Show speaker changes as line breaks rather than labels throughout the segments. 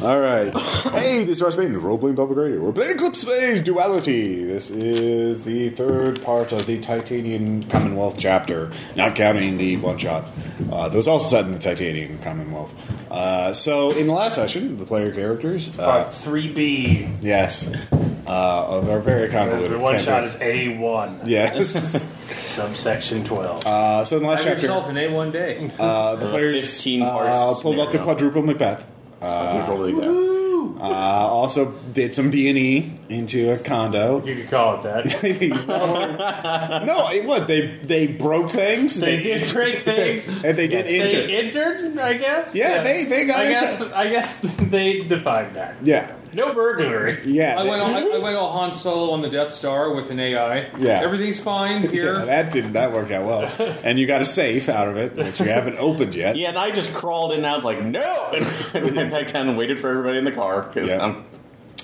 All right. hey, this is Ross Bain, the role-playing public radio. We're playing Eclipse Phase Duality. This is the third part of the Titanian Commonwealth chapter, not counting the one-shot uh, that was also set in the Titanian Commonwealth. Uh, so, in the last session, the player characters, uh,
Part three B.
yes, uh, of our very
The
convoluted
one shot
campaign.
is A one.
yes.
Subsection twelve.
uh, so, in the last
Have
chapter,
yourself an A one day.
uh, the players
15
uh,
horse
pulled off the
scenario.
quadruple McBeth.
We'll
Uh,
probably go.
uh, also did some B and E into a condo.
you could call it that.
no, it was they they broke things.
They did break things.
and they did
They
injure.
entered, I guess.
Yeah, they- they got
I
into-
guess. I guess they defined that.
yeah,
No burglary.
yeah.
I
they-
went, all, I, I went all Han Solo on the Death Star with an AI.
Yeah.
everything's fine
yeah,
here.
that didn't that work out well. And you got a safe out of it, which you haven't opened yet.
Yeah, and I just crawled in and I was like, no! And I went back down and waited for everybody in the car. 'cause
Yeah.
I'm-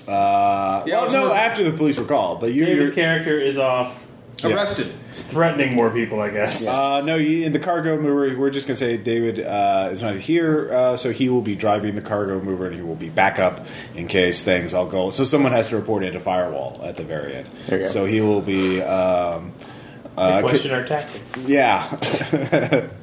Uh,
Yeah,
well,
it's
no,
more-
after the police were called, but you.
David's
you're-
character is off
yeah.
Arrested.
threatening more people. I guess.
Uh, no, you, in the cargo mover, we're just going to say David uh, is not here, uh, so he will be driving the cargo mover and he will be back up in case things all go. So someone has to report it a firewall at the very end.
There you go.
So he will be. Um, uh,
Question our tactic.
c- yeah,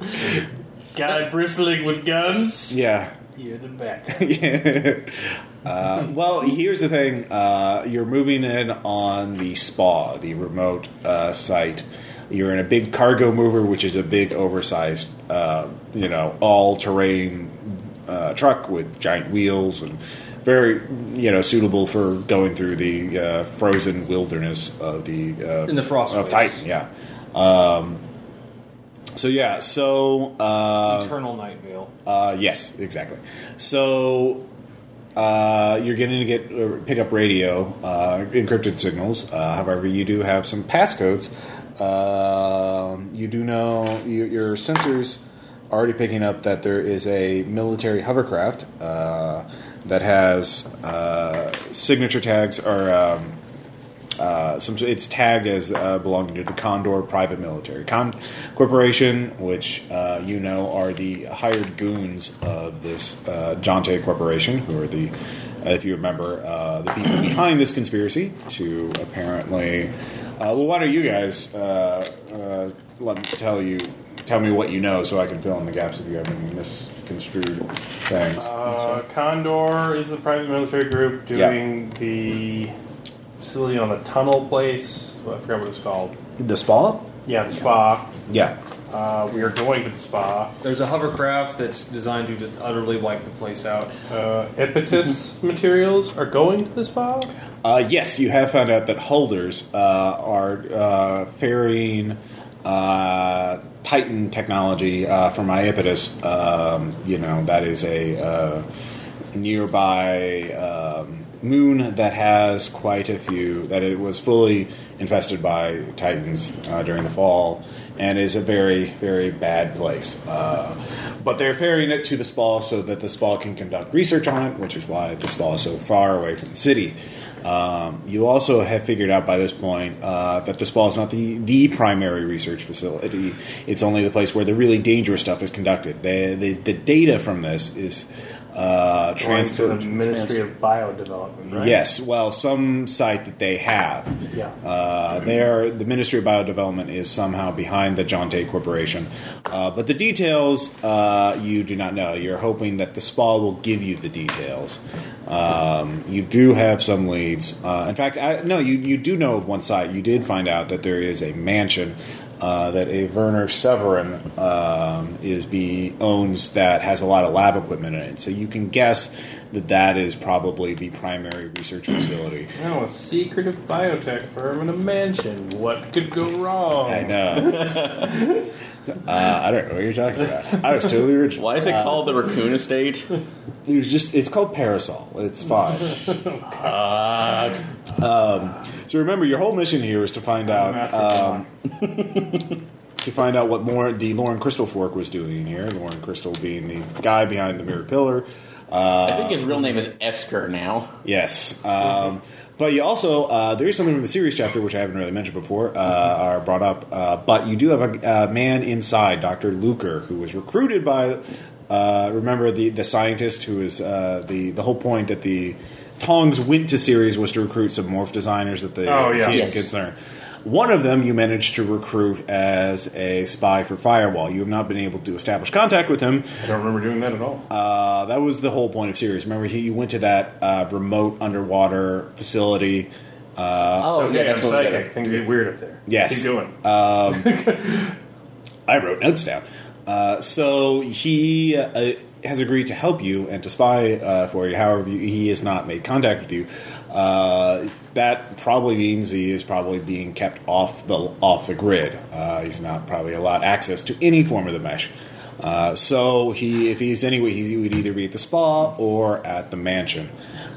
Guy bristling with guns.
yeah.
You're the back.
uh, well, here's the thing: uh, you're moving in on the spa, the remote uh, site. You're in a big cargo mover, which is a big, oversized, uh, you know, all-terrain uh, truck with giant wheels and very, you know, suitable for going through the uh, frozen wilderness of the uh,
In the frost
of
waves.
Titan. Yeah. Um, so yeah, so uh,
Eternal Night Vale.
uh, yes, exactly. So uh, you're going to get uh, pick up radio uh, encrypted signals. Uh, however, you do have some passcodes. Um you do know you, your sensors are already picking up that there is a military hovercraft uh, that has uh, signature tags or. Um, uh, some, it's tagged as uh, belonging to the Condor Private Military Con- Corporation, which uh, you know are the hired goons of this uh, Jante Corporation, who are the, uh, if you remember, uh, the people behind this conspiracy to apparently. Uh, well, why don't you guys uh, uh, let me tell you, tell me what you know, so I can fill in the gaps if you have any misconstrued things.
Uh, Condor is the private military group
Yeah.
doing the facility on the tunnel place. Well, I forgot what it's called.
the spa?
Yeah, the spa.
Yeah.
Uh, we are going to the spa.
There's a hovercraft that's designed to just utterly wipe the place out.
Uh, Epitus materials are going to the spa.
Uh, yes, you have found out that holders uh, are uh, ferrying uh, Titan technology uh, from Iapetus. Um, you know, that is a uh, nearby um, moon that has quite a few, that it was fully infested by Titans uh, during the fall and is a very, very bad place. Uh, but they're ferrying it to the spa so that the spa can conduct research on it, which is why the spa is so far away from the city. Um, you also have figured out by this point uh, that the spa is not the, the primary research facility. It's only the place where the really dangerous stuff is conducted. The, the, the data from this is uh,
Going
transferred.
to the Ministry of Biodevelopment. Right?
Yes, well, some site that they have.
Yeah.
Uh, they are, the Ministry of Biodevelopment is somehow behind the John Day Corporation. Uh, but the details uh, you do not know. You're hoping that the SPA will give you the details. Um, you do have some leads. Uh, in fact, I, no, you, you do know of one site. You did find out that there is a mansion. Uh, that a Werner Severin um, is be owns that has a lot of lab equipment in it, so you can guess that that is probably the primary research facility.
Now a secretive biotech firm in a mansion. What could go wrong?
I know. uh, I don't know what you're talking about. I was totally original.
why is it called the Raccoon Estate?
It was just. It's called Parasol. It's fine. Um, So remember, your whole mission here is to find out.
Master
Um,
Plan.
to find out what more the Lauren Crystal fork was doing here. Lauren Crystal being the guy behind the mirror pillar.
I think his real name is Esker now.
Yes. Um, but you also, uh, there is something from the series chapter which I haven't really mentioned before, uh, or brought up. Uh, but you do have a, a man inside, Dr. Luker, who was recruited by Uh, remember the the scientist who is uh, the the whole point that the Tongs went to Ceres was to recruit some morph designers that they
Oh, yeah.
he had
Yes.
concern. One of them you managed to recruit as a spy for Firewall. You have not been able to establish contact with him,
I don't remember doing that at all.
uh, that was the whole point of series. Remember, he, you went to that uh, remote underwater facility. Uh,
Oh,
okay,
yeah,
I'm
that's what we
psychic. Things get weird up there.
Yes.
Keep going.
Uh,
I wrote notes down. Uh, so he uh, has agreed to help you and to spy uh, for you. However, you, he has not made contact with you. Uh, that probably means he is probably being kept off the off the grid. Uh, he's not probably allowed access to any form of the mesh. Uh, so he, if he's anyway, he would either be at the spa or at the mansion.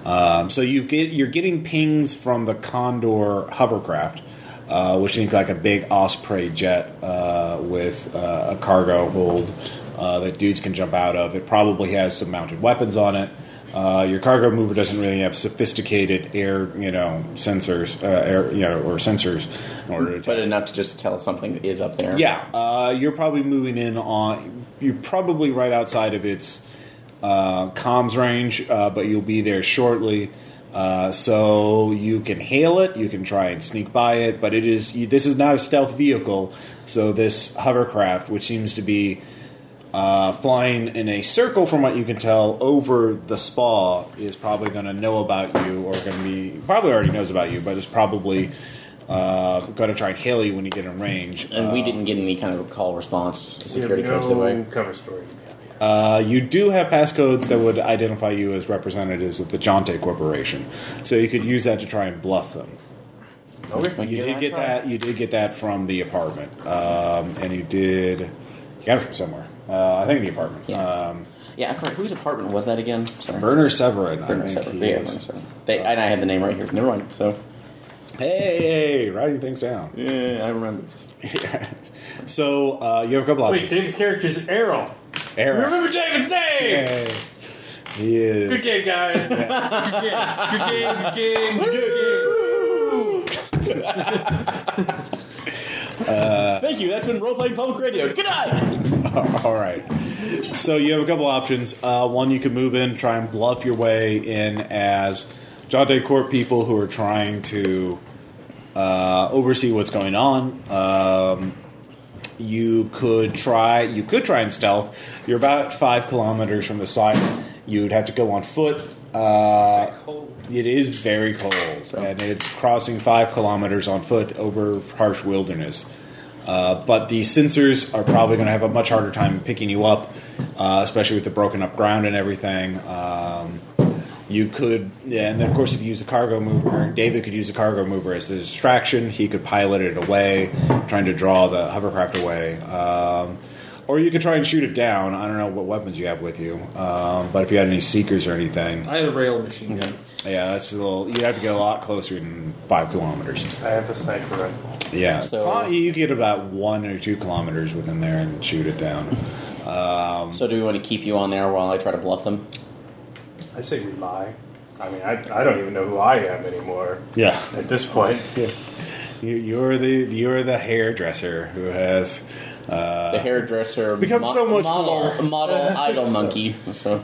Um, so you get you're getting pings from the Condor hovercraft, uh, which seems like a big Osprey jet uh, with uh, a cargo hold uh, that dudes can jump out of. It probably has some mounted weapons on it. Uh, your cargo mover doesn't really have sophisticated air, you know, sensors, uh, air, you know, or sensors in order to.
But enough to just tell us something is up there.
Yeah, uh, you're probably moving in on. You're probably right outside of its uh, comms range, uh, but you'll be there shortly. Uh, so you can hail it, you can try and sneak by it, but it is you, this is not a stealth vehicle. So this hovercraft, which seems to be uh, flying in a circle, from what you can tell, over the spa, is probably going to know about you, or going to be probably already knows about you, but is probably uh, going to try and hail you when you get in range.
And
Uh,
we didn't get any kind of call response to
We have
security codes that
no
way.
cover story.
Uh, you do have passcodes that would identify you as representatives of the Jonte Corporation, so you could use that to try and bluff them.
Okay.
You
Yeah,
did
I
get
tried.
that. You did get that from the apartment, um, and you did. You got it from somewhere. Uh, I think the apartment.
Yeah.
Um,
Yeah, I forgot whose apartment was that again? Sorry.
Werner Severin. I
Burner
think
Severin.
he
Yeah,
was.
Burner Severin. They, and I had the name right here. Never mind. So
Hey, writing things down.
yeah, I remember.
So uh, you have a couple
Wait,
options.
David's character's Errol.
Eric.
Remember David's name!
Hey. He is.
Good game, guys. Good game. Good game. Good game. Good game.
Thank you. That's been role playing public radio. Good night.
All right. So you have a couple options. Uh, one, you can move in, try and bluff your way in as John Day Court people who are trying to uh, oversee what's going on. Um, you could try. You could try and stealth. You're about five kilometers from the site. You'd have to go on foot. Uh,
cold.
it is very cold, and it's crossing five kilometers on foot over harsh wilderness. Uh, but the sensors are probably going to have a much harder time picking you up, uh, especially with the broken up ground and everything. Um, you could, yeah, and then of course, if you use the cargo mover, David could use the cargo mover as the distraction. He could pilot it away, trying to draw the hovercraft away. Um, or you could try and shoot it down. I don't know what weapons you have with you, um, but if you had any seekers or anything,
I had a rail
Mm-hmm.
machine gun.
yeah, that's a little. You have to get a lot closer than five kilometers.
I have a sniper rifle.
Yeah,
So-
Cli- you get about one or two kilometers within there and shoot it down.
So do we want to keep you on there while I try to bluff them?
I say we lie. I mean, I, I don't even know who I am anymore
Yeah,
at this point.
you, you're the you're the hairdresser who has. Uh,
The hairdresser
Becomes so much
model
more.
model idol monkey. So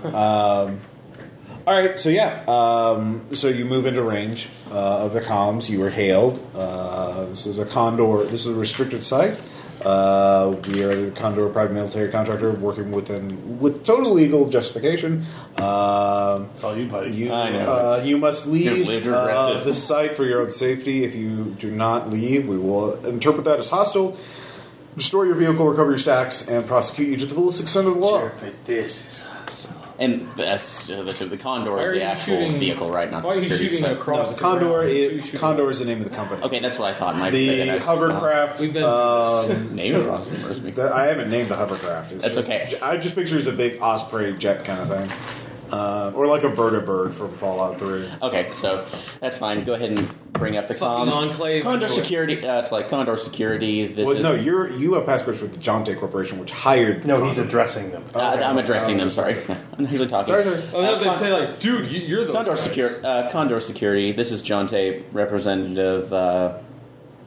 all right, so yeah, um, so you move into range uh, of the comms. You are hailed. Uh, this is a Condor. This is a restricted site. Uh, we are the Condor private military contractor working within with total legal justification. Um,
It's all you, buddy.
You,
I know.
Uh, you must leave
lived or
uh,
breathed.
this site for your own safety. If you do not leave, we will interpret that as hostile, destroy your vehicle, recover your stacks, and prosecute you to the fullest extent of the law.
But this is awesome.
and that's uh, the, the condor
Why
is
are
the
you
actual
shooting-
vehical, right? Not
Why are
the
you
security
shooting
site.
No,
across the
Condor,
ground?
it-
Who you shooting
Condor is the name of the company.
Okay, that's what I thought. My
The
bad.
hovercraft.
We've been-
um,
Name it wrong. Somewhere.
that- I haven't named the hovercraft. It's
That's
just-
okay.
I just picture it as a big osprey jet kind of thing, uh, or like a vertibird from Fallout Three.
Okay, so that's fine. Go ahead and bring up the
Fucking
comms.
enclave.
Condor security. Uh, it's like Condor security. This
Well,
is.
no, you're you have passports with the Jonte Corporation, which hired.
No, he's addressing them.
Uh,
okay.
I'm addressing them. Sorry, I'm actually talking.
Sorry, sorry.
Oh, no,
Uh,
they
Con-
say like, dude, you, you're the
Condor security. Uh, Condor security. This is John Tate, representative. Uh,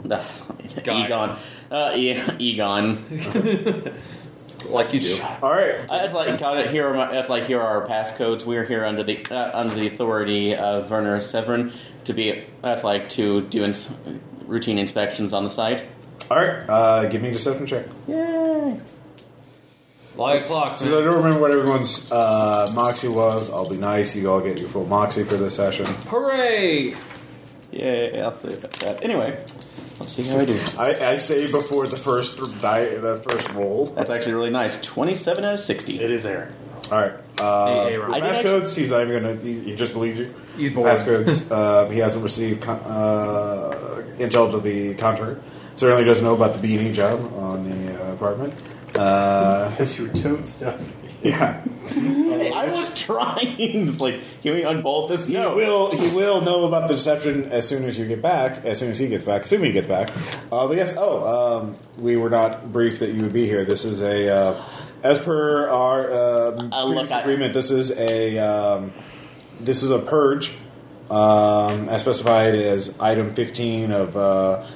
uh,
Guy.
Egon. Uh, e- Egon. like you do.
All right.
That's like got it. Here, are my- that's like here are our passcodes. We are here under the uh, under the authority of Werner Severin to be. That's like to do ins- routine inspections on the site.
All right. Uh, give me a deception check.
Live clock.
Since I don't remember what everyone's uh, moxie was, I'll be nice. You all get your full moxie for this session.
Hooray!
Yeah, I'll play about that. Anyway, let's see how I do.
I, I say before the first die, the first roll.
That's actually really nice. Twenty-seven out of sixty.
It is Aaron.
All right. Uh,
Hey, hey, Rob.
I did
passcodes. He's not even gonna. He, he just believes you.
He's bored.
Passcodes. uh, he hasn't received con- uh, intel to the contrary. Certainly doesn't know about the beanie job on the uh, apartment. Uh,
That's your toad stuff.
yeah.
I was trying. It's like, can we unbolt this? No.
He will he will know about the deception as soon as you get back, as soon as he gets back, assuming he gets back. Uh, but yes, oh, um, we were not briefed that you would be here. This is a, uh, as per our um,
Uh, look,
previous
I-
agreement, this is a um, this is a purge, um, as specified as item fifteen of uh,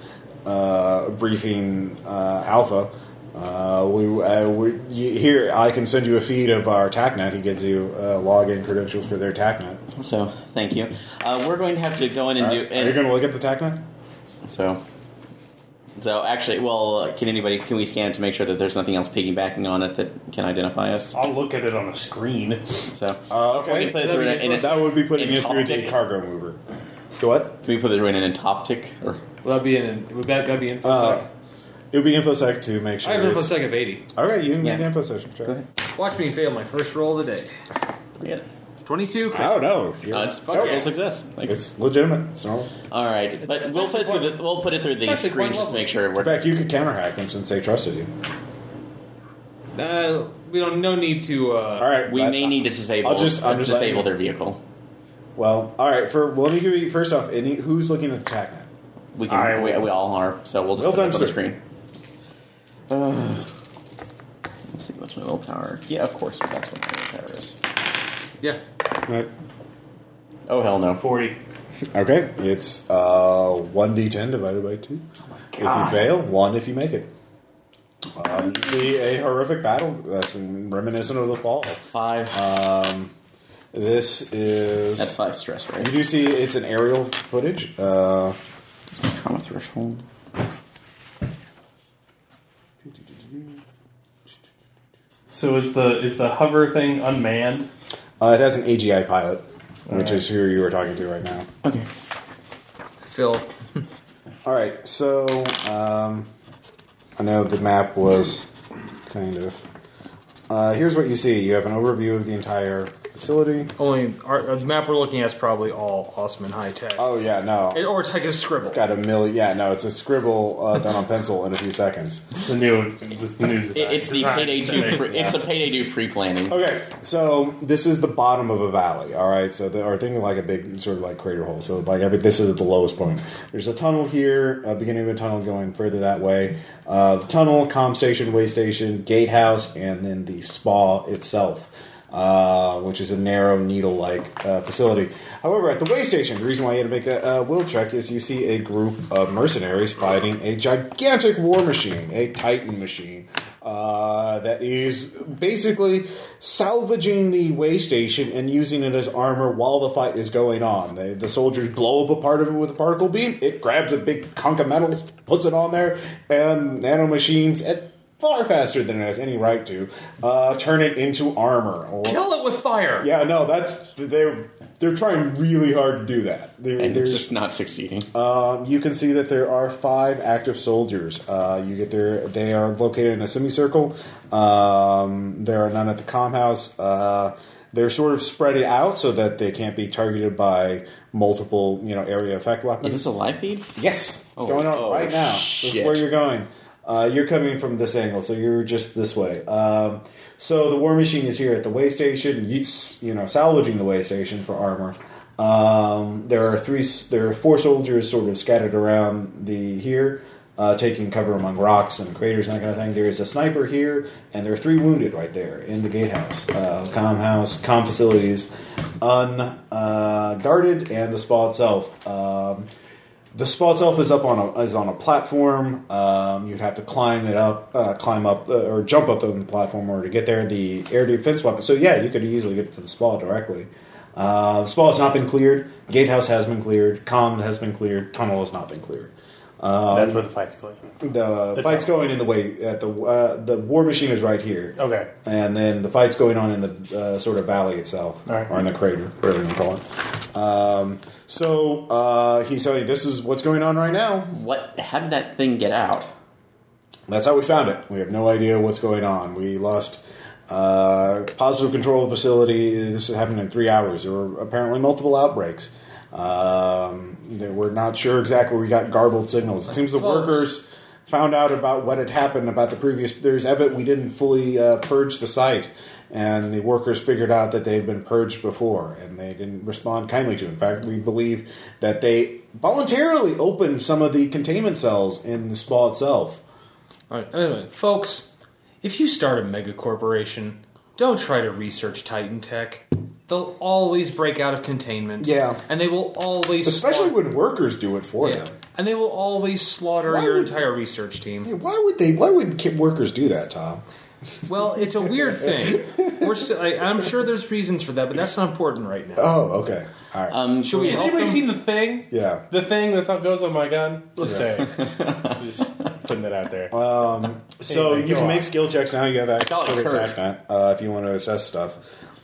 uh, briefing uh, alpha. Uh, we, uh, we you, here. I can send you a feed of our TACnet. He gives you uh, login credentials for their TACnet.
So thank you. Uh, we're going to have to go in and
All
do.
right. Are you
And,
going to look at the TACnet?
so, so actually, well, uh, can anybody? Can we scan it to make sure that there's nothing else piggybacking on it that can identify us?
I'll look at it on a screen.
So
Uh,
Or we can put it
That
through
would
an-
be-
in a-
that would be putting
in
it through the
Toptic.
cargo mover. So what?
can we put it in an entoptic? Or
Will that be in? Would that, that be info
Uh,
sec?
it would be infosec to make sure.
I have info
it's-
sec of eighty.
All right, you can make
Yeah.
an infosec. Sure.
Go ahead.
Watch me fail my first roll of the day.
yeah,
Twenty-two. crit.
Oh no,
no, Uh, it's fuck
yeah.
yeah. success. Like,
it's legitimate. It's normal.
all right, but
it's
we'll
actually
put it through
quite-
the, we'll put it through the
it's actually quite
screen just to
lovely.
make sure it
In
works.
fact, you could counterhack them since they trusted you.
Uh, we don't. No need to. Uh,
All right,
We
but-
may need to disable
I'll just- I'm just letting
disable
you-
their vehicle.
Well, all right. For well, let me give you first off. Any who's looking at the TACnet?
We can.
I-
we, we all are. So we'll just
Well
put
done,
it up on the
sir.
screen. Uh, let's see. What's my willpower? Yeah, of course. That's what my willpower is.
Yeah.
Right.
Oh hell no.
40.
Okay, it's uh, one d10 divided by two. if you fail, one if you make it. Um, you see a horrific battle that's reminiscent of the fall.
Five.
Um, this is.
That's five stress,
You
right?
do see it's an aerial footage. Uh,
Trauma threshold.
So is the is the hover thing unmanned?
uh, it has an AGI pilot, which
Alright.
is who you were talking to right now.
Okay.
Phil.
All right, so um, I know the map was kind of. Uh, here's what you see. You have an overview of the entire facility.
Only our, uh, the map we're looking at is probably all Osman high tech,
Oh yeah, no,
It- or it's like a scribble.
got a million. Yeah, no, it's a scribble uh, done on pencil in a few seconds.
The new this the news.
It, it's the payday two. Pre, It's the payday two pre-planning.
Okay, so this is the bottom of a valley. All right, so the, or think of like a big sort of like crater hole. So like every, this is the lowest point. There's a tunnel here, uh, beginning of a tunnel going further that way. Uh, the tunnel, com station, way station, gatehouse, and then the spa itself. Uh, which is a narrow needle-like uh, facility. However, at the way station, the reason why you had to make a, a will check is you see a group of mercenaries fighting a gigantic war machine, a Titan machine, uh, that is basically salvaging the way station and using it as armor while the fight is going on. They, the soldiers blow up a part of it with a particle beam. It grabs a big chunk of metal, puts it on there, and nanomachines at far faster than it has any right to uh, turn it into armor. Or,
Kill it with fire.
yeah, no, that's they're they're trying really hard to do that. They're,
And
they're-
it's just not succeeding.
um, you can see that there are five active soldiers. Uh, you get there; they are located in a semicircle. Um, there are none at the comm house. Uh, they're sort of spread it out so that they can't be targeted by multiple, you know, area effect weapons.
Is this a live feed?
yes, it's
Oh,
going on
oh,
right now. This is
shit.
where you're going. Uh, you're coming from this angle, so you're just this way. Um, so the war machine is here at the way station. You, you know, salvaging the way station for armor. Um, there are three. s- There are four soldiers sort of scattered around the here, uh, taking cover among rocks and craters and that kind of thing. There is a sniper here, and there are three wounded right there in the gatehouse, uh, com house, com facilities, unguarded, uh, guarded, and the spa itself. Um, The spot itself is up on a is on a platform. Um, you'd have to climb it up, uh, climb up, uh, or jump up the platform, or to get there. The air defense weapon. So yeah, you could easily get to the spa directly. Uh, spa has not been cleared. Gatehouse has been cleared. Comm has been cleared. Tunnel has not been cleared.
That's where the fight's going.
The,
The
fight's
tunnel. Oh.
going in the way at the uh, the war machine is right here.
Okay.
And then the fight's going on in the uh, sort of valley itself,
All right.
or in the crater, whatever you want to call it. Um, so uh, he's telling you this is what's going on right now.
What? How did that thing get out?
That's how we found it. We have no idea what's going on. We lost uh, positive control of the facility. This happened in three hours. There were apparently multiple outbreaks. Um, they we're not sure exactly. We got garbled signals. It seems the
Close.
workers found out about what had happened about the previous. There's evidence we didn't fully uh, purge the site, and the workers figured out that they had been purged before, and they didn't respond kindly to. it. In fact, we believe that they voluntarily opened some of the containment cells in the spa itself.
Anyway, folks, if you start a mega corporation, don't try to research Titan Tech. They'll always break out of containment.
Yeah.
and they will always,
Especially
slaugh-
when workers do it for
yeah,
them.
and they will always slaughter
Why
your
would-
entire research team.
Hey, Why would they? Why would ki- workers do that, Tom?
Well, it's a weird thing. We're still, I, I'm sure there's reasons for that, but that's not important right now.
Oh, okay, all right,
Um,
Should we
Has
help
anybody
them?
seen the thing?
yeah.
The thing that th- goes, oh my god.
Let's say. Just putting that out there.
So
Anyway,
you
go
can
on.
make skill checks now. You have access
call it
to the
courage.
attachment uh, if you want to assess stuff.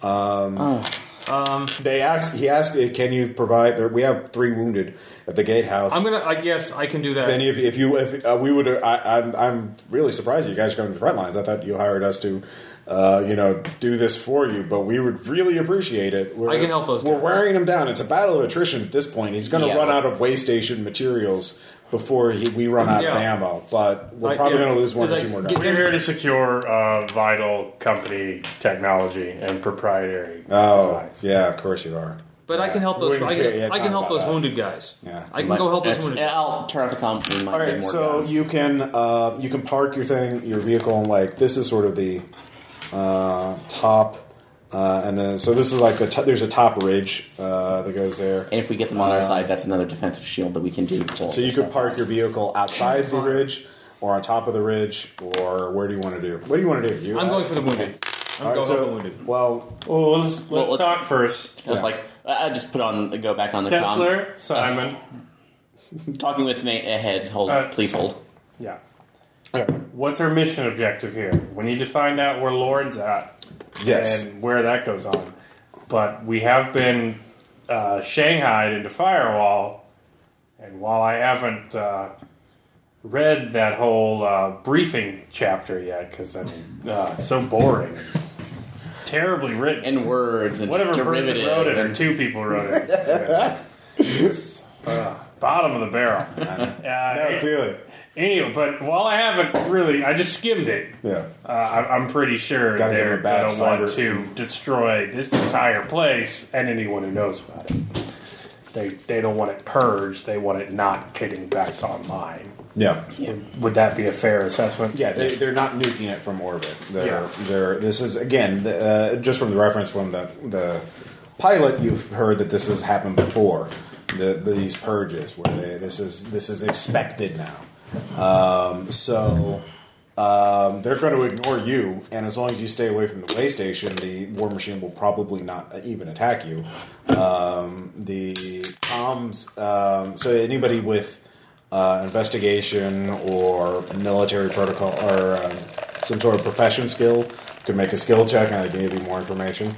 Um,
Oh.
Um,
they asked. He asked, uh, "Can you provide?" There, we have three wounded at the gatehouse.
I'm gonna. I guess I can do that.
Any of you, if you, if uh, we would, I, I'm, I'm really surprised you guys are coming to the front lines. I thought you hired us to, uh, you know, do this for you, but we would really appreciate it. We're,
I can help those
We're
guys.
wearing him down. It's a battle of attrition at this point. He's going to
Yeah.
run out of way station materials before he, we run out of
Yeah.
ammo. But we're
Like,
probably
yeah,
going to lose one or
like,
two more
get-
guys.
We're here to secure uh, vital company technology and proprietary
Oh,
designs.
yeah, of course you are.
but I
Yeah.
can help those.
Wouldn't
I
care-
can,
yeah,
I
talk
can help
about
those
that.
wounded guys.
Yeah.
I can
Like,
go help those
it's-
wounded. guys.
I'll turn off the comp. We might
All
get
right,
more
so
guns.
you can uh, you can park your thing, your vehicle, and like this is sort of the uh, top, uh, and then so this is like the top, there's a top ridge uh, that goes there.
And if we get them on our side, that's another defensive shield that we can do.
So you could park your vehicle outside the ridge, or on top of the ridge, or where do you want to do? What do you want to do? You, uh,
I'm going for the wounded. I'm
All
going
right,
for the
so,
wounded.
well,
Well, let's, let's,
Well, let's-
talk first.
I was like, I I just put on, go back on the
Kessler,
Uh-huh.
Simon.
com. Talking with me ahead. Hold,
Uh,
please hold.
Yeah. What's our mission objective here? We need to find out where Lauren's at
yes,
and where that goes on. But we have been uh, shanghaied into firewall, and while I haven't uh, read that whole uh, briefing chapter yet, because I mean, uh, it's so boring, terribly written.
In words and
Whatever person
derivative.
wrote it, or
and-
two people wrote it. It's, uh, bottom of the barrel. Uh,
no, clearly,
Anyway, but while I haven't really, I just skimmed it.
yeah.
Uh, I- I'm pretty sure
Gotta give
they're
them a bad
going to want
cyber-
to destroy this entire place and anyone who knows about it. They they don't want it purged. They want it not getting back online.
Yeah,
Would, would that be a fair assessment?
yeah. They, they're not nuking it from orbit. They're,
Yeah.
they're this is again uh, just from the reference from the the pilot. You've heard that this has happened before. The, these purges, where they, this is this is expected now. Um, so um, they're going to ignore you, and as long as you stay away from the way station, the war machine will probably not even attack you. Um, the comms. Um, so anybody with uh, investigation or military protocol or um, some sort of profession skill could make a skill check, and I can give you more information.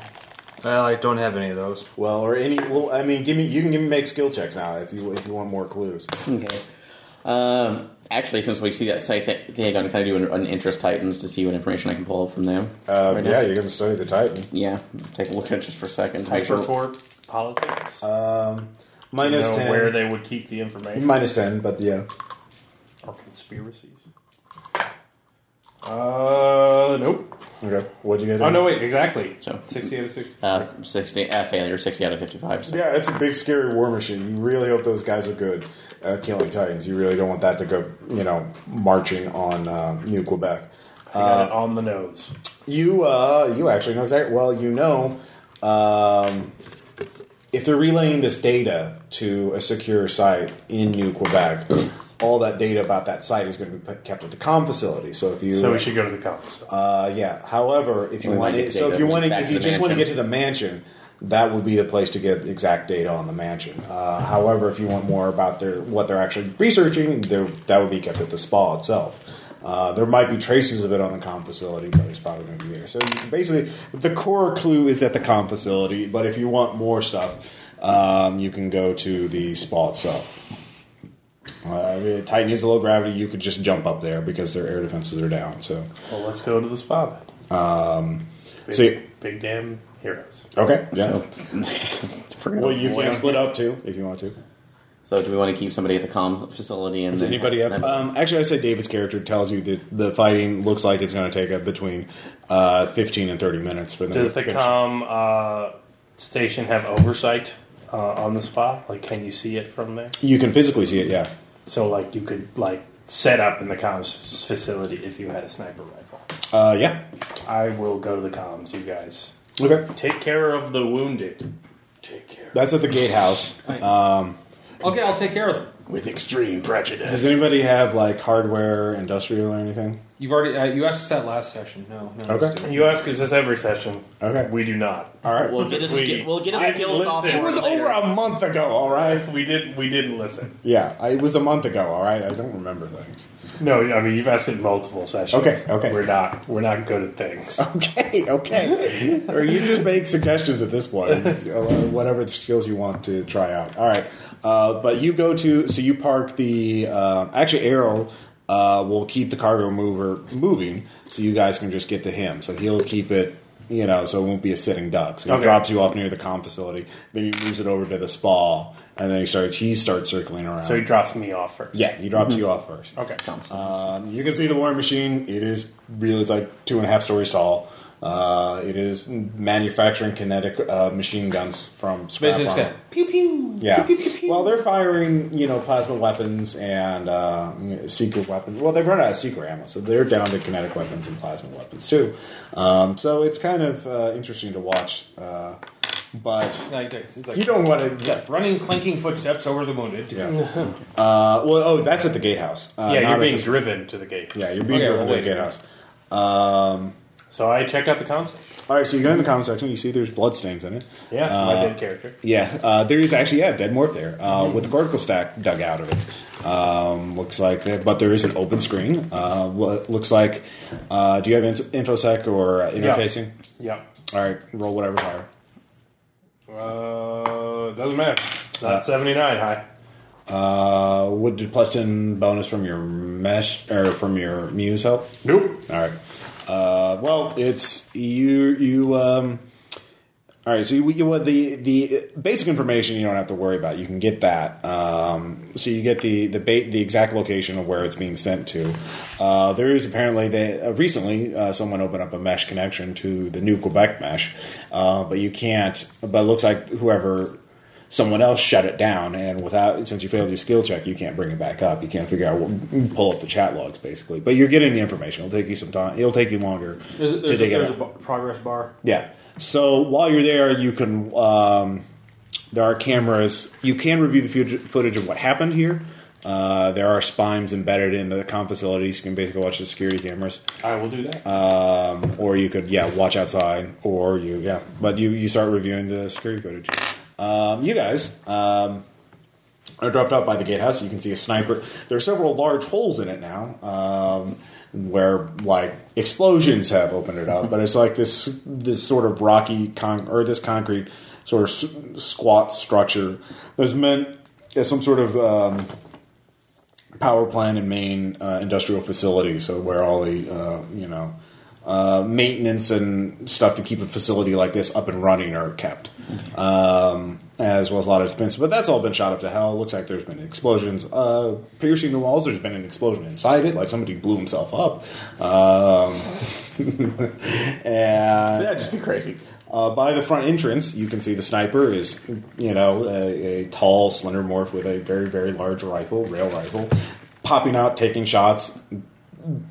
Well, Uh, I don't have any of those.
Well, or any. Well, I mean, give me. You can give me make skill checks now if you if you want more clues.
Okay. Um, actually, since we see that site, I think I'm kind of do an, an interest Titans to see what information I can pull from there.
Uh,
Right now.
yeah, you can study the Titan.
Yeah, take a look at it just for a second. Make sure-
Hypercorp politics.
Uh,
you
Minus
know
ten.
where they would keep the information
Minus ten, but yeah.
or conspiracies. Uh, nope.
Okay. What'd you get?
Oh no, wait, exactly.
So-
sixty out of sixty.
Uh, 60, uh, failure, 60 out of 55. So.
Yeah, it's a big scary war machine. You really hope those guys are good at killing Titans. You really don't want that to go, you know, marching on uh, New Quebec. Uh,
I got it on the nose.
You uh, you actually know exactly. Well, you know, um, if they're relaying this data to a secure site in New Quebec, all that data about that site is going to be put, kept at the com facility. So if you
So we should go to the comps.
uh, yeah. However, if you
We
want
might get
it, so
data
if you want to,
back
if
to
you
the
just want to
mansion.
get to the mansion, that would be the place to get exact data on the mansion. Uh, however, if you want more about their what they're actually researching, there that would be kept at the spa itself. Uh, there might be traces of it on the com facility, but it's probably going to be there. So you can basically, the core clue is at the com facility. But if you want more stuff, um, you can go to the spa itself. Uh, if Titan is low gravity. You could just jump up there because their air defenses are down. So.
Well, let's go to the spa then. Big,
um, So you-
big damn heroes.
Okay. Yeah.
We're gonna
well, you
avoid
can
them.
split up too if you want to.
So, do we want to keep somebody at the comm facility? And
Is
then-
anybody up?
then-
Um, actually, I say David's character tells you that the fighting looks like it's going to take up between uh, fifteen and thirty minutes for them.
Does
to
the
finish.
com uh, station have oversight uh, on the spa? Like, can you see it from there?
you can physically see it. Yeah.
So, like, you could like set up in the comms facility if you had a sniper rifle.
Uh, yeah.
I will go to the comms. You guys
Okay.
take care of the wounded. Take care.
That's at the gatehouse.
Okay, I'll take care of them.
with extreme prejudice.
Does anybody have like hardware, industrial, or anything?
You've already uh, you asked us that last session. No, no.
Okay.
let's do it.
You ask us this every session.
Okay.
We do not.
All right.
We'll get a, ski- we'll get a
I-
skill
listen,
software.
it
it was
later.
over a month ago. All right.
We did. We didn't listen.
Yeah. I- It was a month ago. All right. I don't remember things.
No, I mean you've asked it multiple sessions.
Okay, okay.
We're not. We're not good at things.
Okay, okay. or you just make suggestions at this point, whatever the skills you want to try out. All right, uh, but you go to so you park the uh, actually Errol uh, will keep the cargo mover moving, so you guys can just get to him. So he'll keep it. You know, so it won't be a sitting duck. So he
Okay.
drops you off near the com facility, then he moves it over to the spa, and then he starts. He starts circling around.
so he drops me off first.
yeah, he drops you off first.
Okay.
Um, you can see the War Machine. It is really it's like two and a half stories tall. Uh, it is manufacturing kinetic uh, machine guns from scrap
Basically, just
armor.
go pew pew.
Yeah.
Pew, pew, pew, pew.
Well, they're firing, you know, plasma weapons and uh, secret weapons. Well, they've run out of secret ammo, so they're down to kinetic weapons and plasma weapons too. Um, so it's kind of uh, interesting to watch. Uh, but
like, it's like
you don't want to.
running clanking footsteps over the wounded.
Yeah. Uh, well, oh, that's at the gatehouse. Uh, not
yeah, you're
at
being
the-
driven to the gate.
Yeah, you're being
Okay,
driven
well,
to the
wait.
gatehouse. Um,
So I check out the comms.
All right, so you go in the comment section. You see there's blood stains in it.
Yeah,
Uh,
my dead character.
Yeah, uh, there is actually yeah a dead morph there uh,
Mm-hmm.
with a cortical stack dug out of it. Um, looks like, it, but there is an open screen. Uh, lo- looks like. Uh, do you have int- infosec or uh, interfacing?
Yeah.
All right, roll whatever's higher.
Uh, doesn't matter. It's not 79 high.
Uh, would the plus ten bonus from your mesh or from your muse help?
Nope.
All right. Uh, well, it's you. You. Um, all right. So you, you what the the basic information you don't have to worry about. You can get that. Um, so you get the the ba- the exact location of where it's being sent to. Uh, there is apparently they uh, recently uh, someone opened up a mesh connection to the new Quebec mesh, uh, but you can't. But it looks like whoever. Someone else shut it down, and without since you failed your skill check, you can't bring it back up. You can't figure out, what, pull up the chat logs basically. But you're getting the information. It'll take you some time. It'll take you longer
There's, there's,
to
a,
dig it
there's
up.
a bu- progress bar.
Yeah. So while you're there, you can. Um, there are cameras. You can review the fut- footage of what happened here. Uh, there are spimes embedded in the com facilities. You can basically watch the security cameras,
I will do that.
um, or you could, yeah, watch outside, or you, yeah. But you, you start reviewing the security footage. Um, you guys um, are dropped off by the gatehouse. You can see a sniper. There are several large holes in it now, um, where like explosions have opened it up. But it's like this this sort of rocky con- or this concrete sort of s- squat structure that's meant as some sort of um, power plant and main uh, industrial facility. So where all the uh, you know. Uh, maintenance and stuff to keep a facility like this up and running are kept, um, as well as a lot of expense. But that's all been shot up to hell. Looks like there's been explosions uh, piercing the walls. There's been an explosion inside it, like somebody blew himself up. Um, and
That'd just be crazy.
uh, by the front entrance, you can see the sniper is, you know, a, a tall, slender morph with a very, very large rifle, rail rifle, popping out, taking shots,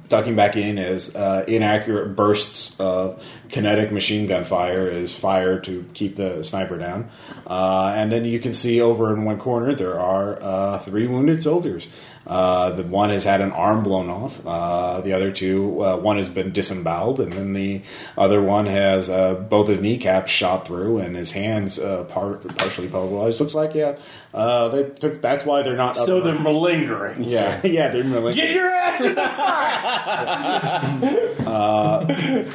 ducking back in as uh, inaccurate bursts of kinetic machine gun fire is fire to keep the sniper down. Uh, and then you can see over in one corner there are uh, three wounded soldiers. Uh, the one has had an arm blown off. Uh, the other two, uh, one has been disemboweled, and then the other one has uh, both his kneecaps shot through and his hands uh, par- partially pulverized. Looks like yeah, uh, they took. That's why they're not. up
So
front.
they're malingering.
Yeah, yeah, they're really.
Get your ass in the
You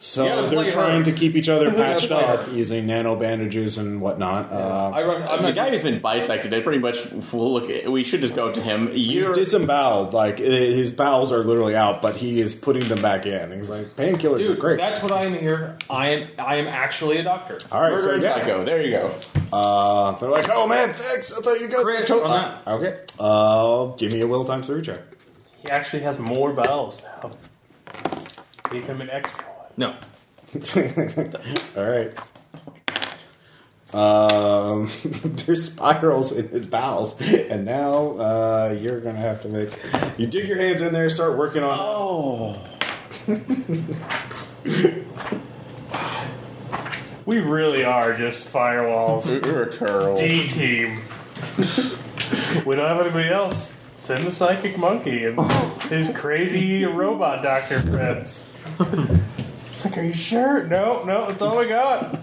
So
gotta
they're
play
trying
her.
to keep each other patched
play
up using nano bandages and whatnot. Uh,
I, rec- I'm
the
not
guy who's been bisected, I pretty much will look. At, we should just go to him.
he's
You're
disemboweled, like i- his bowels are literally out, but he is putting them back in. He's like painkillers are
Dude,
great.
that's what I am here. I am I am actually a doctor.
All right,
murder
so
and
yeah,
psycho. There you go.
uh, they're like, oh man, thanks. I thought you guys were
Crit
to-
on that.
uh, Okay, uh, give me a will times three check.
He actually has more bowels now. Give him an extra one.
No.
All right. Um, there's spirals in his bowels, and now uh, you're gonna have to make. You dig your hands in there, start working on.
We really are just firewalls.
You're a turtle.
D team. we don't have anybody else. Send the psychic monkey and his crazy robot doctor friends. It's like, are you sure? No, no, that's all we got.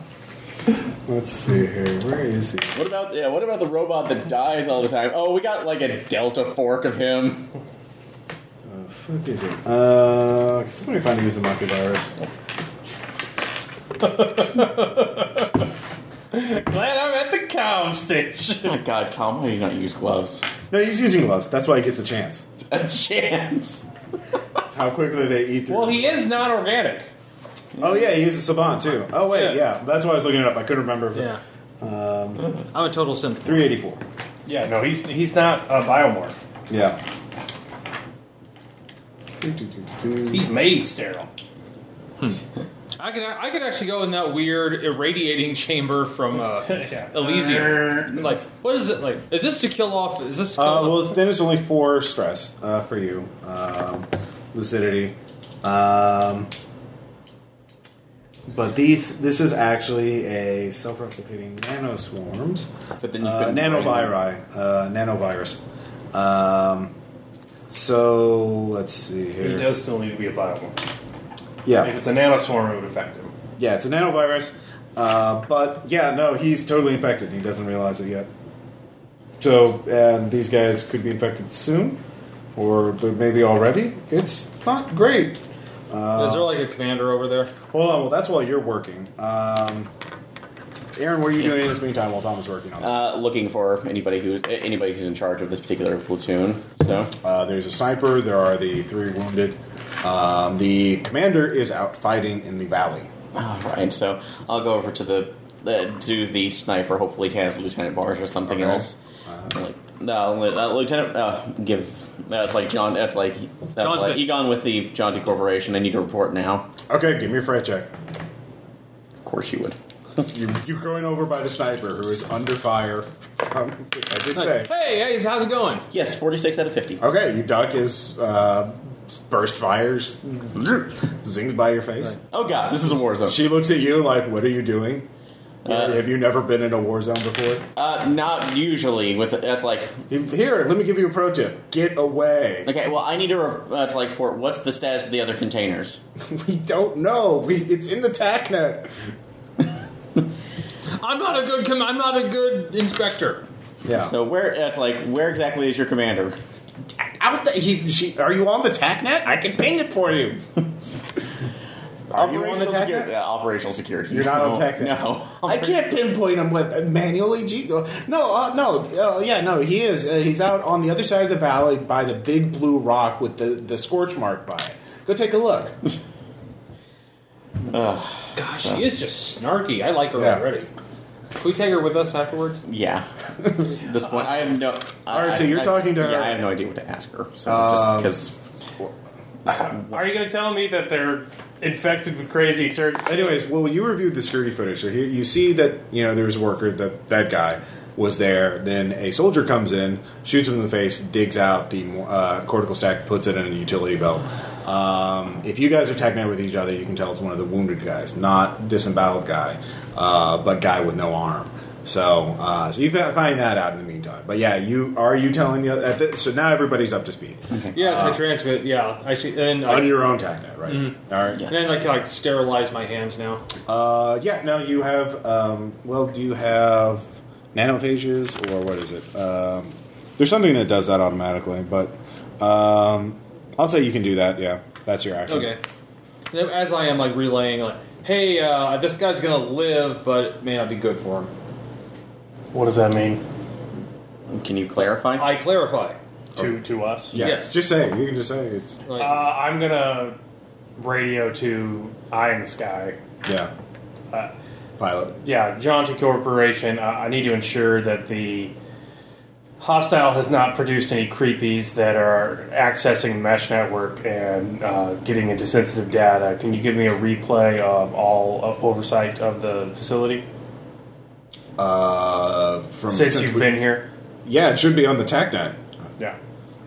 Let's see here. Where is he?
What about yeah? What about the robot that dies all the time? Oh, we got like a delta fork of him.
The fuck is it? Uh, can somebody find me using monkey virus?
Glad I'm at the cow station.
Oh my God, Tom, why do you not use gloves?
No, he's using gloves. That's why he gets a chance.
A chance.
That's how quickly they eat through.
Well, he is not organic.
oh yeah, he uses Saban too. Oh wait, yeah.
Yeah.
That's why I was looking it up. I couldn't remember.
Yeah.
Um,
I'm a total simp.
three eighty four.
Yeah, no, he's he's not a biomorph.
Yeah.
He's made sterile.
I could I could actually go in that weird irradiating chamber from uh,
Yeah.
Elysium. Like, what is it like? Is this to kill off? Is this to kill
Uh,
off-
well, then it's only four stress uh, for you. Um, lucidity. Um, but these, this is actually a self-replicating nanoswarms,
But then you
uh,
couldn't bring
nanovirus, uh, nanovirus. Um, so let's see
He
here.
does still need to be a biomorph. If
yeah,
it's a nanoswarm, it would affect him.
yeah, it's a nanovirus. Uh, but yeah, no, he's totally infected. He doesn't realize it yet. So and these guys could be infected soon, or they're maybe already. It's not great.
is there like a
Uh,
commander over there?
Hold on. Well, that's while you're working. Um, Aaron, what are you doing in this meantime while Tom is working on this?
Uh, looking for anybody who anybody who's in charge of this particular platoon. So
Uh, there's a sniper. There are the three wounded. Um, the commander is out fighting in the valley.
all right, so I'll go over to the uh, to the sniper. Hopefully, he has Lieutenant Barge or something
Okay. Uh-huh.
else. Like, no, li- uh, Lieutenant. Uh, give that's like John. That's like that's
John's
like
been-
Egon with the Jaunty Corporation. I need to report now.
Okay, give me a fright check.
Of course, you would.
You, you're going over by the sniper who is under fire. From, I did say.
Hey, hey, how's it going?
Yes, forty-six out of fifty.
Okay, you duck his uh, burst fires, zings by your face.
Oh god, this is a war zone.
She looks at you like, "What are you doing?
Uh,
Have you never been in a war zone before?"
Uh, not usually. With that's like
Here, let me give you a pro tip: get away.
okay. Well, I need to. Re- that's like port. What's the status of the other containers?
We don't know. We it's in the tac net.
I'm not a good com- I'm not a good inspector.
Yeah.
So where that's like where exactly is your commander?
out the, he, she, are you on the tac net? I can ping it for you. Are you on the tac
security?
net?
Yeah, operational security.
You're not
no,
on tech.
No.
I can't pinpoint him with manually. G- no, uh, no, uh, yeah, no. He is. Uh, he's out on the other side of the valley by the big blue rock with the the scorch mark by it. Go take a look.
Gosh, she is just snarky. I like her
Yeah.
already. Can we take her with us afterwards?
Yeah. At this point, I have no.
All right, so you're talking to her.
Yeah, I have no idea what to ask her. So
Um,
just
Are you going to tell me that they're infected with crazy exert?
Anyways, well, you reviewed the security footage. So here, you see that you know there's a worker that that guy was there. Then a soldier comes in, shoots him in the face, digs out the uh, cortical sac, puts it in a utility belt. Um, if you guys are tagging out with each other, you can tell it's one of the wounded guys, not disemboweled guy, uh, but guy with no arm. So, uh, so you fi- find that out in the meantime. But yeah, you are you telling the other? At the, so now everybody's up to speed
Yes, I transmit. Yeah, actually, and I,
on your own tag net, right? All right.
Yes.
and I can like sterilize my hands now.
Uh, yeah. No, you have. Um, well, do you have nanophages or what is it? Um, there's something that does that automatically, but um, I'll say you can do that. Yeah, that's your action.
Okay. Now, As I am like relaying, like, hey, uh, this guy's gonna live, but it may not be good for him.
What does that mean
Can you clarify?
I clarify.
to to us?
Yes.
Yes.
Just say it. you can just say it. It's,
Like,
Uh, I'm gonna radio to Eye in the Sky.
yeah.
Uh,
Pilot.
Yeah, Jaunty Corporation. Uh, I need to ensure that the hostile has not produced any creepies that are accessing mesh network and uh, getting into sensitive data. Can you give me a replay of all uh, oversight of the facility
Uh, from
since
since
you've
we-
been here?
Yeah, it should be on the TACnet.
Yeah.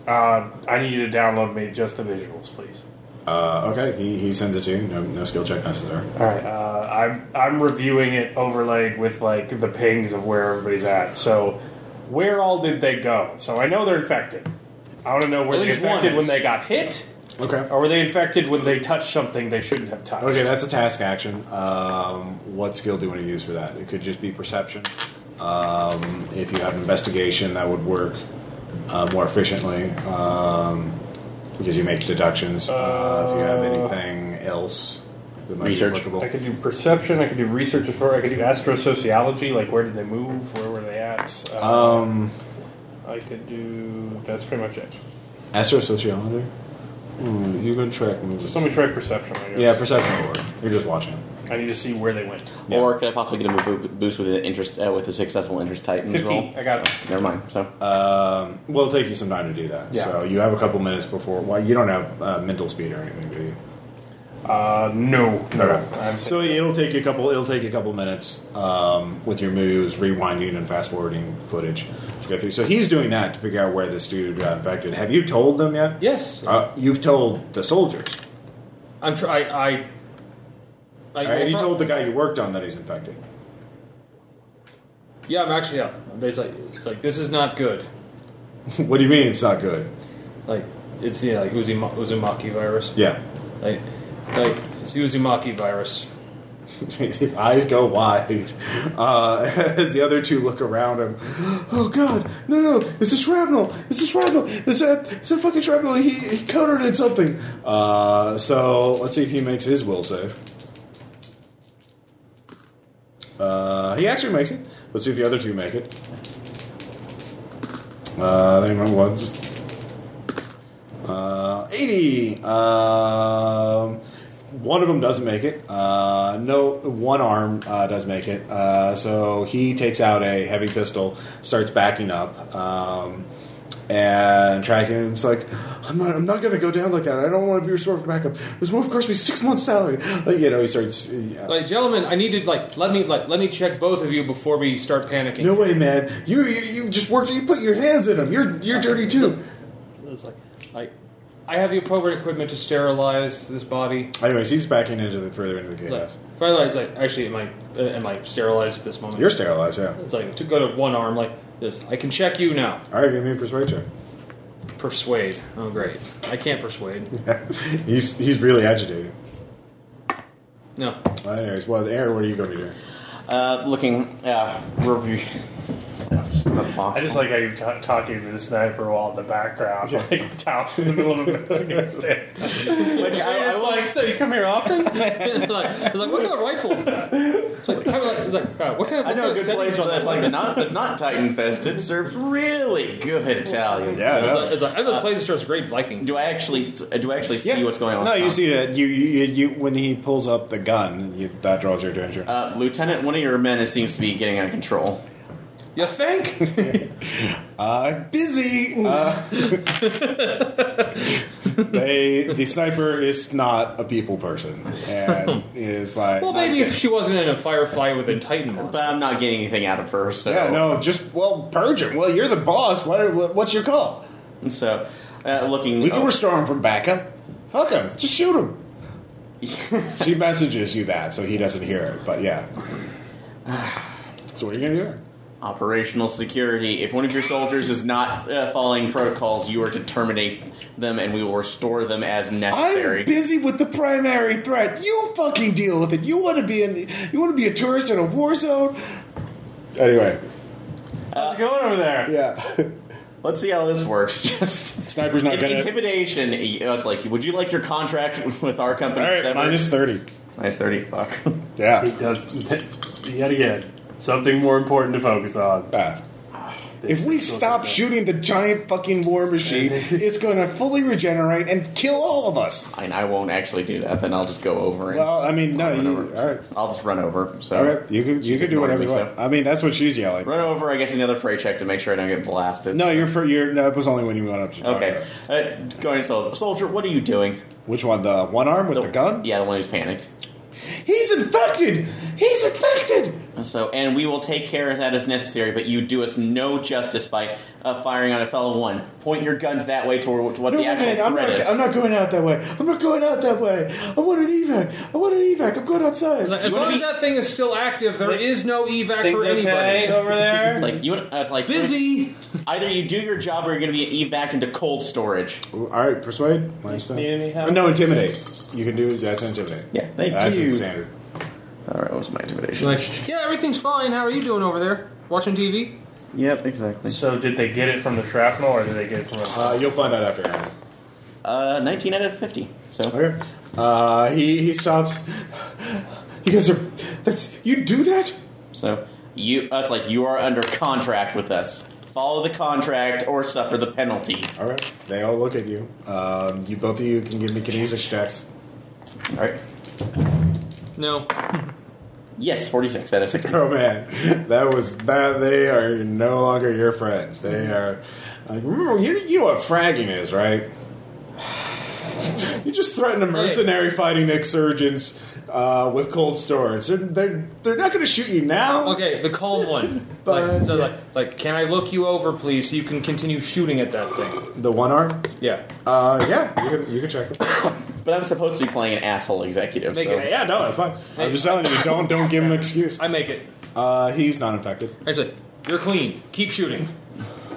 Uh, I need you to download me just the visuals, please.
Uh, okay, he, he sends it to you. No, no skill check necessary.
All right. Uh, I'm I'm reviewing it overlaid with like the pings of where everybody's at. So where all did they go? So I know they're infected. I want to know were
At
they
least one
infected
is.
when they got hit,
Okay.
or were they infected when they touched something they shouldn't have touched?
Okay, that's a task action. Um, what skill do you want to use for that? It could just be perception. Um, if you have investigation, that would work uh, more efficiently um, because you make deductions. Uh, if you have anything else that might
Research.
be applicable.
I could do perception. I could do research. as far- I could do astrosociology. Like where did they move? Where were they at? Uh,
Um,
I could do. That's pretty much it.
astrosociology? Mm, you go track me.
So let me try perception. I guess.
Yeah, perception will work. You're just watching.
I need to see where they went.
Or could I possibly get him a bo- boost with an interest uh, with a successful interest Titans roll?
Fifteen. I got it.
Oh, Never mind. So
Um, well, it'll take you some time to do that.
Yeah.
So you have a couple minutes before. Well, you don't have uh, mental speed or anything, do you?
Uh, no, no. I'm
So it'll take you a couple. It'll take you a couple minutes um, with your moves, rewinding and fast forwarding footage to go through. So he's doing that to figure out where this dude got infected. Have you told them yet?
yes,
Uh, you've told the soldiers.
I'm sure. I, I, I
All right, and you told the guy you worked on that he's infected.
Yeah, I'm actually. Yeah, I'm basically. It's like this is not good.
what do you mean it's not good?
Like it's the like Uzuma, Uzumaki virus.
Yeah,
Like, like it's the Uzumaki virus.
his eyes go wide uh, as the other two look around him. Oh God! No, no! It's a shrapnel! It's a shrapnel! It's a it's a fucking shrapnel! He, he coated it in something. Uh, so let's see if he makes his will save. Uh, he actually makes it. Let's see if the other two make it. Uh, they remember ones. Uh, 80. Um, one of them doesn't make it. Uh, no, one arm uh, does make it. Uh, so he takes out a heavy pistol, starts backing up, um, and tracking him. It's like, I'm not, I'm not going to go down like that. I don't want to be restored for backup. This move cost me six months' salary. Like, you know, he starts. Yeah.
Like, gentlemen, I need to like let me like let me check both of you before we start panicking.
no way, man! You, you you just worked. You put your hands in him. You're you're dirty too.
It's like, like, I have the appropriate equipment to sterilize this body.
Anyways, he's backing into the further into the chaos.
Like, by the way, it's like actually, am I uh, am I sterilized at this moment?
You're sterilized, yeah.
It's like to go to one arm like this. I can check you now.
All right, give me a persuade check.
Persuade. Oh great, I can't persuade.
he's he's really agitated.
No,
Well, anyways, well, Aaron, what are you going to be doing?
uh, looking, uh, review. That's not
I just
possible.
like how you're ta talking to the sniper while in the background,
Yeah.
like tops in the middle of a Mexican stand. Which I, I
It's
like. So you come here often?
it's like, it's like, what kind of rifle is that? It's like, how, it's like uh, what kind of what
I know a
kind of
good
setting-
place one that's like not that's not Titan fested serves really good Italian.
Yeah,
So, uh,
no.
It's like, it's like, I
Uh,
know this place is just great Viking.
Do I actually do I actually see what's going on?
No,
Uh, with
you
Tom?
see that you, you you when he pulls up the gun, you, that draws your attention.
Uh, Lieutenant, one of your men seems to be getting out of control.
You think?
Uh, busy. Uh, they the sniper is not a people person, and
Hmm.
is like
well, maybe if she wasn't in a firefight with a Titan
But
monster.
I'm not getting anything out of her. So
yeah, no, just well purge him. Well, you're the boss. What, what what's your call?
So uh, looking,
We can
oh,
restore him from backup. Fuck him. Just shoot him. she messages you that, so he doesn't hear it. But yeah. so what are you gonna do?
Operational security. If one of your soldiers is not uh, following protocols, you are to terminate them, and we will restore them as necessary.
I'm busy with the primary threat. You fucking deal with it. You want to be in? The, you want to be a tourist in a war zone? Anyway,
How's it going over there?
yeah.
Let's see how this works. Just
Sniper's not gonna.
intimidation. you know, It's like, would you like your contract with our company?
All right,
severed?
minus thirty.
Minus thirty. Fuck.
Yeah.
He does yet again something more important to focus on.
Bad. If we stop shooting the giant fucking war machine, it's going to fully regenerate and kill all of us.
I mean, I won't actually do that. Then I'll just go over and
Well, I mean, no,
run
you, all
over.
right,
I'll just run over. So
all right, you can you can do whatever you want. I mean, that's what she's yelling.
run over. I guess another freight check to make sure I don't get blasted.
No, you're for you're. No, it was only when you went up to talk to
Okay.
her.
Uh, going soldier. Soldier, what are you doing?
Which one? The one arm with the, gun?
Yeah, the one who's panicked.
He's infected. He's infected.
So, and we will take care of that as necessary, but you do us no justice by uh, firing on a fellow one. Point your guns that way toward what
No,
the
no,
actual
man, I'm
threat
not.
is.
I'm not going out that way. I'm not going out that way. I want an evac. I want an evac. I'm going outside.
As long as that thing is still active, there is no evac for anybody.
over
It's
there?
like you. Uh, it's like
Busy.
Either you do your job or you're going to be evac into cold storage.
All right, persuade. Minus ten.
Need any help?
No, intimidate. You can do that's intimidate.
Yeah, thank
that's
you.
standard.
All right, what was my intimidation?
Like, yeah, everything's fine. How are you doing over there? Watching TV?
yep, exactly.
So did they get it from the shrapnel or did they get it from a
Uh, you'll find out after. Aaron.
Uh, 19 out of 50. So
Okay. Uh, he he stops. You guys are. That's you do that.
so you. Uh, it's like you are under contract with us. Follow the contract or suffer the penalty.
All right. They all look at you. Um, you both of you can give me kinesics checks.
All right.
No.
Yes, 46 out of 60.
Oh man, that was that. They are no longer your friends. They are. Like, remember, you you know what fragging is, right? You just threaten a mercenary fighting insurgents uh, with cold storage. They're, they're, they're not going to shoot you now.
Okay, the calm one.
But-
like, so like, like, can I look you over, please, so you can continue shooting at that thing?
The one arm?
Yeah.
Uh, yeah, you can, you can check it.
But I'm supposed to be playing an asshole executive.
Make
so.
it-
Yeah, no, that's fine. I'm just telling you, don't don't give him an excuse.
I make it.
Uh, he's not infected.
Actually, you're clean. Keep shooting.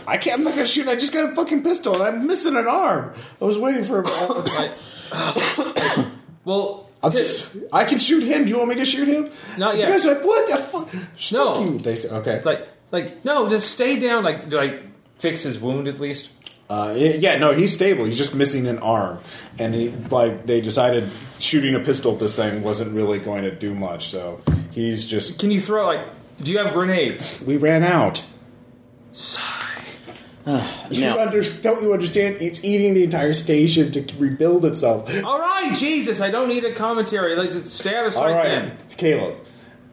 I can't. I'm not gonna shoot. I just got a fucking pistol, and I'm missing an arm. I was waiting for. him.
Like, like, well,
I'm
t-
just. I can shoot him. Do you want me to shoot him?
Not yet.
You guys, like, what the fuck?
No.
Fuck you. They say, okay.
It's like, it's like, no, just stay down. Like, do I fix his wound at least?
Uh, yeah, no, he's stable. He's just missing an arm, and he like they decided shooting a pistol at this thing wasn't really going to do much. So he's just.
Can you throw like? Do you have grenades?
We ran out. You
Now,
under, don't you understand? It's eating the entire station to rebuild itself.
All right, Jesus, I don't need a commentary. Like, just stay out of sight,
All right,
then.
Caleb,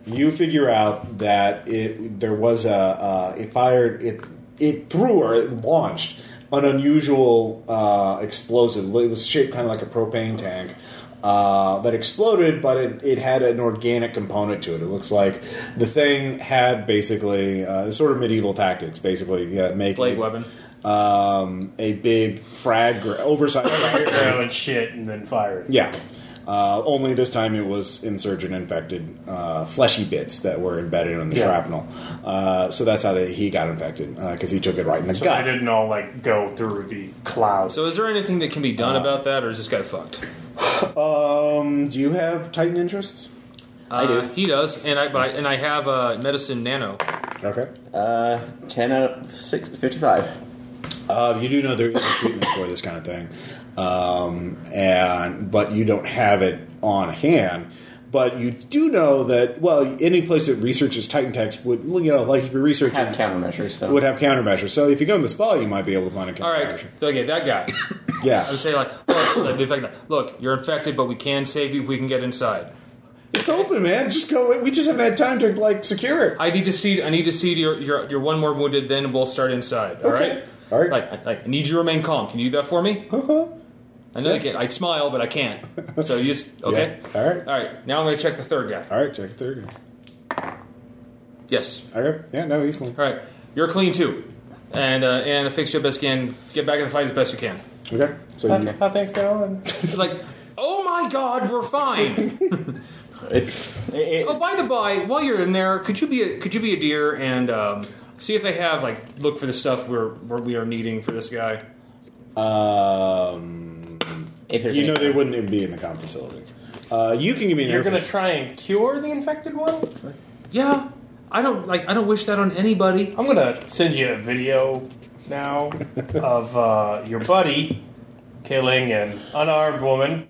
you figure out that it there was a uh, it fired it it threw or it launched an unusual uh, explosive. It was shaped kind of like a propane tank. Uh, that exploded, but it, it had an organic component to it. It looks like the thing had basically uh, sort of medieval tactics, basically yeah, make
Blade
a-
weapon.
um, a big frag, gra- oversized frag. gra-
and shit and then fire it?
yeah. Uh, only this time it was insurgent infected uh, fleshy bits that were embedded in the
Yeah.
shrapnel. Uh, so that's how they, he got infected because he took it right in the
So
gut.
they didn't all like go through the clouds.
So, is there anything that can be done about that, or is this guy fucked?
Um, do you have Titan interests?
I do. Uh, He does, and I, but I and I have uh, medicine nano.
Okay.
uh, 10 out of six, 55.
Uh, you do know there is a treatment for this kind of thing, um, and but you don't have it on hand. But you do know that well, any place that researches Titan text would you know like if you're researching
Have countermeasures. So.
would have countermeasures. So if you go in the spa, you might be able to find a countermeasure.
All right, okay, that guy. I
Yeah,
would say like, look, like, the fact that- look, you're infected, but we can save you. if We can get inside.
it's open, man. Just go. We just haven't had time to like secure it.
I need to see. I need to see your your, your one more wounded. Then we'll start inside. All right.
Okay. All right.
Like, like, I need you to remain calm. Can you do that for me? I know you
Yeah.
can. I smile, but I can't. So you just okay.
Yeah. All right.
All right. Now I'm going to check the third guy.
All right. Check the third.
Yes.
All right. Yeah. No, he's fine.
All right. You're clean too, and uh, and affix you best can. Get back in the fight as best you can.
Okay. So you,
How things going?
It's like, oh my god, we're fine.
It's it,
oh, by the by, while you're in there, could you be a, could you be a deer and um, see if they have like look for the stuff we're where we are needing for this guy?
um,
If there's
you know
any-
they wouldn't even be in the comp facility. Uh, you can give me an
You're gonna
interface.
try and cure the infected one?
Yeah, I don't like I don't wish that on anybody.
I'm gonna send you a video now of uh, your buddy killing an unarmed woman,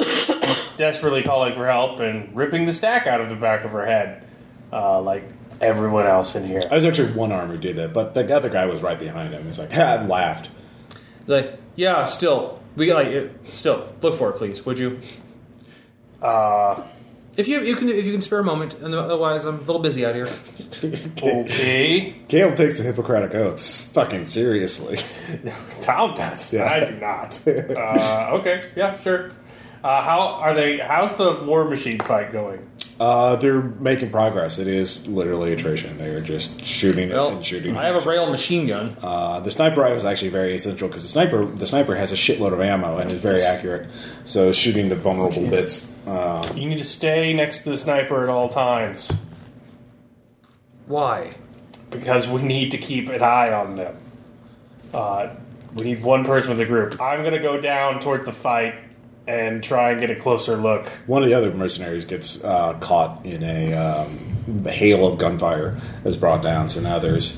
desperately calling for help and ripping the stack out of the back of her head, uh, like everyone else in here.
I was actually one arm who did that, but the other guy was right behind him. He's like, ha, and laughed.
Like, yeah, still we like it, still look for it, please. Would you?
Uh,
If you you can if you can spare a moment, and otherwise I'm a little busy out here.
okay,
Gail takes the Hippocratic oath fucking seriously.
Tom does.
Yeah.
I do not. Uh, okay, yeah, sure. Uh, how are they? How's the war machine fight going?
Uh, they're making progress. It is literally attrition. They are just shooting
Well,
and shooting.
I have a rail machine gun.
Uh, the sniper rifle is actually very essential because the sniper the sniper has a shitload of ammo and is very accurate. So shooting the vulnerable bits. Uh,
You need to stay next to the sniper at all times
Why?
because we need to keep an eye on them. Uh, we need one person with the group. I'm gonna go down towards the fight and try and get a closer look.
one of the other mercenaries gets uh, caught in a um, hail of gunfire, is brought down. So now there's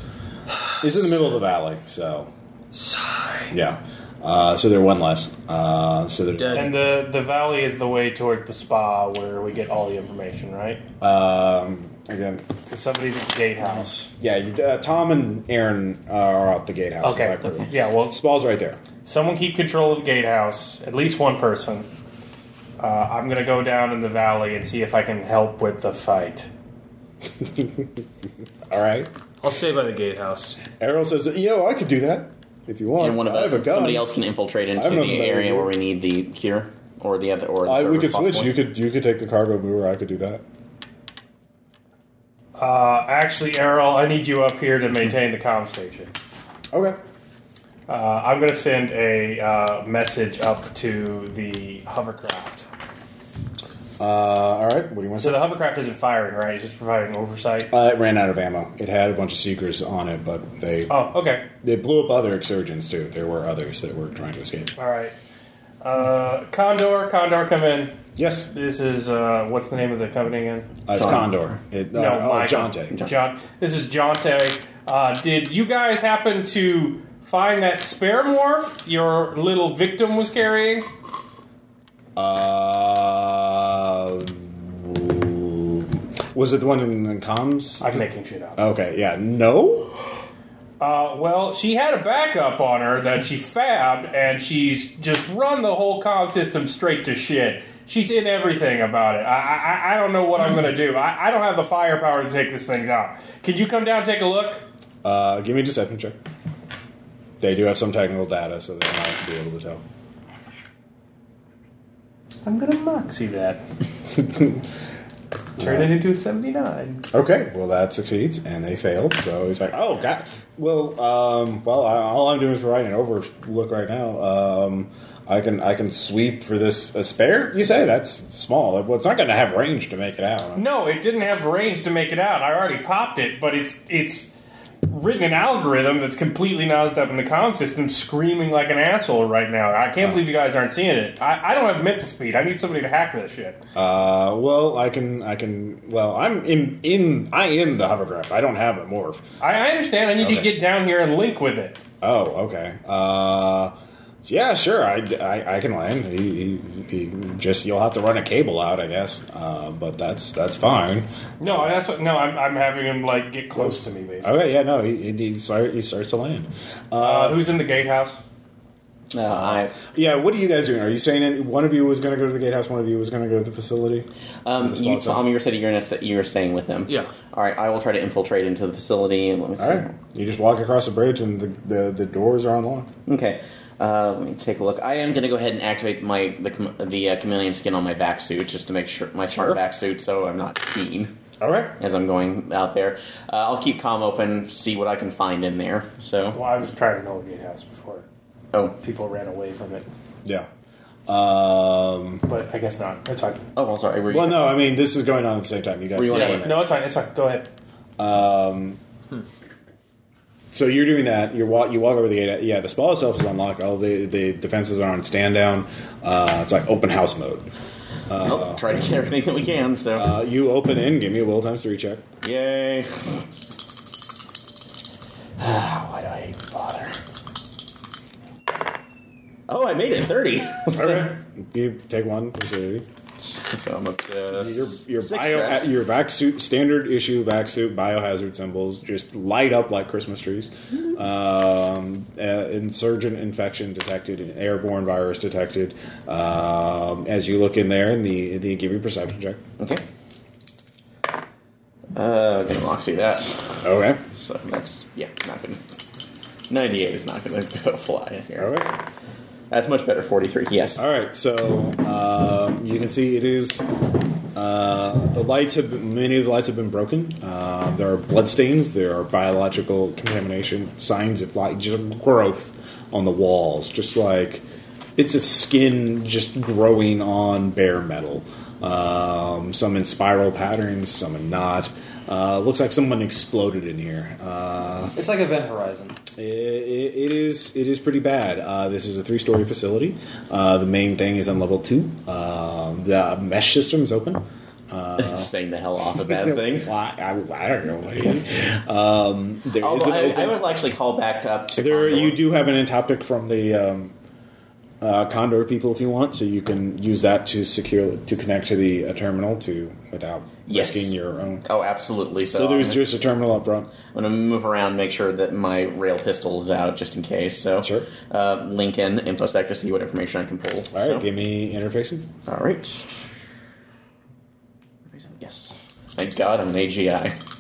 it's in the middle of the valley. So
Sigh.
yeah, uh, so they're one less. Uh, so they're
Dead.
And the the valley is the way towards the spa where we get all the information, right?
Um, again,
'Cause somebody's at the gatehouse.
yeah. you- Uh, Tom and Aaron are out the gatehouse.
Okay.
Exactly.
Yeah. Well,
Spall's right there.
Someone keep control of the gatehouse, at least one person. Uh, I'm gonna go down in the valley and see if I can help with the fight.
All right.
I'll stay by the gatehouse.
Arrow says, "Yo, I could do that if you want.
and one of
I have a
us,
gun.
somebody else can infiltrate into
have nothing
the
better to
area
do.
where we need the cure or the other or the
I, we
service
could switch.
possibly.
You could you could take the cargo mover. I could do that.
Uh, actually, Errol, I need you up here to maintain the comm station.
Okay.
Uh, I'm gonna send a uh, message up to the hovercraft.
Uh, all right. What do you want to
So
say?
the hovercraft isn't firing, right? It's just providing oversight.
Uh, it ran out of ammo. It had a bunch of seekers on it, but they
Oh, okay.
they blew up other exurgents too. There were others that were trying to escape.
All right. Uh, Condor, Condor, come in.
Yes,
This is uh, what's the name of the company again?
uh, it's
John.
Condor. It, uh,
No,
oh,
Michael.
Jonte.
John, this is Jonte. Uh, did you guys happen to find that spare morph your little victim was carrying?
Uh, was it the one in the comms?
I'm making shit up.
Okay. Yeah. No.
Uh, well, she had a backup on her that she fabbed, and she's just run the whole comm system straight to shit. She's in everything about it. I, I, I don't know what I'm going to do. I, I don't have the firepower to take this thing out. Can you come down and take a look?
Uh, give me a deception check. They do have some technical data, so they might be able to tell.
I'm going to moxie that. Turn it into a 79.
Okay, well that succeeds, and they failed. So he's like, "Oh God, well, um, well, I, all I'm doing is providing an overlook right now. Um, I can I can sweep for this a spare. You say that's small. Well, it's not going to have range to make it out.
No, it didn't have range to make it out. I already popped it, but it's it's written an algorithm that's completely nosed up in the comm system, screaming like an asshole right now. I can't believe you guys aren't seeing it. I, I don't have mental speed. I need somebody to hack this shit.
Uh, well, I can I can. Well, I'm in in I am the hovercraft. I don't have a morph.
I, I understand. I need to
Okay.
get down here and link with it.
Oh, okay. Uh, yeah, sure. I, I, I can land. He, he, he just you'll have to run a cable out, I guess. Uh, but that's that's fine.
No, that's what. No, I'm, I'm having him like get close to me. Basically,
Okay, yeah, no, he, he, he, start, he starts to land.
uh, who's in the gatehouse?
Uh, I,
Yeah, what are you guys doing? Are you saying any, one of you was going to go to the gatehouse, one of you was going to go to the facility?
um,
This
you,
spot, so-
Tom, you were saying you're, gonna st- you're staying with them.
Yeah.
All right, I will try to infiltrate into the facility. and Let me see.
All right. You just walk across the bridge and the, the, the doors are unlocked.
Okay. Uh, let me take a look. I am going to go ahead and activate my the cham- the uh, chameleon skin on my back suit just to make sure my smart
Sure.
back suit, so I'm not seen
All right.
as I'm going out there. Uh, I'll keep calm open, see what I can find in there. So
Well, I was trying to know the gatehouse before.
Oh,
people ran away from it.
Yeah. Um,
But I guess not. That's fine.
oh, well, sorry. Were you,
well, no, I mean this is going on at the same time. You guys.
Were you
can
on
go
a-
in there.
No, it's fine. It's fine. Go ahead.
So you're doing that. You walk. You walk over the gate. Yeah, the spell itself is unlocked. All the the defenses are on stand down. Uh, it's like open house mode.
Well, oh, try to get everything that we can. So,
Uh, you open in. Give me a will times three check.
yay! Ah, Why do I even bother? Oh, I made it thirty. so,
You take one. facility.
so I'm up to
Your your
six
bio
stress.
your vac suit standard issue vac suit biohazard symbols just light up like Christmas trees. Um, uh, insurgent infection detected. An airborne virus detected. Um, as you look in there, and the the give me a perception check.
Okay. Uh, gonna moxie that.
Okay.
So that's yeah, not gonna. Ninety-eight is not gonna go fly in here.
All right.
That's much better. Forty-three. Yes.
All right, so um, you can see it is. Uh, the lights have been, many of the lights have been broken. Uh, there are bloodstains. There are biological contamination signs of like just growth on the walls, just like it's of skin just growing on bare metal. Um, some in spiral patterns, some in not. Uh, looks like someone exploded in here. Uh,
It's like Event Horizon.
it, it is it is pretty bad. Uh, this is a three story facility. Uh, the main thing is on level two. Um, the mesh system is open.
Staying the hell off of that thing.
Why? I, I don't know. man. Um, there is
Although
an
I,
open.
I would actually call back up to
there
Condor.
you do have an entoptic from the um, uh, Condor people if you want, so you can use that to secure to connect to the uh, terminal to without
Yes.
risking your own.
Oh, absolutely. So,
So there's
I'm,
just a terminal up front.
I'm gonna move around, make sure that my rail pistol is out just in case. So
Sure.
Uh, Lincoln infosec to see what information I can pull.
All right,
So-
give me interfacing.
All right. Yes. Thank God I'm an AGI.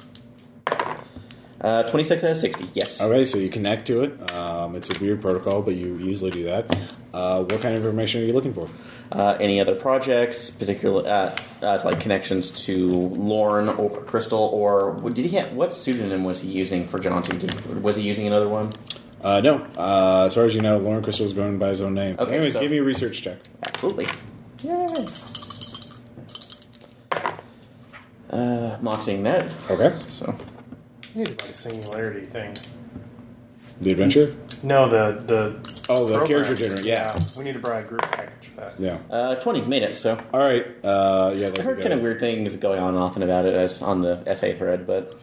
Uh, 26 out of 60, yes.
Okay, so you connect to it. Um, it's a weird protocol, but you usually do that. Uh, what kind of information are you looking for?
Uh, any other projects, particular, uh, uh, like connections to Lorne or Crystal, or did he have, what pseudonym was he using for Johnson? Did, was he using another one?
Uh, no, uh, as far as you know, Lauren Crystal is going by his own name.
Okay,
Anyways,
so-
give me a research check.
Absolutely. Uh, moxing that,
Okay,
so.
I need to buy a singularity thing.
the adventure.
No, the the
Oh, the
program. Uh,
character generator. Yeah,
We need to buy a group package for that.
yeah.
Uh, 20, made it, so.
All right. Uh, yeah,
I heard kind of weird things going on and often about it as on the essay thread, but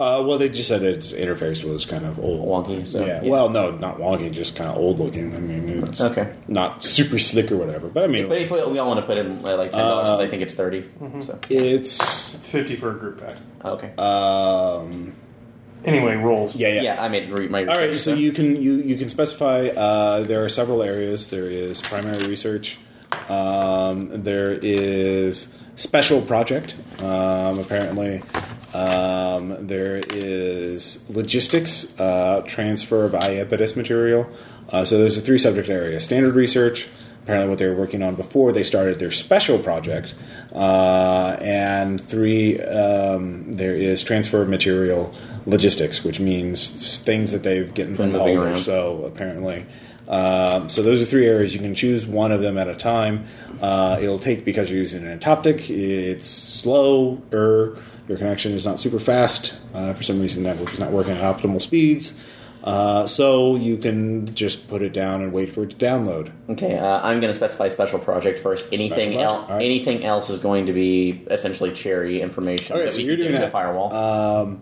Uh, well, they just said its interface was kind of old.
wonky. So
yeah. Well, no, not wonky. Just kind of old looking. I mean, it's
Okay.
Not super slick or whatever, but I mean,
but if we, we all want to put in uh, like ten dollars,
Um,
I think it's 30 So
it's.
It's fifty for a group pack.
uh,
okay,
Um,
Anyway, rolls.
yeah. I made re- my.
All right,
research,
so you can you you can specify. Uh, there are several areas. There is primary research. Um, there is special project. Um, apparently, um, there is logistics uh, transfer of IEPIDIS material. Uh, so there's a three subject area: standard research. Apparently, what they were working on before they started their special project, uh, and three, um, there is transfer of material logistics, which means things that they've gotten from
Been moving
all
around.
so apparently. Um, so those are three areas you can choose one of them at a time. Uh, it'll take because you're using an entoptic. It's slow. Er, your connection is not super fast. Uh, for some reason, the network is not working at optimal speeds. Uh, so you can just put it down and wait for it to download.
okay, uh, I'm going to specify special project first. Anything
Special project,
else?
all right.
Anything else is going to be essentially cherry information.
Okay,
that
so
we
you're
can give
doing that. Uh,
to the firewall.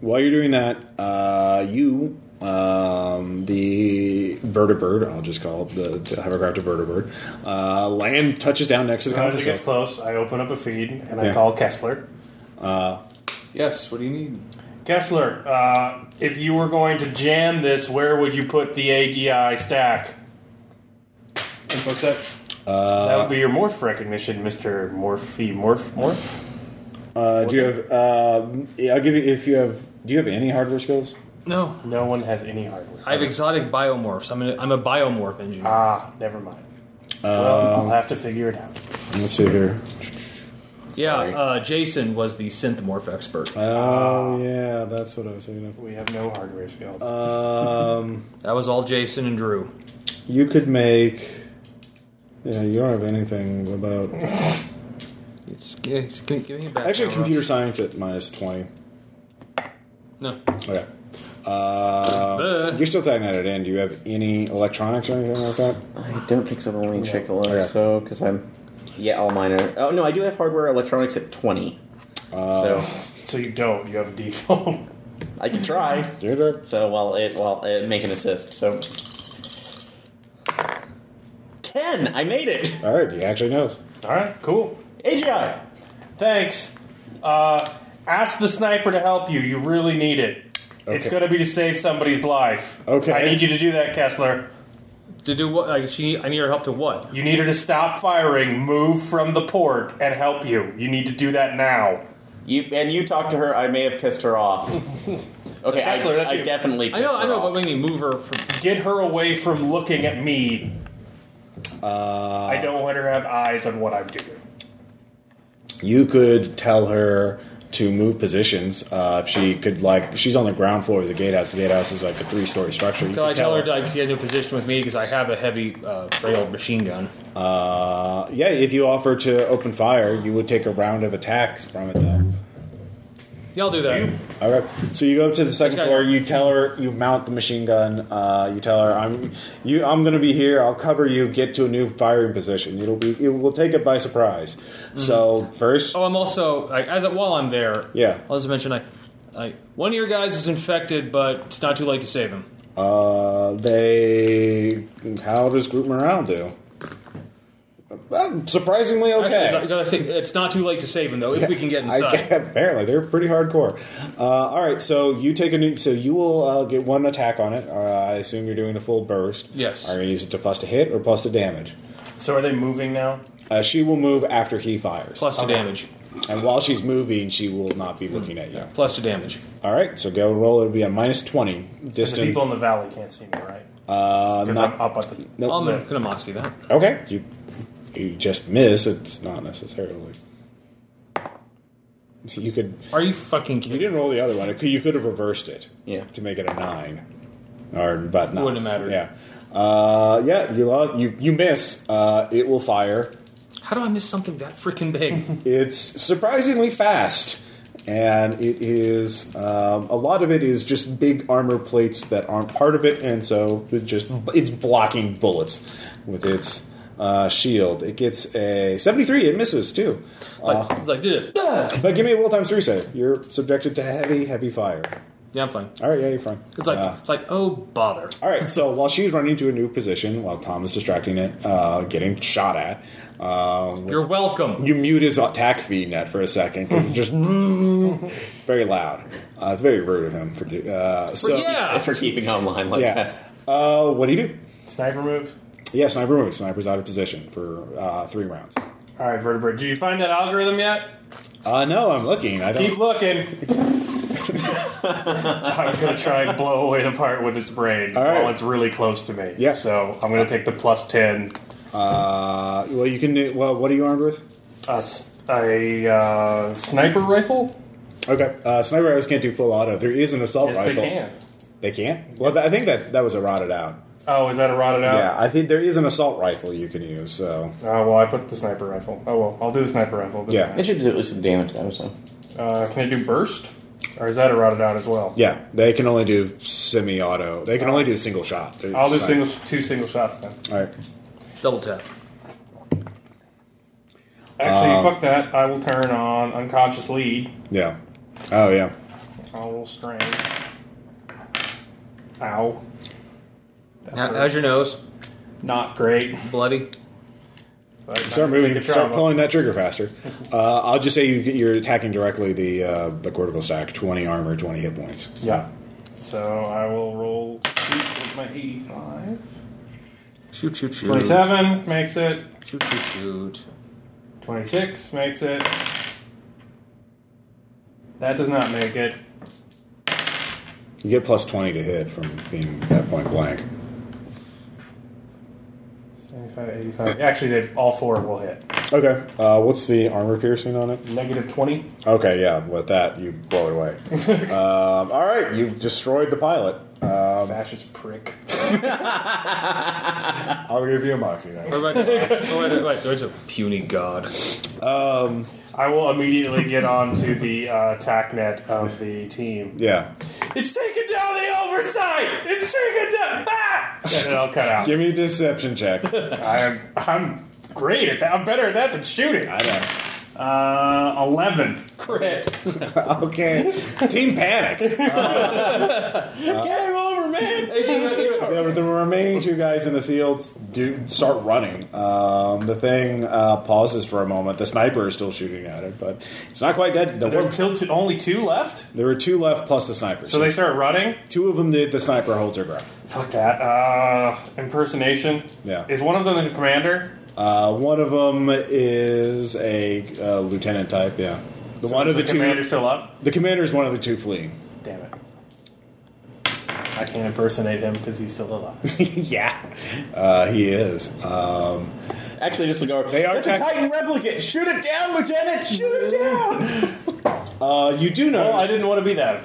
While you're doing that, uh, you, um, the vertibird, I'll just call it the, the hovercraft a vertibird, uh, land touches down next to the
As it
console.
gets close, I open up a feed and
Yeah.
I call Kessler.
Yes, what do you need?
Kessler, uh, if you were going to jam this, where would you put the AGI stack?
Infosec.
Uh,
that would be your morph recognition, Mister Morphe Morph Morph.
Uh, do you have? Um, yeah, I'll give you if you have. Do you have any hardware skills?
No,
No one has any hardware.
I have exotic biomorphs. I'm a, I'm a biomorph engineer.
Um,
Ah, never mind. well, I'll have to figure it out.
Let's see here.
Yeah,
Sorry.
uh, Jason was the synthmorph expert.
Oh yeah, that's what I was thinking
We have no hardware skills.
uh, of. Um,
That was all Jason and Drew.
you could make. Yeah, you don't have anything about.
It's, it's, give me a back
Actually,
camera.
computer science at minus twenty.
No.
Okay. Uh,
Uh.
you're still tying that at in. Do you have any electronics or anything like that?
I don't think so. But let me check a
Okay.
little. So, because I'm, yeah, all mine are. Oh no, I do have hardware electronics at twenty.
Uh,
so
so you don't. You have a default.
I can try.
Data?
So while it while it make an assist. So ten. I made it.
All right, he actually knows.
All right, cool.
AGI.
Thanks. Uh, ask the sniper to help you. You really need it. It's
Okay.
going to be to save somebody's life.
Okay.
I need you to do that, Kessler.
To do what? Like she, I need her help to what?
You need her to stop firing, move from the port, and help you. You need to do that now.
You and you talk to her. I may have pissed her off. Okay, I,
Kessler, that's
I
you.
definitely. Pissed
I know,
her
I know,
Off.
but we need to move her from.
Get her away from looking at me.
Uh,
I don't want her to have eyes on what I'm doing.
You could tell her to move positions. Uh, if she could, like, she's on the ground floor of the gatehouse. The gatehouse is like a three-story structure. You
Can I tell her to like, get into position with me because I have a heavy uh, rail machine gun?
Uh, yeah, if you offer to open fire, you would take a round of attacks from it, though.
Yeah, I'll do that.
All right. So you go up to the second
Let's go.
floor. You tell her you mount the machine gun. Uh, you tell her I'm you. I'm going to be here. I'll cover you. Get to a new firing position. It'll be. It will take it by surprise. So first,
Mm-hmm. Oh, I'm also I, as while I'm there.
Yeah.
I'll just mention I, I one of your guys is infected, but it's not too late to save him.
uh, they how does group morale do? Uh, surprisingly okay.
Actually, it's, I say, it's not too late to save him though if we can get
I-
inside.
apparently, they're pretty hardcore. Uh, all right, so you take a new, so you will uh, get one attack on it. Uh, I assume you're doing a full burst.
Yes.
Are you use it to plus to hit or plus to damage?
So are they moving now?
Uh, she will move after he fires,
Plus to damage.
and while she's moving, she will not be looking at you.
Plus to damage.
All right, so go and roll. It'll be a minus twenty
The
distance.
people in the valley can't see me, right?
uh,
Because
not-
I'm up at the.
nope.
I'm gonna moxie that.
okay, you you just miss. It's not necessarily. So you could
Are you fucking
you
kidding?
didn't roll the other one. It could- You could have reversed it.
Yeah.
to make it a nine, or but not.
Wouldn't have mattered.
Yeah, uh, yeah. You lost. You you miss. Uh, it will fire.
How do I miss something that freaking big?
It's surprisingly fast, and it is um, a lot of it is just big armor plates that aren't part of it, and so it just it's blocking bullets with its uh, shield. It gets a seventy-three. It misses too.
like, it's like did it?
But give me a will times three save. You're subjected to heavy, heavy fire.
Yeah, I'm fine.
All right, yeah, you're fine.
It's like
Uh,
it's like oh bother.
All right, so while she's running to a new position, while Tom is distracting it, uh, getting shot at, uh,
You're welcome.
you mute his attack feed net for a second. 'cause it's just very loud. Uh, it's very rude of him. For, do- uh, so,
yeah.
for keeping online like
yeah.
that.
Uh, what do you do?
Sniper move?
Yeah, sniper move. Sniper's out of position for uh, three rounds.
All right, vertebrae. Did you find that algorithm yet?
Uh, no, I'm looking. I
Keep
don't.
looking. I'm gonna try and blow away the part with its brain
All right.
while it's really close to me.
Yeah.
So I'm gonna take the plus ten.
Uh, well, you can. do- Well, what are you armed with?
A, s- a, uh, sniper rifle?
Okay, uh, sniper rifles can't do full auto. There is an assault
Yes,
rifle.
they can.
They can't. Well, th- I think that that was eroded out.
Oh, is that a rotted out?
Yeah, I think there is an assault rifle you can use. So
Oh well, I put the sniper rifle. Oh well, I'll do the sniper rifle. Doesn't
Yeah.
It should do at least some damage though. So
matter. Uh, can I do burst, or is that a rotted out as well?
yeah, they can only do semi-auto. They can only do single shot. There's
Oh. I'll do
like-
single, two single shots then.
All right.
Double tap.
Actually,
Um,
fuck that. I will turn on unconscious lead.
Yeah. Oh yeah.
I will strain. Ow. That
How,
hurts.
how's your nose?
Not great.
Bloody?
But
Start moving.
Take a
Start
trauma.
pulling that trigger faster. Uh, I'll just say you, you're attacking directly the uh, the cortical stack. Twenty armor, twenty hit points.
Yeah. So I will roll shoot with my 85.
Shoot, shoot, shoot.
27 makes it.
Shoot, shoot, shoot.
26 makes it. That does not make it.
You get plus twenty to hit from being at point blank.
75, 85. Actually, they, all four will hit.
Okay. Uh, what's the armor piercing on it?
Negative 20.
Okay, yeah. With that, you blow it away. um, all right, you've destroyed the pilot. Um,
Fascist prick.
I'll give you a moxie then.
What about- what about- Oh, wait, there's a puny god.
Um,
I will immediately get on to the uh, attack net of the team.
yeah.
It's taken down the oversight! It's taken down! Ah! And then I'll cut out.
Give me a deception check. I
I'm, I'm great at that. I'm better at that than shooting.
know.
Uh, 11.
Crit.
Okay. Team panics.
Game over, man!
the, the remaining two guys in the field do start running. Um, the thing uh, pauses for a moment. The sniper is still shooting at it, but it's not quite dead. The
There's
one-
still two, only two left?
there are two left plus the sniper.
So they start running?
two of them, the, the sniper holds her ground.
Fuck that. Uh, impersonation?
Yeah.
Is one of them the commander?
Uh, one of them is a uh, lieutenant type. Yeah, the one of
Is
the, two.
commander still up?
The commander is one of the two fleeing.
Damn it. I can't impersonate him because he's still alive.
yeah, uh, he is. Um,
Actually, just go.
They are
That's a
tech-
Titan replicant. Shoot it down, Lieutenant. Shoot it down.
uh, you do
well, Oh, I
notice.
didn't want to be that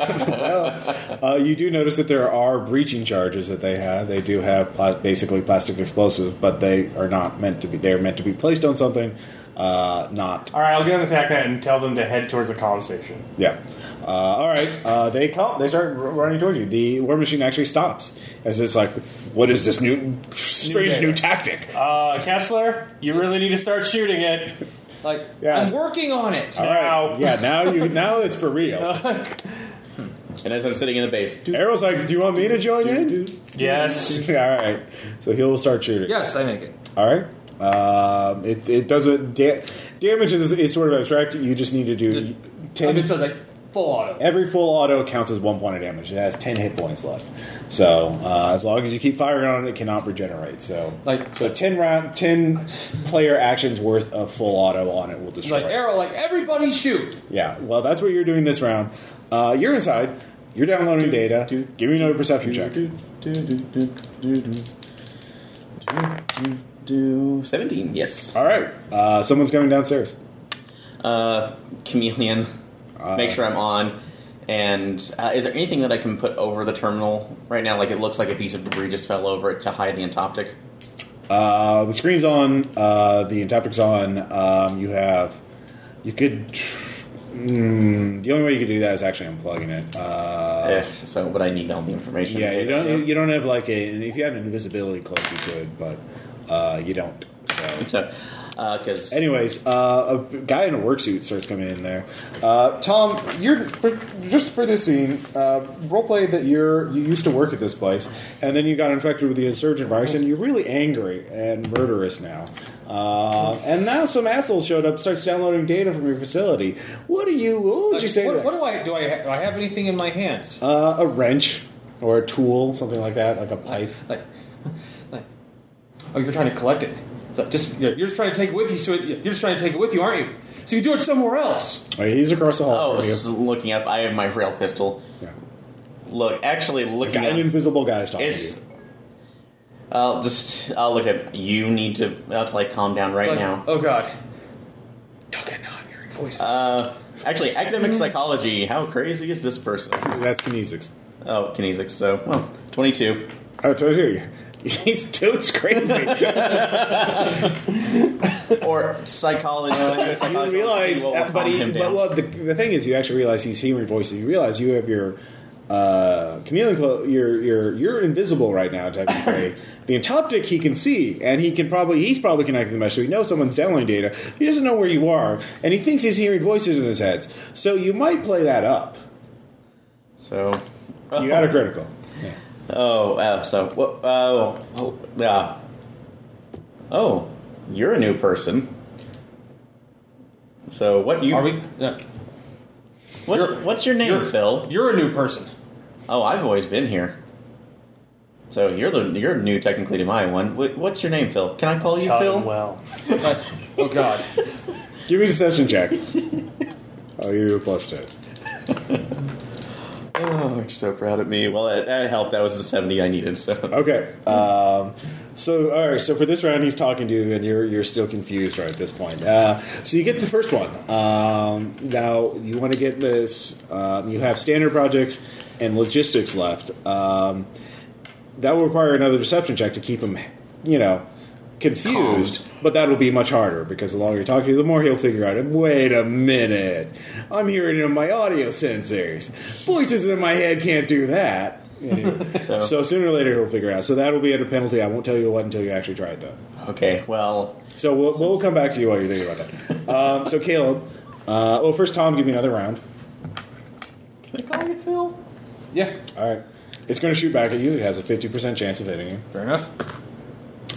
effective.
uh, you do notice that there are breaching charges that they have. They do have pla- basically plastic explosives, but they are not meant to be. They are meant to be placed on something, uh, not
All right, I'll get on the attack net and tell them to head towards the comm station.
Yeah. Uh, all right. Uh, they come. They start r- running towards you. The war machine actually stops as it's like, "What is this new, strange
data.
new, tactic?"
Uh, Kessler, you really need to start shooting it.
Like,
Yeah. Uh.
I'm working on it.
All right.
now.
Yeah. Now you. Now it's for real.
And as I'm sitting in the base,
Arrow's like, "Do you want me to join in?"
Yes.
all right. So he'll start shooting.
Yes, I make it.
All right. Um, it it doesn't da- damage is, is sort of abstract. You just need to do
Just-
ten.
I'm just like full auto.
Every full auto counts as one point of damage. It has ten hit points left. So uh, as long as you keep firing on it, it cannot regenerate. So
Like-
so ten round ten player actions worth of full auto on it will destroy.
Like
it.
arrow, like everybody shoot.
Yeah. Well, that's what you're doing this round. Uh, you're inside. You're downloading data. Give me another perception check.
do seventeen. Yes.
All right. Uh, someone's coming downstairs.
Uh, chameleon. Make sure I'm on. And uh, is there anything that I can put over the terminal right now? Like it looks like a piece of debris just fell over it to hide the entoptic.
Uh, the screen's on. Uh, the entopic's on. Um, you have. You could. Mm, the only way you could do that is actually unplugging it. Uh,
Eh, so, but I need all the information.
Yeah, you
So-
don't you don't have like a and if you had an invisibility cloak, you could, but uh, you don't. So,
So, because
anyways, uh, a guy in a work suit starts coming in there. Uh, Tom, you're for, just for this scene uh, roleplay that you're you used to work at this place, and then you got infected with the insurgent virus, and you're really angry and murderous now. Uh, and now some asshole showed up, starts downloading data from your facility. What do you? What would you say? to
What,
that?
what do I do? I ha- do I have anything in my hands?
uh, a wrench or a tool, something like that, like a pipe.
Like, like, oh, you're trying to collect it. It's like, just you're, you're just trying to take it with you. So it, you're just trying to take it with you, aren't you? So you do it somewhere else.
All right, he's across the hall.
oh,
from you.
s- looking up, I have my rail pistol.
Yeah.
Look, actually, looking
Guy, an
up
invisible guy is talking
is.
to you.
I'll just I'll look at you. Need to that's like calm down right
Like,
now.
Oh God. Okay, now I'm hearing voices.
Uh, actually, academic psychology. How crazy is this person?
That's kinesics.
Oh, kinesics. So, well, twenty-two.
Oh, so here you. He's dude's crazy.
or psychology. psychology
you
let's
realize,
see what will
that, but,
calm
he,
him
but
down.
well, the, the thing is, you actually realize he's hearing voices. You realize you have your uh, chameleon clo- You're you're you're invisible right now, technically. the entoptic he can see, and he can probably he's probably connecting the mesh. So he knows someone's downloading data. He doesn't know where you are, and he thinks he's hearing voices in his head. So you might play that up.
so
You
uh, Uh-huh.
got a critical. Yeah.
Oh, uh, so what? Oh, oh, yeah. Oh, you're a new person. So what you?
Are we? No.
What's,
you're-
what's your name,
you're-
Phil?
You're a new person.
Oh, I've always been here. So you're the you're new technically to my one. Wh- What's your name, Phil? Can I call you
Tell
Phil?
him Uh, well.
Like, oh God.
Give me a deception check. oh, you plus two.
Oh, you're so proud of me. Well, that, that helped. That was the 70 I needed, so.
Okay. Um, so all right. So for this round, he's talking to you, and you're you're still confused right at this point. Uh, so you get the first one. Um, now you want to get this. Um, you have standard projects and logistics left. Um, that will require another deception check to keep him, you know, confused. But that will be much harder because the longer you talk to you, the more he'll figure out. Wait a minute, I'm hearing it in my audio sensors. Voices in my head can't do that. Anyway.
So-
so sooner or later he'll figure out. So that'll be at a penalty. I won't tell you what until you actually try it though.
Okay, well,
So we'll, we'll come back to you while you're thinking about that. Um, so Caleb, uh, well first Tom, give me another round.
can I call you Phil?
Yeah.
All right, it's going to shoot back at you. It has a fifty percent chance of hitting you.
Fair enough.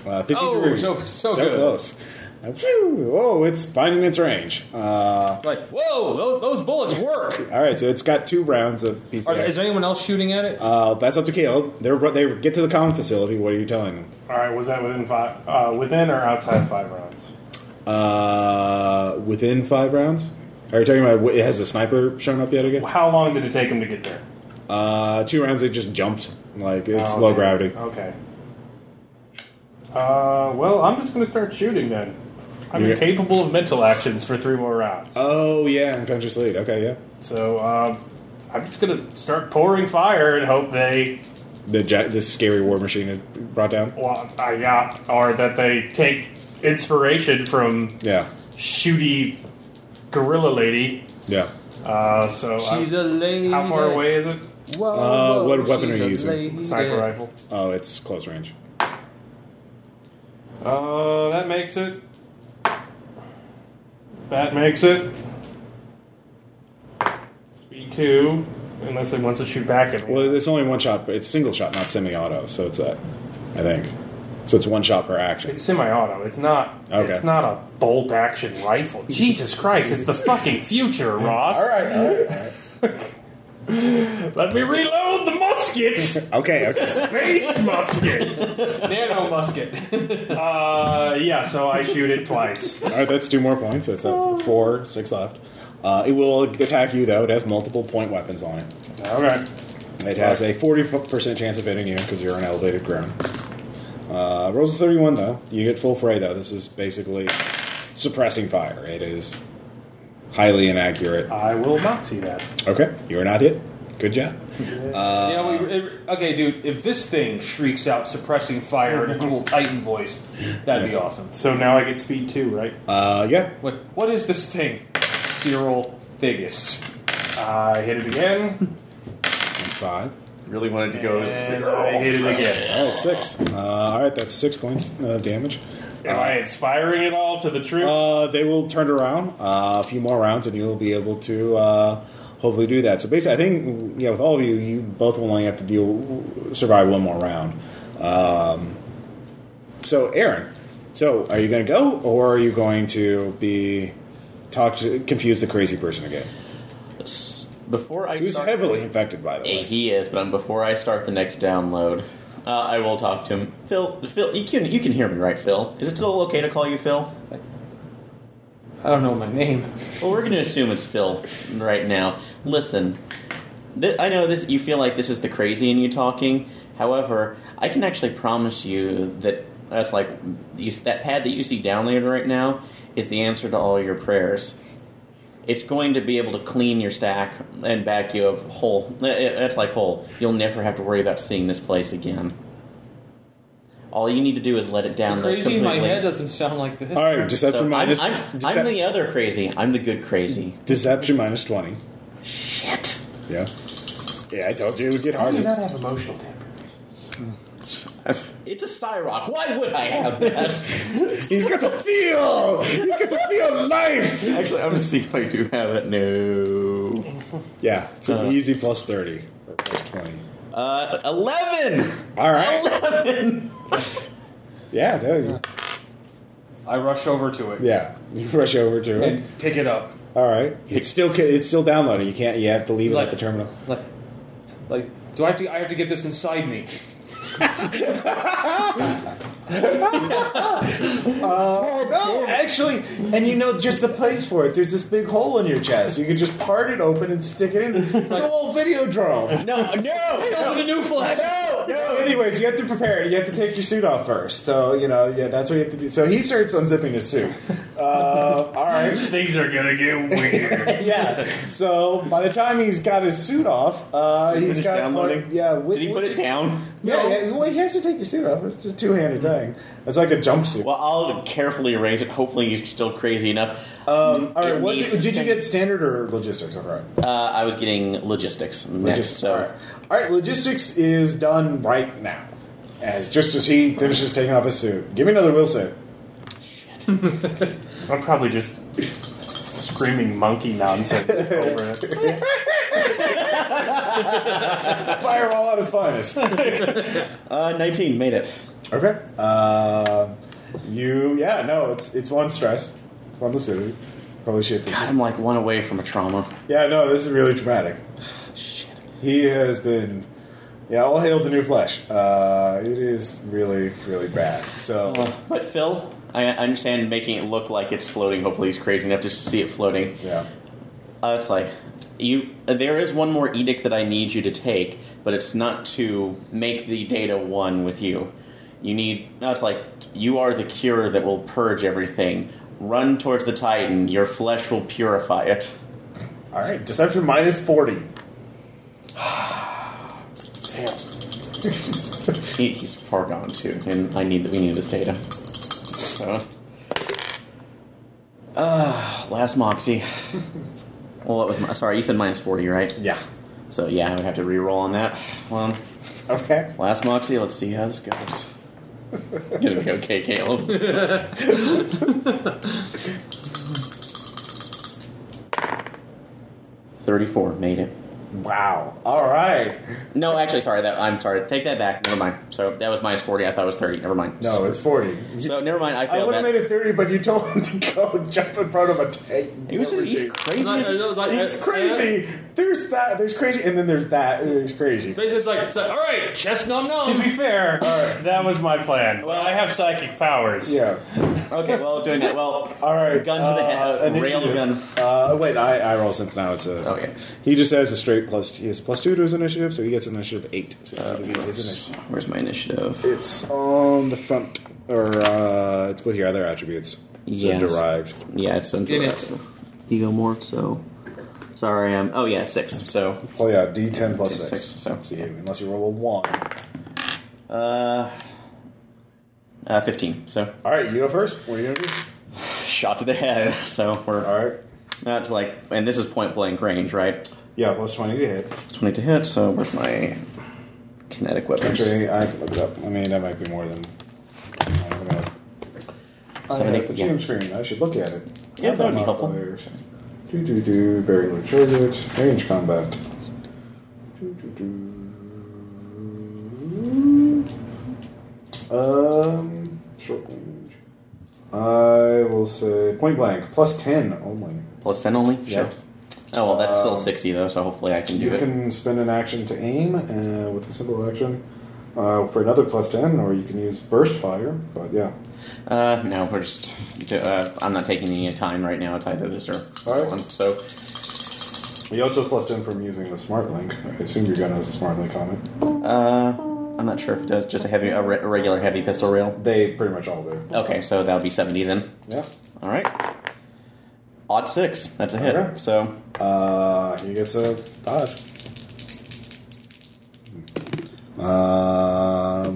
Uh, 53.
Oh, so- so good.
close. Uh, phew, oh, it's finding its range. Uh,
Like,
Whoa, those, those bullets work.
all right, so it's got two rounds of PCA.
are, is there anyone else shooting at it?
uh, that's up to Caleb. They're, they get to the common facility. What are you telling them?
All right, was that within five, uh, within or outside five rounds?
Uh, within five rounds? Are you talking about wh- has the sniper shown up yet again?
How long did it take him to get there?
Uh, two rounds. They just jumped. Like it's
Oh, okay.
low gravity.
Okay. Uh, well, I'm just going to start shooting then. I'm
You're-
incapable of mental actions for three more rounds.
Oh yeah, unconscious lead. Okay, yeah.
so, um, I'm just going to start pouring fire and hope they,
The ja this scary war machine is brought down.
well, I got, or that they take inspiration from
Yeah,
shooty gorilla lady.
yeah.
Uh, so, I'm-
She's a lady.
how far away is it?
Whoa,
Uh, what
whoa,
weapon
she's
are you
a
using?
lady.
Sniper rifle.
Oh, it's close range.
Uh, that makes it. That makes it. Speed two, unless it wants to shoot back at me.
Well, it's only one shot. but It's single shot, not semi-auto. So it's that, I think. So it's one shot per action.
It's semi-auto. It's not.
Okay.
It's not a bolt-action rifle. Jesus Christ! It's the fucking future, Ross. all right. Let me reload the musket.
Okay. okay.
Space musket.
Nano musket.
Uh, yeah. So I shoot it twice.
All right. That's two more points. That's a four, six left. Uh, it will attack you though. It has multiple point weapons on it.
All right.
It has a 40% chance of hitting you because you're on elevated ground. Uh, rolls a 31, though. You get full fray, though. This is basically suppressing fire. It is highly inaccurate.
I will moxie that.
Okay, you are not hit. Good job. Uh,
Yeah, we, it- okay, dude. If this thing shrieks out suppressing fire in a cool Titan voice, that'd be awesome.
So now I get speed two, right?
Uh, yeah,
What What is this thing? Cyril Figgis.
I hit it again.
that's five.
Really wanted to go.
And I hit it again.
All right, six. Uh, all right, that's six points of damage.
Am I inspiring it all to the troops?
Uh, they will turn around uh, a few more rounds, and you will be able to uh, hopefully do that. So basically, I think yeah, with all of you, you both will only have to deal survive one more round. Um, so Aaron, so are you going to go, or are you going to be talk to, confuse the crazy person again,
Before I
who's
start-
heavily infected by the
Eh,
way?
He is, but um, before I start the next download, uh, I will talk to him. Phil, Phil, you can you can hear me, right, Phil? Is it still okay to call you Phil?
I don't know my name.
Well, we're going to assume it's Phil right now. Listen, th- I know this. You feel like this is the crazy in you talking. However, I can actually promise you that that's like you, that pad that you see downloaded right now is the answer to all your prayers. It's going to be able to clean your stack and back you up whole. Eh, eh, That's like whole. You'll never have to worry about seeing this place again. All you need to do is let it down.
Crazy in my head doesn't sound like this.
All right, deception
So I'm,
minus-
I'm,
decep-
I'm the other crazy. I'm the good crazy.
deception minus twenty.
Shit.
Yeah, yeah, I told you it would get harder.
have emotional temper.
It's a Cyrock. Why would I have that?
He's got to feel. He's got to feel life.
Actually, I'm gonna see if I do have it. No.
Yeah, it's an
Uh,
easy plus 30 or plus 20.
Uh, eleven.
All right.
Eleven.
Yeah, there you
I rush over to it
Yeah, you rush over to it.
and pick it up.
All right. It's still ca- it's still downloading. You can't. You have to leave it
Like-
at the terminal.
Like, like, do I have to? I have to get this inside me.
Oh, No, actually, and you know just the place for it. There's this big hole in your chest. You can just part it open and stick it in. The whole video drone.
No, no,
the new flash.
Anyways, you have to prepare. You have to take your suit off first. So you know, yeah, that's what you have to do. So he starts unzipping his suit. Uh, all right.
Things are gonna get weird.
yeah. So by the time he's got his suit off, uh, he's
Finish
got
downloading?
Part, yeah.
Did he put it down?
Yeah, yeah. Well, he has to take your suit off. It's a two-handed thing. It's like a jumpsuit.
Mm-hmm. Well, I'll carefully erase it. Hopefully, he's still crazy enough.
um, all right.
it
What
needs
did, did you
to-
get? Standard or logistics? All right.
Uh, I was getting logistics. Next,
Logistics.
so
All, right. all right, logistics is done right now. As just as he finishes taking off his suit, give me another will save.
I'm probably just screaming monkey nonsense over it.
Firewall at its finest.
uh, nineteen made it.
Okay. Um you, yeah, no, it's it's one stress, one lucidity. Holy shit! This
God,
is,
I'm like one away from a trauma.
yeah, no, this is really dramatic. He has been, yeah, all hail the new flesh. Uh, it is really, really bad. So.
Uh, But Phil, I I understand making it look like it's floating. Hopefully, he's crazy enough just to see it floating.
Yeah.
Uh, it's like you. There is one more edict that I need you to take, but it's not to make the data one with you. You need. No, it's like you are the cure that will purge everything. Run towards the Titan. Your flesh will purify it.
All right. Deception minus forty.
He, he's far gone too, and I need. We need this data. So. Uh, last Moxie. well, that was my, sorry. You said minus forty, right?
Yeah.
So yeah, I would have to re-roll on that. Well,
Okay.
last Moxie. Let's see how this goes. Gonna be okay, Caleb. Thirty-four made it.
Wow. All right.
No, actually, sorry. That I'm sorry. Take that back. Never mind. So that was minus forty. I thought it was thirty. Never mind.
No, it's forty.
So never mind. I
I
failed
would have
that.
made it 30, but you told him to go jump in front of a tank.
He was just he's crazy.
Not-
as-
uh, no, like,
It's
uh,
crazy. There's that. There's crazy. And then there's that. and There's crazy.
Basically, it's like, it's like all right, chest numb
To
numb.
be fair, that was my plan. Well, I have psychic powers.
Yeah.
okay, well, doing that. Well,
All right.
Gun to the head, uh,
initiative.
rail gun.
Uh, wait, I, I roll since now it's a.
Okay.
He just has a straight plus. He has plus two to his initiative, so he gets initiative eight. So he gets his initiative.
where's my initiative?
It's on the front, or uh, it's with your other attributes.
Yes.
So derived.
Yeah, it's under
In it.
ego morph. So sorry, I'm. Oh yeah, six. So
Oh yeah, D10 plus six.
Six, so-
See, unless you roll a one.
uh, uh, fifteen. So
All right, you go first. What are you gonna do?
shot to the head. So we're
All right.
not to like, and this is point blank range, right?
Yeah, plus twenty to hit.
Twenty to hit. So where's my kinetic weapons?
Actually, I can look it up. I mean, that might be more than. I'm gonna- I
Seven,
have
eight,
the
yeah.
Zoom screen. I should look at it.
Yeah, that would be
Modifiers.
helpful.
Do do do. Very low target. Range combat. Do do do. Um, short range. I will say point blank plus ten only.
Plus ten only.
Yeah.
Sure. Oh well, that's still
Um,
sixty though. So hopefully I can do
You
it.
can spend an action to aim uh, with a simple action uh, for another plus 10, or you can use burst fire, but yeah.
Uh, no, we're just. Uh, I'm not taking any time right now. It's either this or
All right.
one. So,
You also plus 10 from using the smart link. I assume your gun has a smart link on it.
uh, I'm not sure if it does. Just a heavy, a, re- a regular heavy pistol rail.
They pretty much all do.
Okay, so that'll be 70 then.
Yeah.
All right. Odd six. That's a hit.
Okay.
So,
Uh, he gets a dodge. Uh,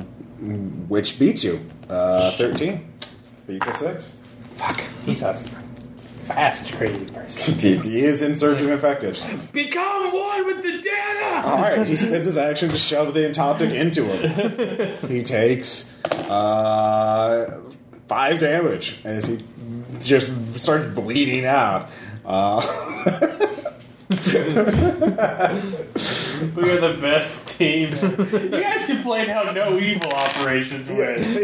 which beats you? Uh, 13. Beats a 6.
He's a fast, crazy person.
he he is insurgent infected.
Become one with the data.
All right, he spends his action to shove the entoptic into him. he takes uh, five damage as he just starts bleeding out. Uh,
We are the best team. you guys complained how no evil operations went.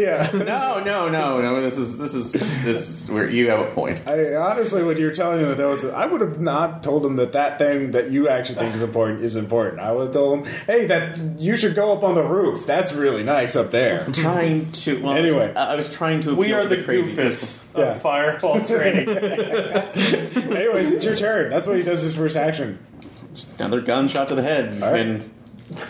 yeah.
No, no, no, no. This is this is this is where you have a point.
I honestly, when you're telling him that, that was, I would have not told him that that thing that you actually think is important is important. I would have told him, hey, that you should go up on the roof. That's really nice up there.
Trying to well,
Anyway.
I I was trying to.
We
appeal
are
to
the
crazy.
goofus
Yeah.
of fireball training.
Anyways, it's your turn. That's what he does his first action.
Another gunshot to the head.
All right.
And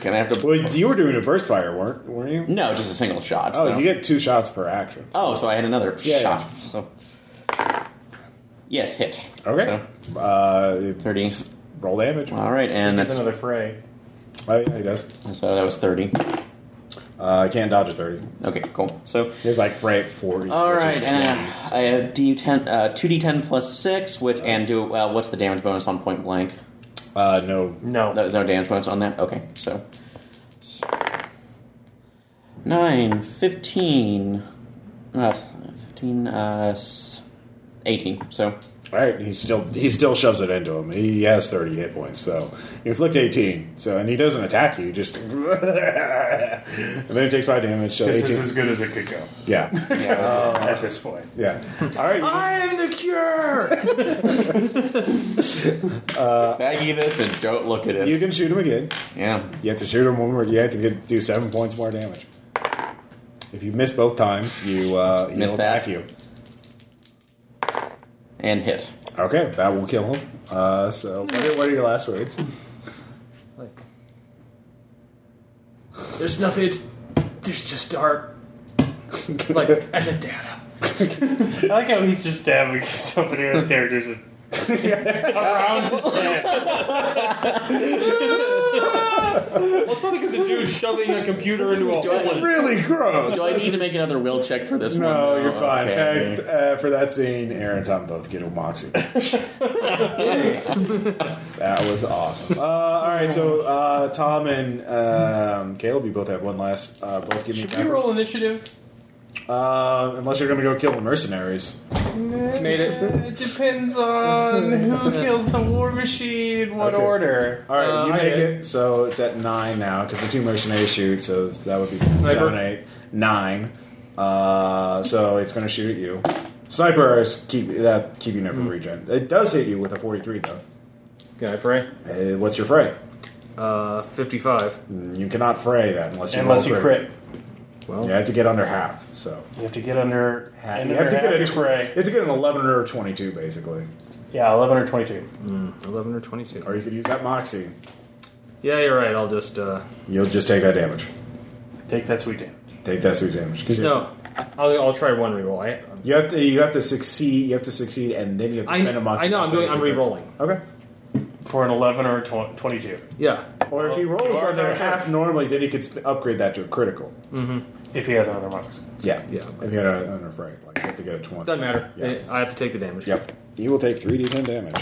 gonna have to.
Well, you were doing a burst fire, weren't weren't you?
No, just a single shot.
Oh,
so.
you get two shots per action.
Oh, so I had another
Yeah,
shot. So yes, hit.
Okay.
So,
Uh,
thirty.
roll damage.
All right, and
That's
that's,
another fray.
Oh, yeah, he does.
so that was thirty.
Uh, can't dodge a 30.
Okay, cool. So
He's like fray at 40.
all
which is
right, and
20.
I I have D10, uh, two D10 plus six, which and do uh, what's the damage bonus on point blank?
Uh, no.
No.
There's no damage bonus on that? Okay, so. 9, 15. Not 15, uh, s- 18. So,
All right, he still he still shoves it into him. He has 30 hit points, so you inflict 18. So and he doesn't attack you, just and then he takes five damage. So
This
18.
is as good as it could go
yeah,
at this point.
yeah. All right, you-
am the cure.
baggy this and don't look at it.
you can shoot him again.
yeah.
You have to shoot him one more. You have to get, do seven points more damage. If you miss both times, you uh, he'll
Miss that.
attack you.
And hit.
Okay, that will kill him. Uh, so what are, what are your last words?
There's nothing. It's, there's just dark. Like and the data.
I like how he's just stabbing somebody else's characters and
Well, it's probably because the dude's shoving a computer into a hole.
It's really gross.
Do I need to make another will check for this one?
No,
though?
you're fine.
Okay.
In fact, uh, for that scene, Aaron and Tom both get a moxie. that was awesome. Uh, all right, so uh, Tom and um, Caleb, you both have one last. Uh, both give me.
Should we
backwards.
roll initiative?
Uh, unless you're going to go kill the mercenaries.
Made it. It depends on who kills the war machine in what
Okay.
order.
All right,
Uh,
you
I
make
did.
it. So it's at nine now because the two mercenaries shoot. So that would be seven, eight, nine. Uh, so it's going to shoot at you. Sniper is keep that keep you never
Hmm.
regen. It does hit you with a forty-three though.
Can I pray?
Uh, what's your fray?
Uh, 55.
You cannot fray that unless you
Unless
roll
you crit.
Well,
You have to get under half. So
You have to get under.
you
under
have to get
half
a
your
tw-
fray.
you have to get an eleven or a twenty-two basically,
Yeah, 11 or 22.
11 or 22.
or you could use that moxie.
Yeah, you're right. I'll just, uh,
You'll just take that damage.
Take that sweet damage.
Take that sweet damage. 'Cause you-
no. I'll, I'll try one reroll. I,
You have to you have to succeed. You have to succeed, and then you have to
I,
spend a moxie.
I know, I'm doing, I'm rerolling.
Okay.
For an 11 or a tw- 22.
Yeah.
Or if he rolls
You are
under
there.
half normally, then he could sp- upgrade that to a critical.
If he has another box.
Yeah.
Yeah.
If you had a, under fray, like you have to get a twenty.
Doesn't matter.
Yeah.
I, I have to take the damage.
Yep. You will take three d ten damage.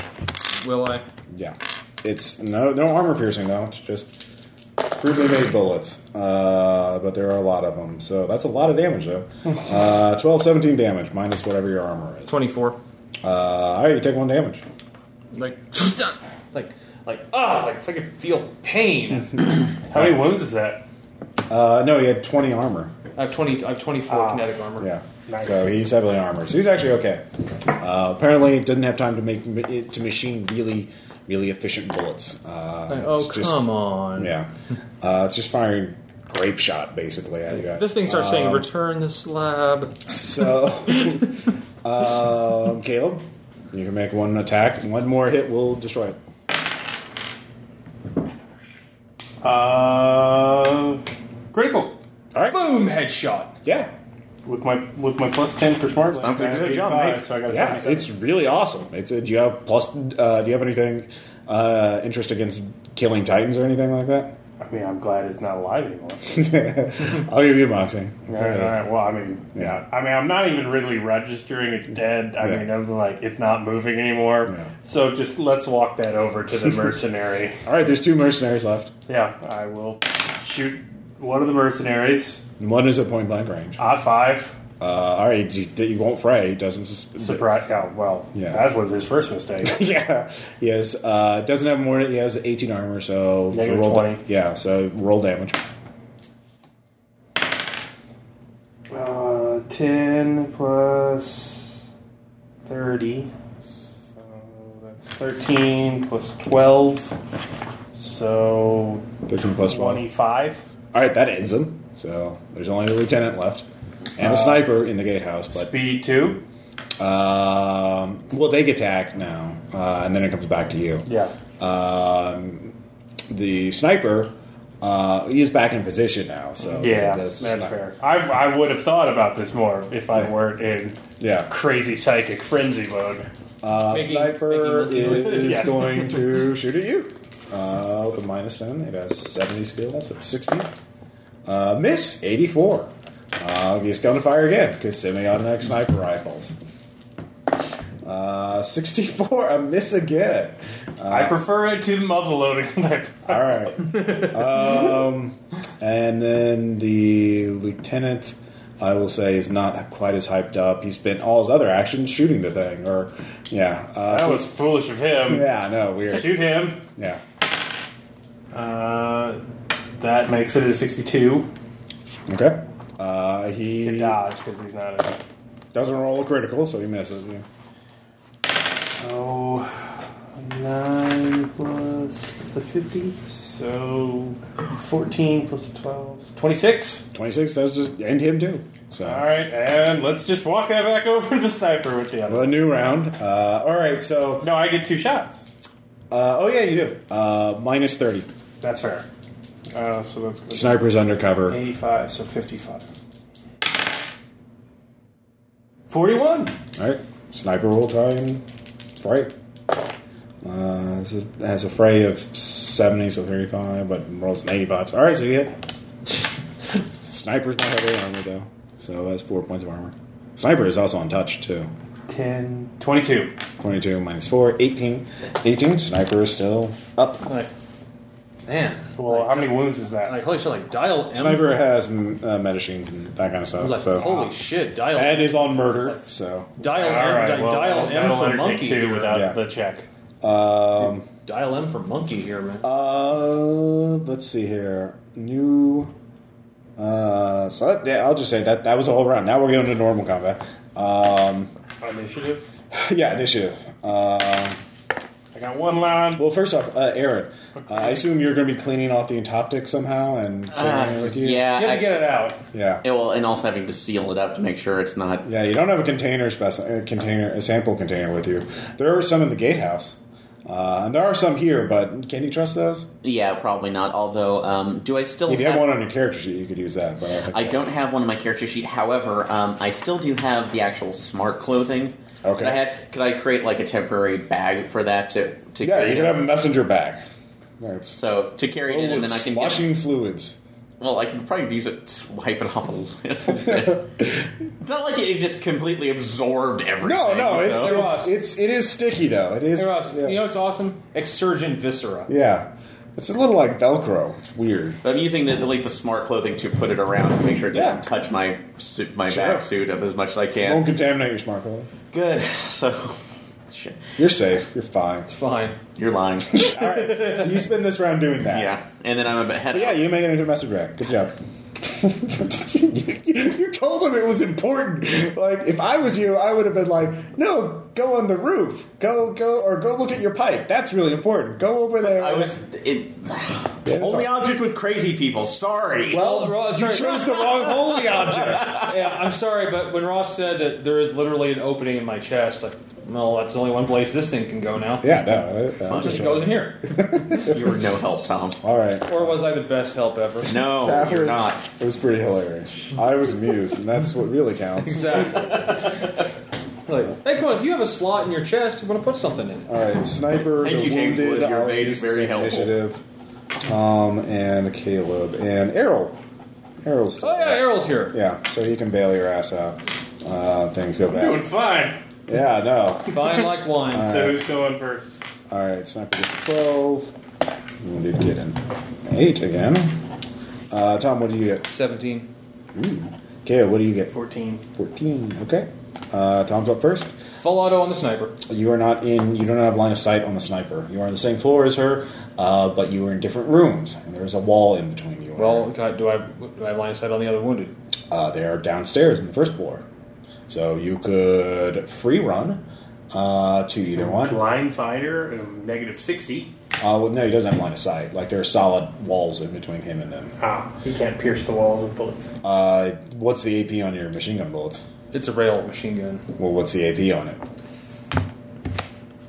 Will I?
Yeah. It's no no armor piercing though. It's just crudely made bullets. Uh, but there are a lot of them, so that's a lot of damage though. Uh, 12, 17 damage minus whatever your armor is.
24.
Uh, all right, you take one damage.
Like,
Like, like, ah, like if I could feel pain.
How many wounds is that?
Uh, no, he had twenty armor.
I have twenty. I have twenty-four
Ah.
kinetic armor.
Yeah.
Nice.
So he's heavily armored. So he's actually okay. Uh, apparently, it didn't have time to make it to machine really, really efficient bullets. Uh,
oh,
it's just-
come on.
Yeah, uh, it's just firing grape shot basically at you guys.
This thing starts saying, return the slab.
So, um, Caleb, you can make one attack. One more hit will destroy it.
Uh, critical.
All right.
Boom! Headshot.
Yeah.
With my with my plus 10 for smart.
Stomp
I have
it. Good job,
85,
mate.
So I got
Yeah,
77.
it's really awesome. It's uh do you have plus? Uh, do you have anything uh, interest against killing titans or anything like that?
I mean, I'm glad it's not alive anymore.
I'll give you moxie.
All right, all right. Well, I mean, yeah. I mean, I'm not even really registering. It's dead. I
Yeah.
mean, I'm like, it's not moving anymore.
Yeah.
So just let's walk that over to the mercenary.
All right, there's two mercenaries left.
yeah, I will shoot one of the mercenaries.
One is at point blank range.
Odd five.
Uh, all right, he, he won't fray. He doesn't. Sus-
Surprise! Oh well,
Yeah.
that was his first mistake.
yeah. Yes. Uh, doesn't have more. He has 18 armor, so
Negative
roll
20.
yeah. So roll damage.
Uh, 10 plus 30. So that's 13 plus 12. So
13 plus one.
25.
All right, that ends him. So there's only a lieutenant left
Uh,
and a sniper in the gatehouse. But
Speed 2.
um, well, they get attacked now, uh, and then it comes back to you.
Yeah.
Um, the sniper, uh, he is back in position now. So
Yeah,
that's
that's,
not-
fair. I, I would have thought about this more if I weren't in
Yeah.
crazy psychic frenzy mode.
Uh,
Making-
sniper
making looking
is,
Yeah.
going to shoot at you uh, with a minus 10. It has 70 skill, so 60. Uh, miss, 84. Uh, he's going to fire again because semi-automatic sniper rifles. Uh, 64, a miss again. Uh,
I prefer it to the muzzle loading.
All right. Um, and then the lieutenant, I will say, is not quite as hyped up. He spent all his other actions shooting the thing, or yeah, uh,
that
so-
was foolish of him.
yeah, I know, weird,
Shoot him.
yeah.
Uh, that makes it a 62.
Okay. Uh, he
He dodge because he's not a.
doesn't roll a critical, so he misses. Yeah.
So nine plus the fifty. So fourteen plus the twelve. Twenty-six.
26 does just end him too. So
All right, and let's just walk that back over to the sniper with the other.
a new round. Uh, all right, so
No, I get two shots.
uh, oh yeah, you do. Uh, minus 30.
That's fair. Uh, so that's good.
Sniper's undercover.
Eighty-five. So fifty-five. Forty-one.
All right, sniper will try and fray. Uh, this is, has a fray of 70, so 35, but rolls an 85. So, all right, so you hit. Sniper's not heavily armored though, so that's four points of armor. Sniper is also untouched too.
10, 22.
22 minus 4, 18. 18, sniper is still up.
Like, man,
Well, how many wounds is that?
like holy shit, like dial M.
Sniper has mm, uh, medicines and that kind of
I was
stuff.
like,
So. uh,
holy shit, dial
And is on murder, so.
dial
All
M,
right,
di-
well,
dial
that'll
M for
undertake
monkey.
two
Here.
without
Yeah.
the check.
Um,
Dial M for monkey here, man.
uh, let's see here. New. Uh, so that, yeah, I'll just say that that was a whole round. Now we're going to normal combat. Um,
Initiative.
yeah, initiative. Um,
I got one line.
well, first off, uh, Aaron, uh, I assume you're going to be cleaning off the entoptic somehow
Uh,
and carrying it with you.
Uh, yeah,
You have
I-
to get it out.
yeah.
Yeah, well, and also having to seal it up to make sure it's not.
Yeah, you don't have a container, speci- a container, a sample container with you. There are some in the gatehouse, uh, and there are some here. But can you trust those?
Yeah, probably not. Although, um, do I still?
If you have one on your character sheet, you could use that. But think
I don't have one on my character sheet. However, um, I still do have the actual smart clothing.
Okay.
That I had. Could I create like a temporary bag for that to to
Yeah,
carry
you
it?
could have a messenger bag. That's
so to carry it in, and then I can get-
washing fluids.
well, I can probably use it to wipe it off a little bit. it's not like it just completely absorbed everything.
No, no, it's,
so-
it's, it's it is sticky though. It is.
Hey, Ross,
yeah.
you know what's awesome? Exsurgent Viscera.
yeah, it's a little like Velcro. It's weird.
But I'm using the, at least the smart clothing to put it around and make sure it doesn't
Yeah.
touch my suit, my
Sure.
back suit up as much as I
It won't
can.
contaminate your smart phone.
Good. So, shit,
You're safe. You're fine.
Fine.
you're lying.
All right. So you spend this round doing that.
yeah, and then I'm about head
But yeah,
out.
you make it into a message rack. Good job. you, you told him it was important. Like if I was you, I would have been like, "No, go on the roof. Go, go, or go look at your pipe. That's really important. Go over there."
I was it,
Yeah,
only
sorry.
object with crazy people. Sorry.
well.
Ross,
you
sorry.
chose the wrong holy object.
Yeah, I'm sorry, but when Ross said that there is literally an opening in my chest, like, well, that's only one place this thing can go now.
Yeah, no. I- I'm
It just
just-
goes in here.
you were no help, Tom.
All right.
Or was I the best help ever?
No,
That
you're
was-
not.
It was pretty hilarious. I was amused, and that's what really counts.
Exactly. like, hey, come on, if you have a slot in your chest, you want to put something in it.
All right, sniper.
Thank
the
you, James
wounded,
Woods. Your
I'll
bait is
use the
very
same
helpful.
Initiative. Tom and Caleb and Errol. Errol's. still
Oh, yeah,
there.
Errol's here.
Yeah, so he can bail your ass out. Uh, things go
Doing
bad.
fine.
Yeah, no.
Fine like wine.
So who's going first?
All right, sniper gets a twelve. Wounded get an eight again. Uh, Tom, what do you get?
17.
Okay, what do you get?
14.
14. Okay. Uh, Tom's up first.
Full auto on the sniper.
You are not in. You don't have line of sight on the sniper. You are on the same floor as her, uh, but you are in different rooms, and there is a wall in between you. and
Well,
her.
can I- do I do I have line of sight on the other wounded?
uh, they are downstairs in the first floor, so you could free run uh, to either one.
Blind fighter, um, negative 60.
Uh, well, no, he doesn't have line of sight. Like there are solid walls in between him and them.
Ah, he can't pierce the walls with bullets.
Uh, what's the AP on your machine gun bullets?
It's a rail machine gun.
Well, what's the AP on it?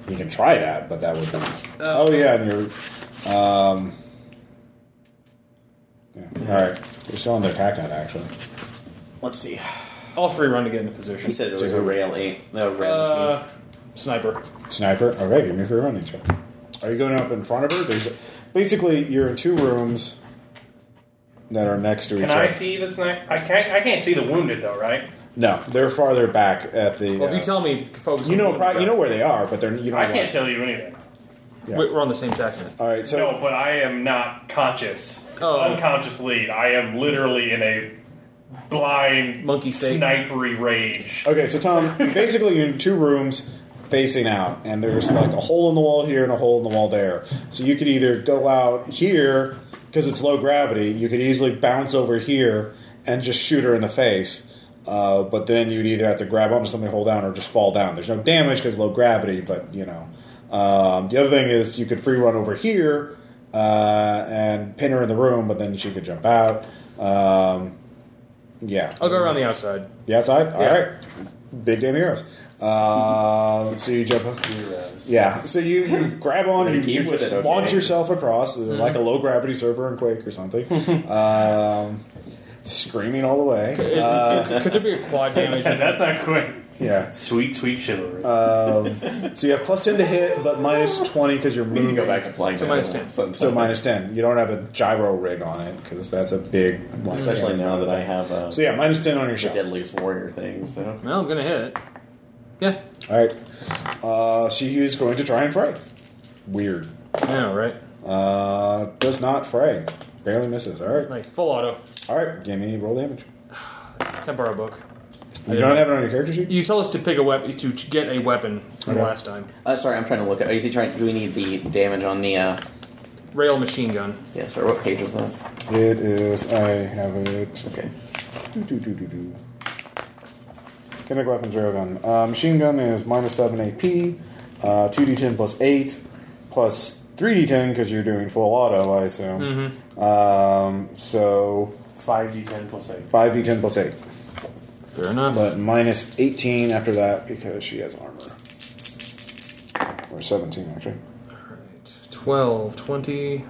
You can try that, but that would be.
Uh,
oh yeah, and you're. Um, yeah. All right, you're still on their attack net actually.
Let's see.
I'll free run to get into position.
He said it was a rail eight. No rail.
Uh, sniper.
Sniper. Okay, give me free running check. Are you going up in front of her? There's basically you're in two rooms that are next to each
Can
other.
I see the sniper? I can't, I can't see the wounded, though, right?
No, they're farther back at the.
Well, if
uh,
you tell me, to focus.
you
on
know,
the
pro-
wounded
you know where they are, but they're you don't.
I
know where-
can't tell you anything.
yeah.
guy. We- We're on the same tack now.
All right, so
no, but I am not conscious.
Oh.
Unconscious lead. I am literally in a blind
Monkey state.
snipery rage.
Oh.
Okay, so Tom, basically you're in two rooms facing out, and there's like a hole in the wall here and a hole in the wall there. So you could either go out here because it's low gravity. You could easily bounce over here and just shoot her in the face. Uh, but then you'd either have to grab onto something, hold down, or just fall down. There's no damage because low gravity, but you know. Um, the other thing is you could free run over here uh, and pin her in the room, but then she could jump out. Um, yeah.
I'll go around the outside.
The outside?
Yeah.
All right. Big damn heroes. Uh, so you jump up. Yeah. So you, you grab on, you,
Really
you
keep with
just
it, okay. Mm-hmm.
launch yourself across uh, like a low gravity server in Quake or something. um, screaming all the way. Uh,
Could there be a quad damage?
And that's not quick.
yeah.
Sweet, sweet chivalry.
Um, so you have plus 10 to hit, but minus 20 because you're
You
moving.
can go back to playing.
So minus 10.
So minus 10. You don't have a gyro rig on it because that's a big one.
Especially now that I have uh,
So yeah, minus 10 on your
the
shot.
Deadliest Warrior thing. So
well, I'm gonna hit it. Yeah.
All right. Uh, she is going to try and fray. Weird.
Yeah. Right.
Uh, does not fray. Barely misses. All right.
Like full auto.
All right. Give me roll damage.
Can I borrow a book?
You don't have it on your character sheet.
You tell us to pick a weapon to get a weapon from
Okay.
last time.
uh, sorry, I'm trying to look. at Is he trying? Do we need the damage on the? Uh,
Rail machine gun.
yeah. Sorry, what page was that?
It is. I have it.
Okay.
Do, do, do, do, do. Kinetic weapons, railgun. Uh, machine gun is minus seven AP. Uh, two D10 plus eight, plus three D10 because you're doing full auto, I assume. Um, so
5d10 plus 8.
five D10 plus eight,
Fair enough.
but minus eighteen after that because she has armor, or seventeen actually.
Alright. 12, 20,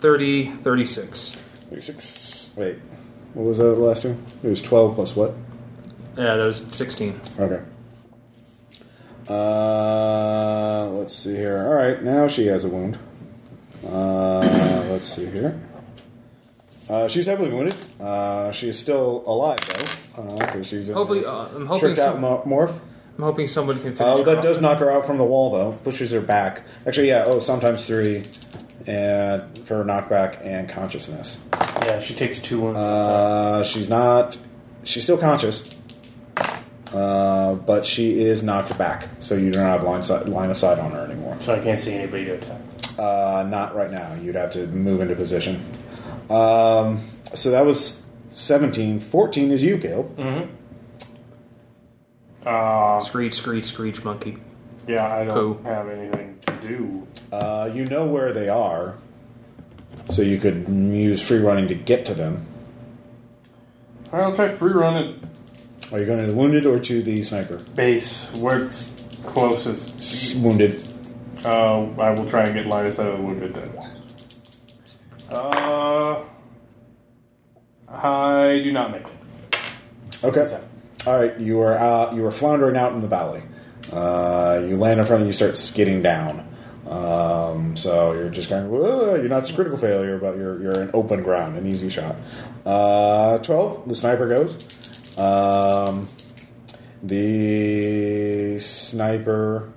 30, 36.
36. Wait, what was that last one? It was 12 plus what?
Yeah, that was 16.
Okay. Uh, let's see here. All right, now she has a wound. Uh, let's see here. Uh, she's heavily wounded. Uh, she is still alive though, because she's in
Hopefully,
a
uh, I'm hoping
tricked out
some-
mo- morph.
I'm hoping someone can finish
Uh,
her
that
off.
does knock her out from the wall, though. Pushes her back. Actually, yeah. Oh, sometimes three, and for knockback and consciousness.
Yeah, she takes two wounds.
Uh, she's not. She's still conscious, uh, but she is knocked back, so you do not have line, sight, line of sight on her anymore.
so I can't see anybody to attack.
Uh, not right now. You'd have to move into position. Um, so that was 17. 14 is you, Caleb.
Uh,
Screech, screech, screech, monkey.
yeah, I don't
Cool.
have anything to do.
Uh, you know where they are, so you could use free running to get to them.
Alright, I'll try free run at
Are you going to the wounded or to the sniper?
base, where it's closest.
S- Wounded.
Uh, I will try and get line of sight of the wounded then. Uh, I do not make it.
Okay. All right, you are uh, you are floundering out in the valley. Uh, you land in front and you start skidding down. Um, so you're just kind of "Whoa," you're not a critical failure, but you're you're in open ground, an easy shot. Uh, Twelve, the sniper goes. Um, the sniper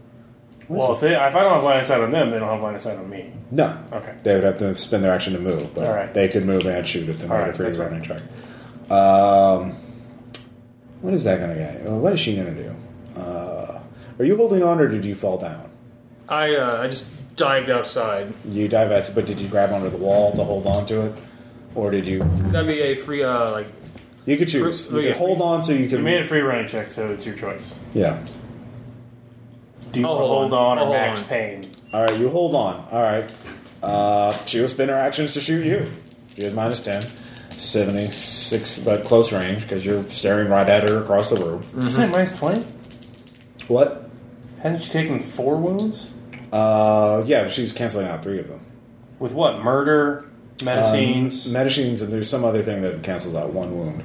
Well, if, they, if I don't have line of sight on them, they don't have line of sight on me.
No.
Okay.
They would have to spend their action to move, but
All right.
they could move and shoot at them
All
right,
right,
for your
that's fine.
running track. Um, what is that going to get? Uh, What is she going to do? Uh, are you holding on, or did you fall down?
I uh, I just dived outside.
You dive at, but did you grab onto the wall to hold on to it, or did you?
That'd be a free uh, like
You could choose.
Free-
You
yeah.
could hold on, so you
oh, You made
can.
a free running check, so it's your choice.
Yeah.
Do you
I'll
wanna
hold
hold
on.
on,
I'll
or
hold
max
on.
pain?
All right, you hold on. All right. Uh, she will spend her actions to shoot you. She has minus 10. 76, but close range, because you're staring right at her across the room.
Isn't it minus 20?
What?
Hasn't she taken four wounds?
Uh, yeah, she's canceling out three of them. Um,
With what? Murder, medicines,
Medicines, and there's some other thing that cancels out one wound.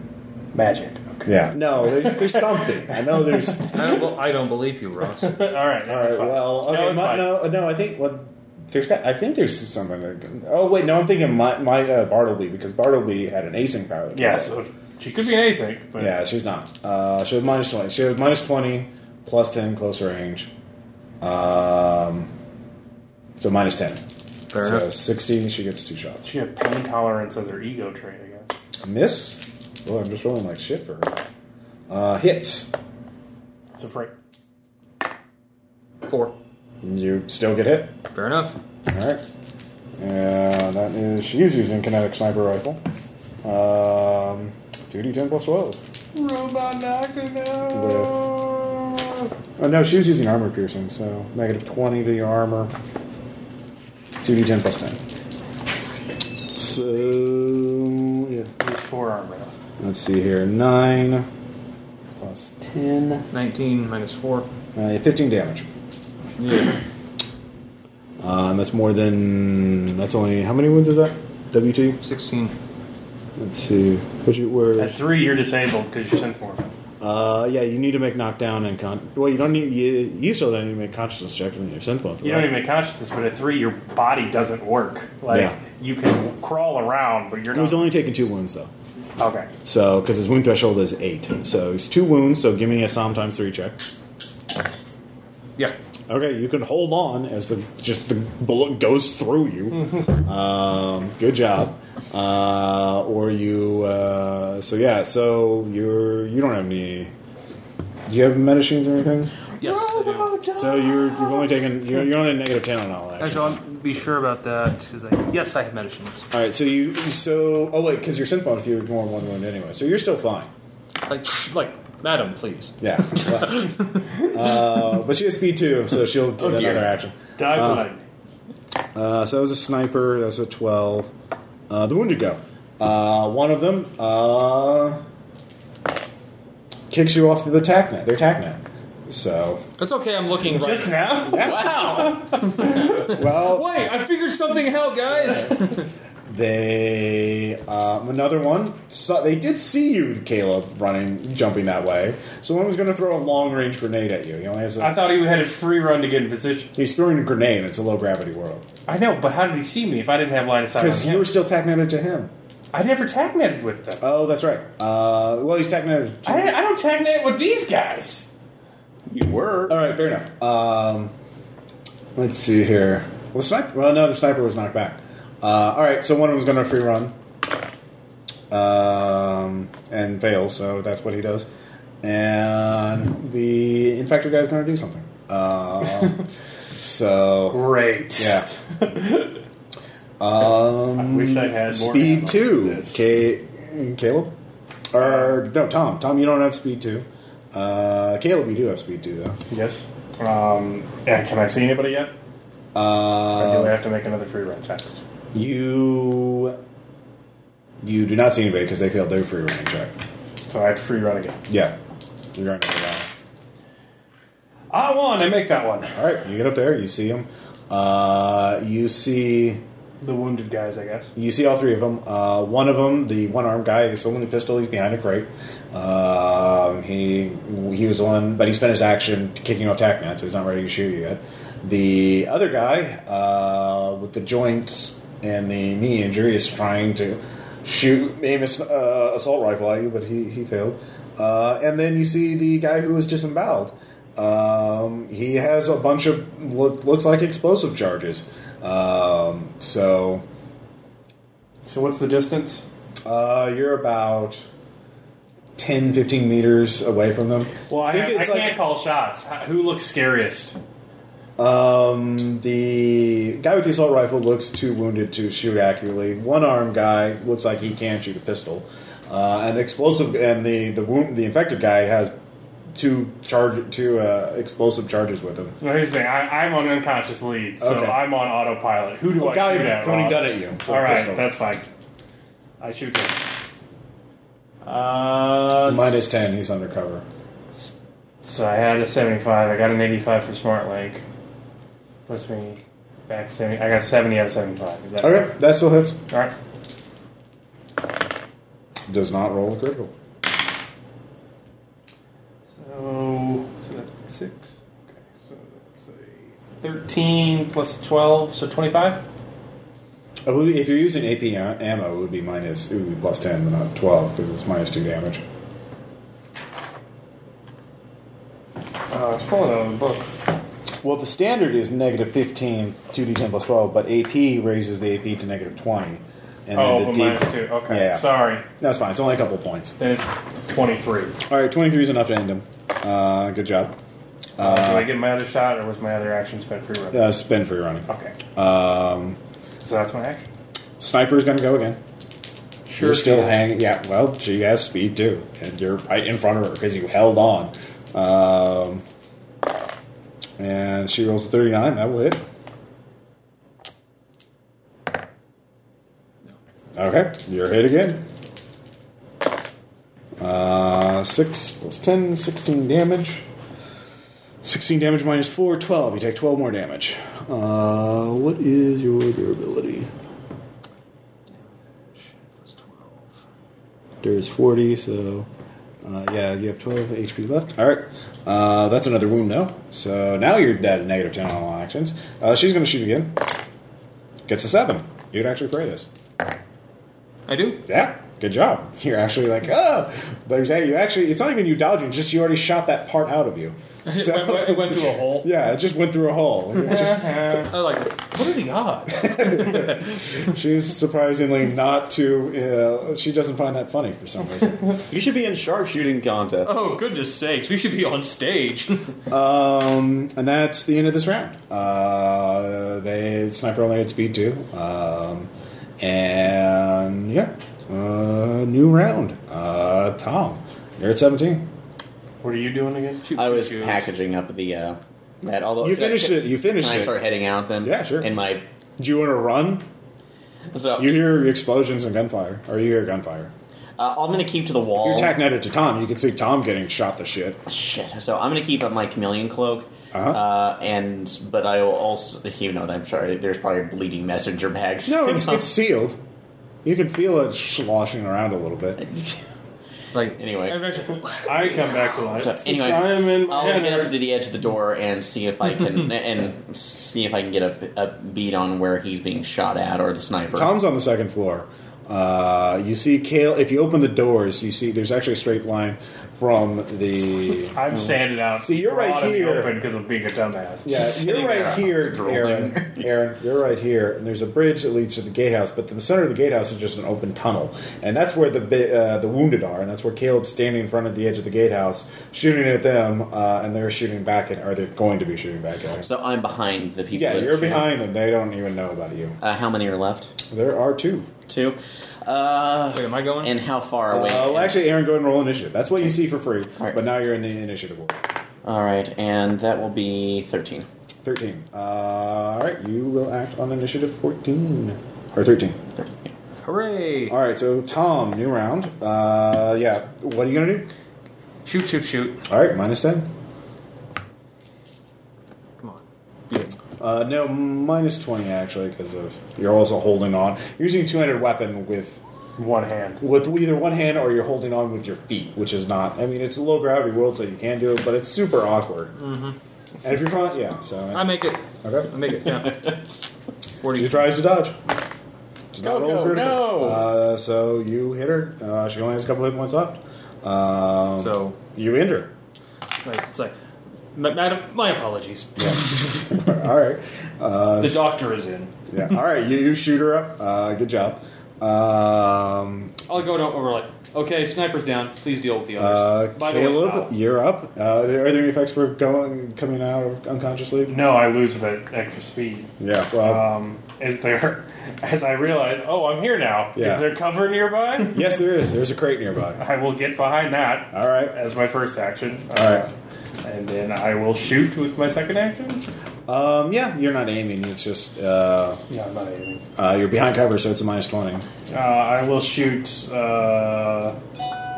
magic. Okay.
Yeah. No, there's, there's something. I know there's.
I don't, be- I don't believe you, Ross.
All right.
All right.
fine.
Well, okay.
No,
No,
it's fine.
no, no, I think what there's. got- I think there's something. That, oh wait, no, I'm thinking my my uh, Bartleby because Bartleby had an acing power. that
Yeah,
was
so she could be an async, but
Yeah, she's not. Uh, she was minus twenty. She was minus twenty, plus ten, close range. Um, so minus ten.
Fair
so
enough.
sixty. She gets two shots.
she had pain tolerance as her ego trait, I guess.
Miss. Oh, I'm just rolling like shit for her. Uh, hits.
It's a freak.
Four.
You still get hit.
Fair enough.
All right. Yeah, that is. She's using kinetic sniper rifle. Um, duty ten plus twelve.
Robot
Oh no, she was using armor piercing, so negative twenty to your armor. Two D ten plus ten. So yeah.
Use forearm now.
Let's see here. Nine plus
Ten.
19 minus 4.
uh, fifteen damage.
Yeah.
Uh, and that's more than that's only how many wounds is that? WT?
16.
Let's see. What's your where
At three, you're disabled because you're synthmorph.
uh yeah, you need to make knockdown and con well you don't need you you still don't need to make consciousness checks when you're sent one.
You don't even make consciousness, but at three, your body doesn't work. Like
Yeah.
you can crawl around, but you're
it was
not.
only taking two wounds though.
okay,
So, because his wound threshold is eight, so he's two wounds. So, give me a psalm times three check.
Yeah.
Okay, you can hold on as the just the bullet goes through you. um, good job. Uh, or you. Uh, so yeah. So you're you don't have any. Do you have medicines or anything?
Yes. I do.
So you're you've only taken you're, you're only at negative ten on all that.
Actually, I'll be sure about that because I yes, I have medicines.
All right. So you so oh wait because you're synth bonus you ignore one wound anyway. So you're still fine.
Like, like, madam, please.
Yeah. uh, but she has speed too, so she'll get
dear.
another action.
dive
Uh,
line.
Uh, so that was a sniper. That's a twelve. Uh, the wounded go. Uh, one of them uh, kicks you off the tack net. Their tack net. So
That's okay. I'm looking right.
Just now,
well,
Wait, I figured something out, guys.
they um, another one. So they did see you, Caleb, running, jumping that way. So one was going to throw a long range grenade at you. He only has
I
a,
thought he had a free run to get in position.
he's throwing a grenade. It's a low gravity world
I know, but how did he see me if I didn't have line of sight?
because
on
you
him?
were still tack netted to him.
I never tagneted with them.
Oh, that's right. Uh, well, he's tack netted. to-
I, I don't tagnet with these guys.
You were.
All right, fair enough. Um, let's see here. Well, the sniper. Well, no, the sniper was knocked back. Uh, all right, so one of them's going to free run, um, and fails. So that's what he does. And the infector guy's going to do something. Um, so
Great.
yeah.
I
Um,
wish I had more ammo
speed
for
two.
this.
Ca Caleb, or no, Tom. Tom, you don't have speed two. Uh, Caleb, you do have speed two though.
Yes. Um, yeah, can I see anybody yet? Or do I
Uh,
have to make another free run test?
you you do not see anybody because they failed their free running check.
So I have to free run again.
Yeah, you're going to that.
I won. I make that one.
All right, you get up there. You see them. Uh, you see
The wounded guys, I guess.
you see all three of them. Uh, one of them, the one armed guy, he's holding the pistol. He's behind a crate. Um, he he was the one, but he spent his action kicking off tack man, so he's not ready to shoot you yet. The other guy uh, with the joints and the knee injury is trying to shoot aim his uh, assault rifle at you, but he he failed. Uh, and then you see the guy who was disemboweled. Um, he has a bunch of look, looks like explosive charges. Um, so
So what's the distance?
uh, you're about 10, 15 meters away from them.
Well, I,
Think
I,
it's
can't
like-
call shots. Who looks scariest?
Um, the guy with the assault rifle looks too wounded to shoot accurately. One armed guy looks like he can shoot a pistol. Uh, and the explosive and the the wound, the infected guy has two charge two uh, explosive charges with him.
No, here's the thing. I, I'm on unconscious lead, so
Okay.
I'm on autopilot. Who do I
guy
shoot at?
pointing
Ross?
gun at you with a
All right,
pistol.
that's fine. I shoot him. Uh,
Minus ten, he's undercover.
So I had a 75. I got an 85 for Smart Lake. Puts me back 70. I got 70 out of 75. Is that
Okay, that still hits.
All right.
Does not roll a critical.
So, so that's six. Okay, so that's a 13 plus 12, so 25.
I believe If you're using AP a- ammo, it would be minus. It would be plus ten, but not twelve, because it's minus two damage.
Uh, it's pulling out of the book.
Well, the standard is negative 15, 2d10 plus 12, but AP raises the AP to negative 20. And
Oh,
the
but
D-
minus two. Okay,
Yeah.
sorry.
No, it's fine. It's only a couple points.
Then it's 23.
All right, 23 is enough to end him. Uh, good job.
Uh, do I get my other shot, or was my other action spent free run?
Uh, spin for your running.
okay,
Um,
so that's my action.
sniper's going to go again.
Sure
You're still
she is.
hanging. Yeah, well, she has speed too. And you're right in front of her because you held on. Um, and she rolls a 39. That will hit. Okay, you're hit again. Uh, 6 plus 10, 16 damage. 16 damage minus 4, 12. You take 12 more damage. Uh, what is your durability? There's 40, so uh, yeah, you have 12 HP left. All right, uh, that's another wound now. So now you're at negative 10 on all actions. Uh, she's going to shoot again. Gets a 7. You can actually fray this.
I do.
Yeah, good job. You're actually like, oh! But you say- you actually, it's not even you dodging, it's just you already shot that part out of you.
It went-
So,
it went through a hole.
yeah, it just went through a hole. It was just-
I like. What are the odds?
she's surprisingly not too, uh, she doesn't find that funny for some reason.
You should be in sharpshooting contest.
Oh goodness sakes! We should be on stage.
Um, and that's the end of this round. Uh, they sniper only had speed two, um, and yeah, uh, new round. Uh, Tom, you're at seventeen.
What are you doing again?
I was packaging up the uh, that. Although
You finished it. You
Can
finished
I start
it.
heading out then?
Yeah, sure.
In my
Do you want to run?
so
You hear explosions and gunfire, or you hear gunfire.
uh, I'm going to keep to the wall.
You're tack netted to Tom. You can see Tom getting shot the shit.
Shit. So I'm going to keep up my chameleon cloak.
Uh-huh.
Uh, and but I will also, you know, I'm sorry. There's probably bleeding messenger bags.
No, it's, it's sealed. You can feel it sloshing around a little bit.
Like
Anyway.
I mentioned-
I come back to life.
So anyway,
I'm in my
I'll get up
hands.
to the edge of the door and see if I can and see if I can get a, a beat on where he's being shot at or the sniper.
Tom's on the second floor. Uh, you see Kale. If you open the doors, you see there's actually a straight line from the.
I'm sanded out.
See, you're right
broad in the
here.
open because I'm being a dumbass.
Yeah, you're right here, Aaron. Aaron, you're right here, and there's a bridge that leads to the gatehouse. But the center of the gatehouse is just an open tunnel, and that's where the bi- uh, the wounded are, and that's where Caleb's standing in front of the edge of the gatehouse, shooting at them, uh, and they're shooting back at, or they're going to be shooting back at. us.
So I'm behind the people.
Yeah,
that-
you're behind them. They don't even know about you.
Uh, how many are left?
There are two.
Two. Uh,
Wait, am I going?
and how far
Uh,
away?
well, actually, Aaron, go ahead and roll initiative. That's what you see for free.
right.
But now you're in the initiative order.
All right, and that will be thirteen.
13. Uh, all right, you will act on initiative 14. Or 13.
Hooray!
All right, so Tom, new round. Uh, yeah, what are you going to do?
Shoot! Shoot! Shoot!
All right, minus 10.
Come on. Yeah.
Uh, no, minus 20, actually, because of you're also holding on. You're using a two-handed weapon with
One hand.
with either one hand or you're holding on with your feet, which is not. I mean, it's a low gravity world, so you can do it, but it's super awkward. Mm-hmm. And if you're front, yeah. So
I make it.
okay.
I make it. Yeah.
She
Forty.
tries to dodge. Does
Go,
not roll
go,
critical.
no.
Uh, so you hit her. Uh, she only has a couple hit points left. Um,
So
you injure.
like, it's like Ma- Madam, my apologies.
All right. Uh,
The doctor is in.
yeah. All right. You, you shoot her up. Uh, good job. Um,
I'll go to overlay. Okay, sniper's down. Please deal with the
uh,
others. By the way,
Caleb,
Al,
you're up. Uh, are there any effects for going coming out unconsciously?
No, I lose with that extra speed.
Yeah. Well,
Um, is there? As I realize, oh, I'm here now.
Yeah.
Is there cover nearby?
yes, there is. There's a crate nearby.
I will get behind that
All right.
as my first action. Uh,
All right.
And then I will shoot with my second action.
Um, yeah, you're not aiming. It's just uh,
Yeah, I'm not aiming.
uh, you're behind cover, so it's a minus twenty.
Uh, I will shoot. Uh,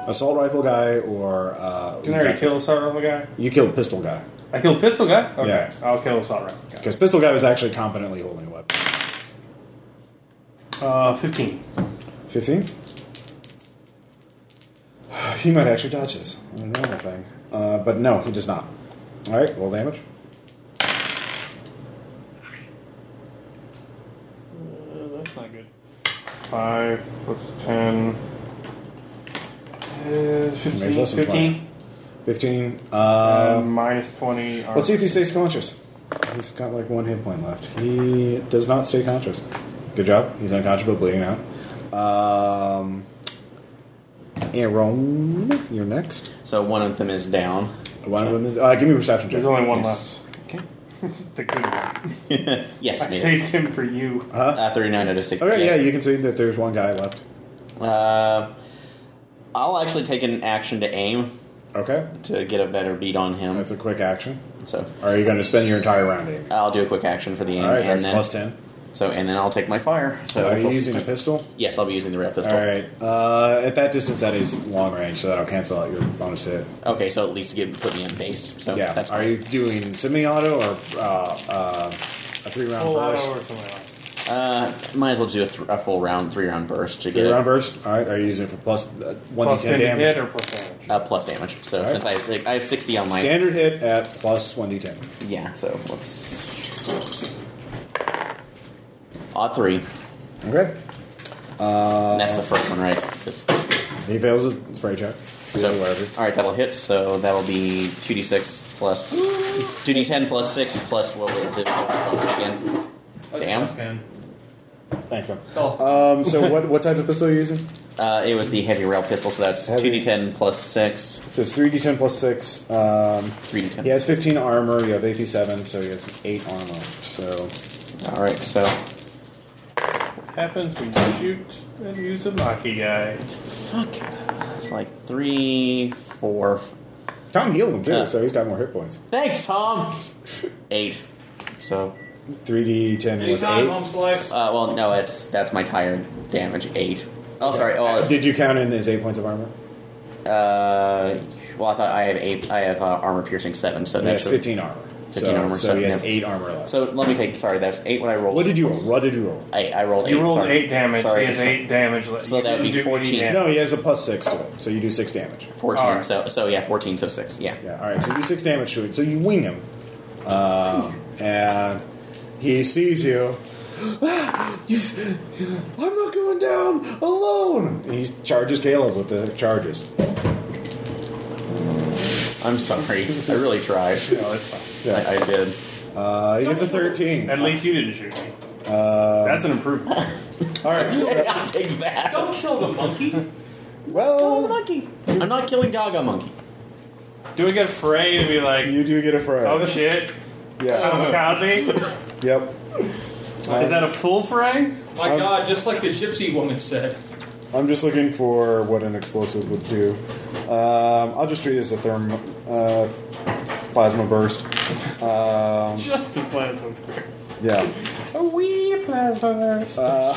Assault rifle guy or uh,
didn't I already kill assault rifle guy?
You killed pistol guy
I killed pistol guy. Okay,
Yeah.
I'll kill assault rifle
because pistol guy was actually competently holding a weapon.
guy. Uh, Fifteen.
15? He might actually dodge this. I don't know that thing. Uh, but no, he does not. Alright, roll damage.
That's not good. Five plus ten. Is
Makes
fifteen.
less than
Fifteen.
15.
Uh,
Um,
minus twenty. Armor.
let's see if he stays conscious. He's got like one hit point left. He does not stay conscious. Good job. He's unconscious but bleeding out. Um, Aaron, you're next.
So one of them is down.
One of them is. Uh, give me a perception check.
There's only one
Yes.
left. The good one.
yes,
I
me.
saved him for you.
Uh, 39 out of 60.
Okay, yeah,
yes.
you can see that there's one guy left.
Uh, I'll actually take an action to aim
Okay,
to get a better beat on him.
that's a quick action.
So
Are you going to spend your entire round aiming?
I'll do a quick action for the aim,
All right,
and
that's
then
plus ten.
so and then I'll take my fire. So
Are you
plus-
using a pistol?
yes, I'll be using the rail pistol.
All right. Uh, at that distance, that is long range, so that'll cancel out your bonus hit.
Okay, so at least give put me in base. So
yeah.
that's
Are you doing semi-auto or uh, uh, a three-round
Pull that
burst?
over to my left.
Uh, might as well do a, th- a full round, three round burst to get
Three-round
it,
burst. All right. Are you using it for plus uh, one
Plus
d ten
ten to hit
damage?
or plus damage.
uh, plus damage. So
All
since I have si- I have sixty on my
Standard hit at plus one d ten.
yeah, so let's odd three.
Okay.
and
Uh,
that's the first one, right? Just-
He fails his fray check.
so
So whatever.
all right, that'll hit. So that'll be two d six plus two d ten plus six plus what was the bonus again? Damn,
Thanks. man. Um, so what what type of pistol are you using?
uh, it was the heavy rail pistol. So that's
Heavy.
two d ten plus six,
So it's three d ten plus six. Um,
three d ten.
he has fifteen armor. You have AP seven, so he has eight armor. So
All right, so
happens when you shoot and use a lucky guy.
fuck, it's like three, four,
Tom healed him too,
Yeah.
so he's got more hit points.
Thanks, Tom. Eight. So,
3d10 was
Anytime,
8.
home slice.
uh, well, no, that's that's my tired damage. Eight. Oh, sorry. Oh, it's,
Did you count in his 8 points of armor?
uh, well, I thought I have eight. I have uh, armor piercing seven. So
He
that's
has 15 armor.
15
so,
armor,
so
so,
he has
yeah.
8 armor left.
So let me take. Sorry, that's eight. What I rolled.
what did you roll? What did you roll?
Eight. I rolled.
You
eight,
rolled
sorry.
eight damage.
Sorry,
he has
so-
eight damage left.
So
You
that would be
didn't do any
14.
damage.
No, he has a plus 6 to it, so you do 6 damage.
Fourteen.
Alright.
So so yeah, fourteen. So six. Yeah.
Yeah, alright, so you do 6 damage to it. So you wing him. Um, and he sees you. Ah, you s- I'm not going down alone! And he charges Caleb with the charges.
I'm sorry. I really tried.
No, it's fine.
Yeah.
I, I did.
Uh, he gets a 13.
At least you didn't shoot me.
Uh,
That's an improvement.
alright, so-
I'll take that.
Don't kill the monkey.
well.
monkey. I'm not killing Gaga monkey.
Do we get Frey to be like,
You do get a fray.
oh shit,
yeah.
kamikaze?
Yep.
Is that a full Frey?
My
Um,
God, just like the gypsy woman said.
I'm just looking for what an explosive would do. Um, I'll just treat it as a therm uh, plasma burst. Um,
Just a plasma burst.
yeah.
A wee plasma burst.
Uh,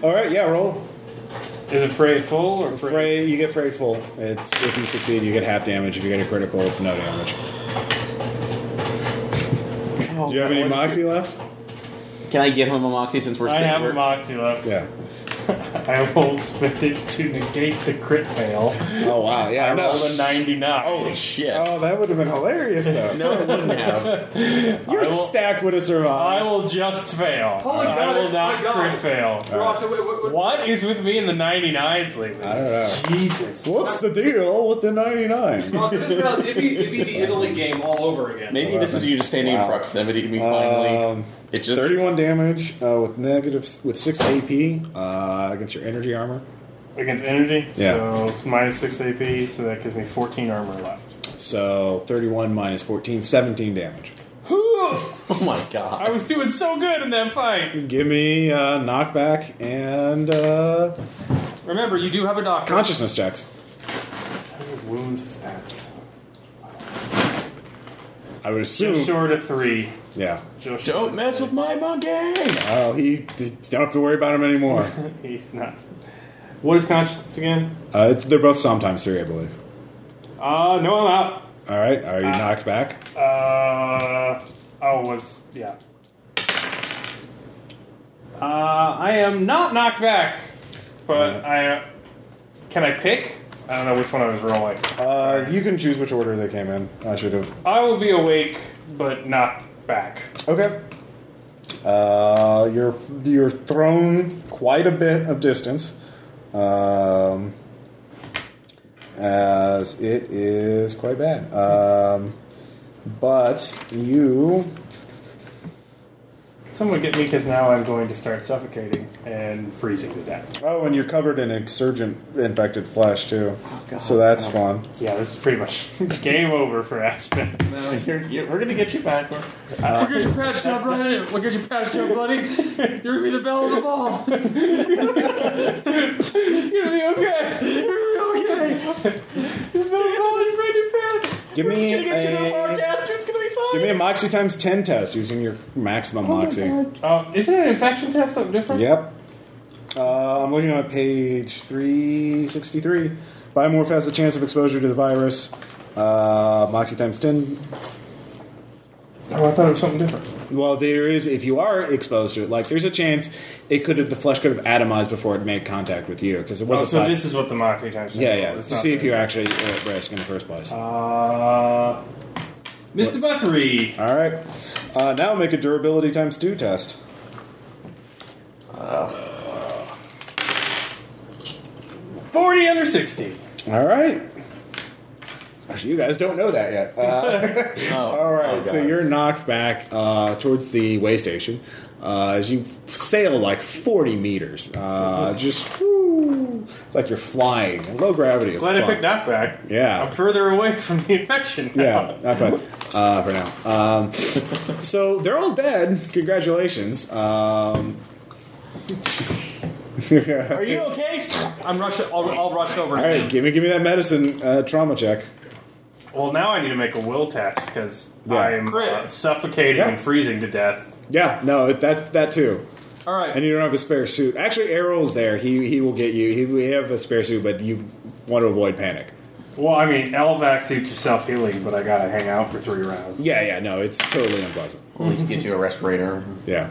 All right. Yeah. Roll.
Is it Frey full or Frey?
Fray. You get fray full. It's if you succeed, you get half damage. If you get a critical, it's no damage.
Oh,
do you have any moxie left?
Can I give him a moxie since we're
I
sitting
have
here?
a moxie left.
Yeah.
I will spend it to negate the crit fail.
Oh wow, yeah, I
I
know.
rolled a 99.
Holy shit.
Oh, that would have been hilarious though.
No, it wouldn't have.
Your
I will-
stack would have
I
survived.
will just fail.
Holy
I
God,
will
my
not
God.
crit fail.
Ross, wait, wait, wait.
What is with me in the 99s lately?
I don't know.
Jesus.
What's the deal with the ninety nine?
Ross, this Ross, it'd be, it'd be the Italy game all over again.
Maybe this is you just standing
Wow.
in proximity to me finally.
Um,
it just.
thirty one damage uh, with negative with six AP uh, against your energy armor.
Against energy?
Yeah.
So it's minus 6 AP, so that gives me 14 armor left.
So thirty one minus 14, 17 damage.
Oh my god.
I was doing so good in that fight!
Give me uh, knockback and uh,
Remember, you do have a doctor.
consciousness checks.
Wounds stats.
I would
Just
assume.
short of 3.
Yeah.
Just short
Don't
of
mess
three.
with my monkey!
Oh, he don't have to worry about him anymore.
He's not. What is consciousness again?
uh, it's, they're both sometimes three, I believe.
Uh, no, I'm out.
All right. Are you knocked back?
Uh, oh, was yeah. Uh, I am not knocked back, but I can I pick? I don't know which one I was rolling.
Uh, you can choose which order they came in. I should have.
I will be awake, but knocked back.
Okay. Uh, you're you're thrown quite a bit of distance. Um, as it is quite bad. Um, but you
Someone get me because now I'm going to start suffocating and freezing to death.
oh, and you're covered in exurgent infected flesh too. so that's fun.
Yeah, this is pretty much game over for Aspen.
No, you're, you're, we're gonna get you back. We're-
Look at your patch job, Ryan. Look at your patch job, buddy. You're gonna be the bell of the ball. You're gonna be okay. You're gonna be okay.
Give me a give me a moxie times ten test using your maximum moxie.
Oh, isn't an infection test something different?
Yep. Uh, I'm looking at page 363. Biomorph has a chance of exposure to the virus. Uh, Moxie times 10.
Oh, I thought it was something different.
Well, there is, if you are exposed to it, like, there's a chance it could have, the flesh could have atomized before it made contact with you, because it was
Oh,
a
so
flash-
this is what the Moxie times.
Yeah, yeah, to see if
you.
you're actually at risk in the first place.
Uh, Mr. Buttery.
All right. Uh, now make a durability times 2 test.
Forty under sixty.
All right. Actually, you guys don't know that yet. Uh,
Oh,
All right,
oh,
so
God.
you're knocked back uh, towards the way station uh, as you sail like 40 meters. Uh, just whoo, it's like you're flying. Low gravity is
Glad I
fun.
picked that back.
Yeah.
I'm further away from the infection. Now.
Yeah, that's fine uh, for now. Um, so they're all dead. Congratulations. Um, all
Are you okay?
I'm rush. I'll, I'll rush over.
right, give me give me that medicine uh, trauma check.
Well, now I need to make a will test because
Yeah.
I'm uh,
Crit.
suffocating
Yeah.
and freezing to death.
Yeah, no, it, that that too.
All right.
And you don't have a spare suit. Actually, Errol's there. He he will get you. He we have a spare suit, but you want to avoid panic.
Well, I mean, LVAC suits are self healing, but I gotta hang out for three rounds.
Yeah, yeah, no, it's totally unpleasant.
At least get you a respirator.
Yeah,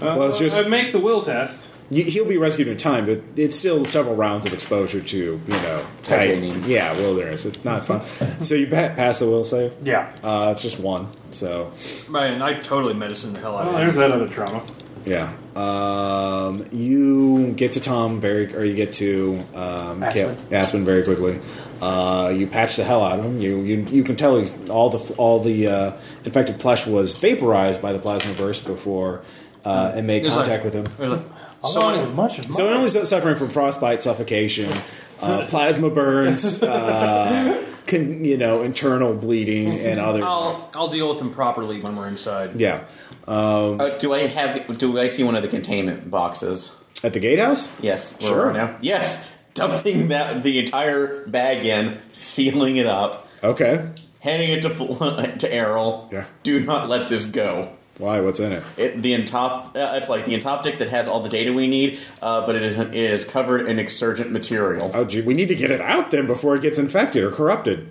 Uh,
Well, it's just-
I make the will test.
You- he'll be rescued in time, but it's still several rounds of exposure to you know
Titanium.
tight, yeah, wilderness. It's not fun. so you pa- pass the will save.
Yeah.
Uh, it's just one. So
Man, I totally medicine the hell out of
Well, Oh, there's
him.
that other trauma.
yeah, um, you get to Tom very, or you get to um,
Aspen.
Kale- Aspen very quickly. Uh, you patch the hell out of him. You you, you can tell he's, all the all the uh, infected flesh was vaporized by the plasma burst before uh, it made
There's
contact
like-
with him.
There's like-
Along
Someone,
with much of
So
mine.
not only su- suffering from frostbite, suffocation, uh, plasma burns, uh, con- you know, internal bleeding, and other.
I'll I'll deal with him properly when we're inside.
Yeah, um,
Uh, do I have? Do I see one of the containment boxes?
at the gatehouse.
Yes. where
Sure.
we're Now. Yes. Dumping that the entire bag in, sealing it up,
Okay.
handing it to Fl- to Errol.
Yeah.
Do not let this go.
Why? What's in it?
It, the entop, uh, it's like the entoptic that has all the data we need, uh, but it is it is covered in exurgent material.
Oh, gee, we need to get it out then before it gets infected or corrupted.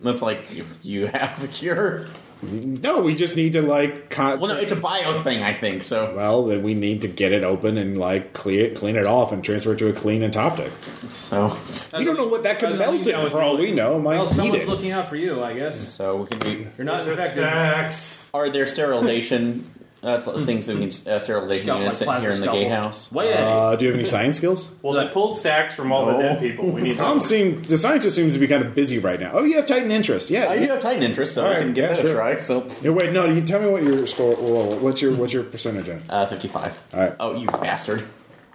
That's like you, you have a cure.
No, we just need to like. Con-
Well, no, it's a bio thing, I think. So
Well, then we need to get it open and like clear it, clean it off, and transfer it to a clean and top deck.
so
We don't know what that could
As long
melt
as you know
it for all
it's-
we know. It Might
Well,
heat
someone's
it.
looking out for you, I guess.
so we can be.
You're not infected.
Facts.
Are there sterilization uh, things that we can uh, sterilization
Scalpel,
units
plasma
here in the
scalpel.
gatehouse?
Way
Uh, do you have any science skills?
Well, they pulled stacks from all
No.
Oh.
the dead people. We need
Tom
help.
seems the scientist seems to be kind of busy right now. Oh, you have Titan interest, yeah.
I do Uh, have Titan interest, so I
Alright,
can give
yeah,
that
sure.
a try. So
Yeah, wait, no. You tell me what your score. Well, what's your what's your percentage in?
uh, fifty-five.
Alright.
Oh, you bastard!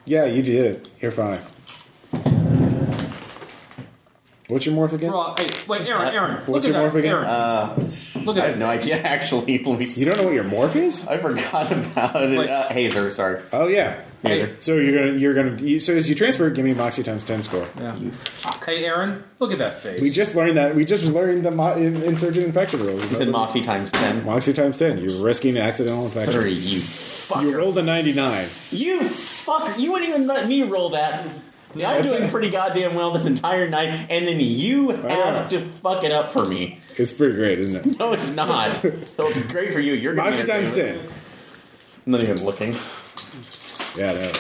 Yeah, you did it. You're fine. What's your morph again?
Raw. Hey, wait, Aaron, Aaron.
Uh, What's
look
your
at
morph
that.
again?
Aaron,
Uh,
look
I
at
have
it.
no idea actually. Let me
You don't know what your morph is?
I forgot about it.
Wait.
Uh, Hazer, sorry.
Oh yeah.
Hazer.
So you're gonna you're gonna you, so as you transfer, give me Moxie times ten score.
Yeah. Hey, Aaron, look at that face.
We just learned that we just learned the mo- in, insurgent infection rules.
You said Moxie times ten.
Moxie times ten. You're risking accidental infection.
Three, you
You
fucker.
rolled a ninety nine.
You fucker. You wouldn't even let me roll that. I'm
That's
doing
it.
pretty goddamn well this entire night, and then you have
yeah.
to fuck it up for me.
It's pretty great, isn't it?
No, it's not. so it's great for you. You're gonna
Moxie
be
times ten.
I'm not even looking.
Yeah, no.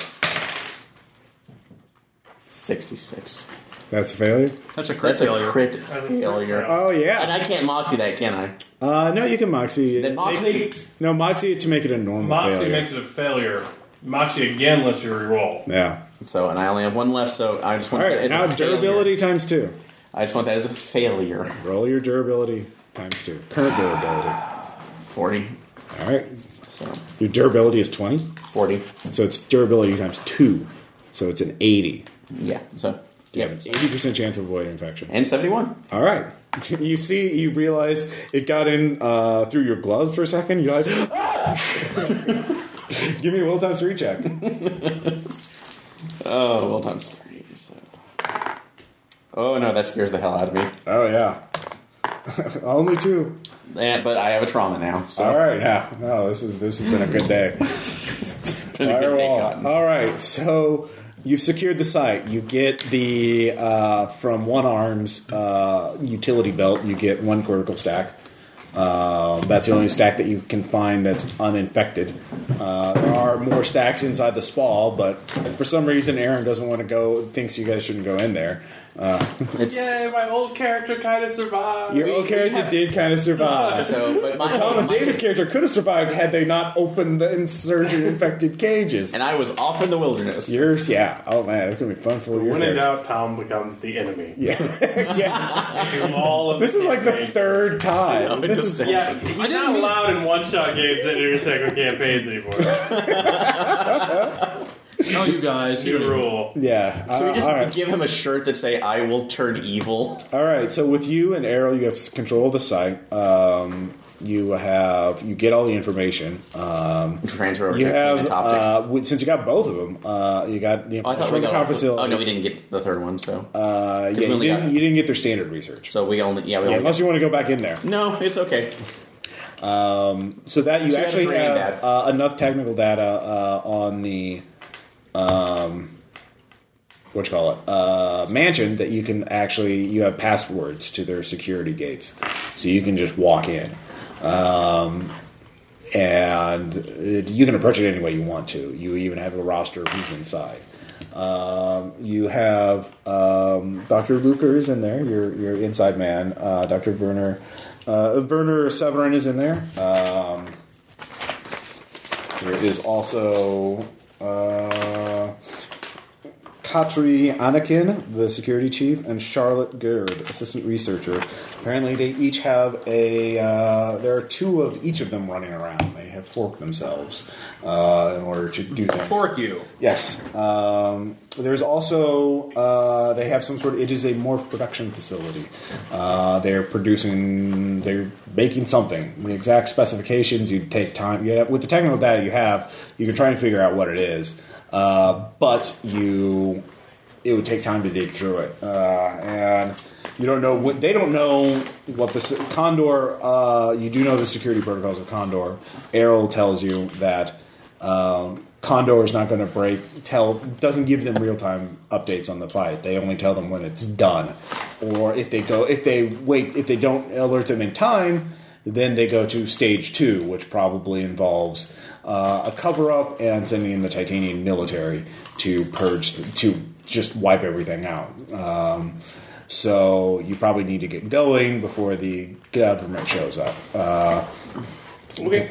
Sixty-six.
That's a failure.
That's a crit
That's
failure.
a crit failure.
Oh
And
yeah.
I can't moxie that, can I?
Uh, no, you can Moxie.
Then moxie.
No, Moxie to make it a normal
Moxie
failure.
makes it a failure. Moxie again lets you reroll.
yeah.
So, and I only have one left. So I just
All
want that
right.
as
Now
a failure.
durability times two.
I just want that as a failure.
Roll your durability times two. Current durability.
Forty.
All right.
So
Your durability is twenty,
forty.
so it's durability times two, so it's an eighty.
Yeah. So
You
yeah.
have an eighty percent chance of avoiding infection.
And seventy-one.
All right. You see, you realize it got in uh, through your gloves for a second. You're like, "Ah!" give me a will times three check.
Oh well, times thirty. So. Oh no, that scares the hell out of me.
Oh yeah, only two.
Yeah, but I have a trauma now. So
All right. Yeah. No, this is this has been a good day.
it's been a good day
Firewall.
gotten.
All right, so you've secured the site. You get the uh, from one arm's uh, utility belt. You get one cortical stack. Uh, that's the only stack that you can find that's uninfected. Uh, there are more stacks inside the spall, but for some reason, Aaron doesn't want to go. Thinks you guys shouldn't go in there. Uh,
It's-
Yay, my old character kind of survived.
Your old character did kind of survive.
So, uh, but my,
Tom and
my-
David's character could have survived had they not opened the insurgent infected cages.
and I was off in the wilderness.
Yours, yeah. Oh man, it's gonna be fun for you.
When in doubt, Tom becomes the enemy.
yeah.
To all of
This is like the third time.
know, it
this
just
is,
happened.
Yeah, he's
didn't
not
mean-
allowed in one-shot games that intersect with campaigns anymore.
no, you guys.
New
you-
rule.
yeah.
So we
Uh,
just
all, right.
give him a shirt that say "I will turn evil."
all right. So with you and Arrow, you have control of the site. Um, you have you get all the information. Um,
Transfer over
you
to
have
the top deck.
uh, w- since you got both of them. Uh, you got the
Oh, I
information
thought we
from the
got
car
all of them.
facility.
Oh no, we didn't get the third one. So,
Uh, yeah,
we
you
only
didn't,
got-
you didn't get their standard research.
so we only yeah
Yeah,
we only
unless
got,
you want to go back in there.
no, it's okay.
Um, so that you
So you have
actually
a brain
have
data.
uh, enough technical data uh, on the um, what you call it uh, mansion that you can actually you have passwords to their security gates, so you can just walk in, um, and it, you can approach it any way you want to. You even have a roster of who's inside. Um, you have um, Dr. Luker is in there, your your inside man. Uh, Dr. Werner, uh, Werner Severin is in there. Um, there is also uh, Katri Anakin, the security chief, and Charlotte Gerd, assistant researcher. Apparently, they each have a. Uh, there are two of each of them running around. They have forked themselves uh, in order to do things.
Fork you.
Yes. Um, there's also uh, they have some sort. Of, it is a morph production facility. Uh, they're producing. They're making something. The exact specifications. You take time. You have, with the technical data you have, you can try and figure out what it is. Uh, but you, it would take time to dig through it, uh, and you don't know. What, they don't know what the s- Condor. Uh, you do know the security protocols of Condor. Errol tells you that um, Condor is not going to break. Tell doesn't give them real time updates on the fight. They only tell them when it's done, or if they go if they wait if they don't alert them in time. Then they go to stage two, which probably involves uh, a cover up and sending in the Titanian military to purge, to just wipe everything out. Um, so you probably need to get going before the government shows up. Uh,
Okay.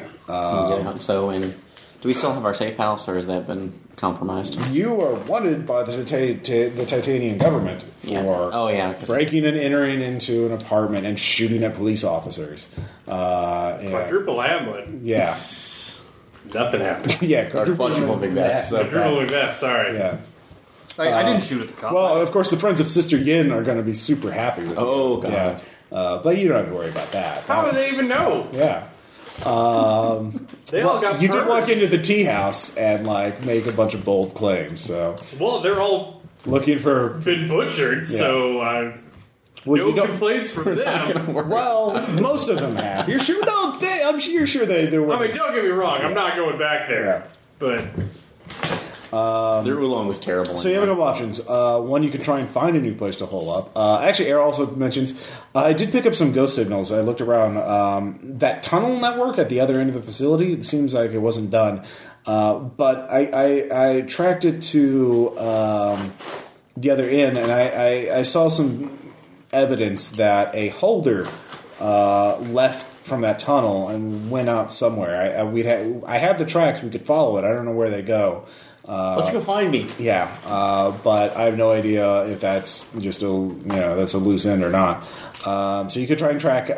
so, and do we still have our safe house, or has that been compromised?
you are wanted by the, Tita- Ti- the Titanian government for
Yeah. Oh, yeah.
breaking and entering into an apartment and shooting at police officers. Uh, and-
Quadruple Amblin.
yeah,
Nothing happened.
yeah,
Or quadruple big bad.
Quadruple Event, sorry.
Yeah.
I, I didn't shoot at the cop.
Uh, Well, of course, the friends of Sister Yin are going to be super happy with
Oh,
you.
God.
Yeah. Uh, but you don't have to worry about that.
How do they even know?
Yeah.
They all got
You did
purged.
walk into the tea house and like make a bunch of bold claims. So
Well, they're all
looking for
been butchered,
Yeah.
so uh,
well, you
no
don't-
complaints from them.
well, most of them have. You're sure? No, they, I'm sure. You're sure they they were.
I mean, don't get me wrong, I'm not going back there.
Yeah.
But
Their oolong was terrible.
um, So you have a couple options. Uh, one, you can try and find a new place to hole up. Uh, actually, Air also mentions uh, I did pick up some ghost signals. I looked around. Um, that tunnel network at the other end of the facility it seems like it wasn't done, uh, but I, I, I tracked it to um, the other end, and I, I, I saw some evidence that a holder uh, left from that tunnel and went out somewhere. I, I, we'd ha- I have the tracks; we could follow it. I don't know where they go. Uh,
Let's go find me.
yeah, uh, but I have no idea if that's just a you know that's a loose end or not. Um, so you could try and track uh,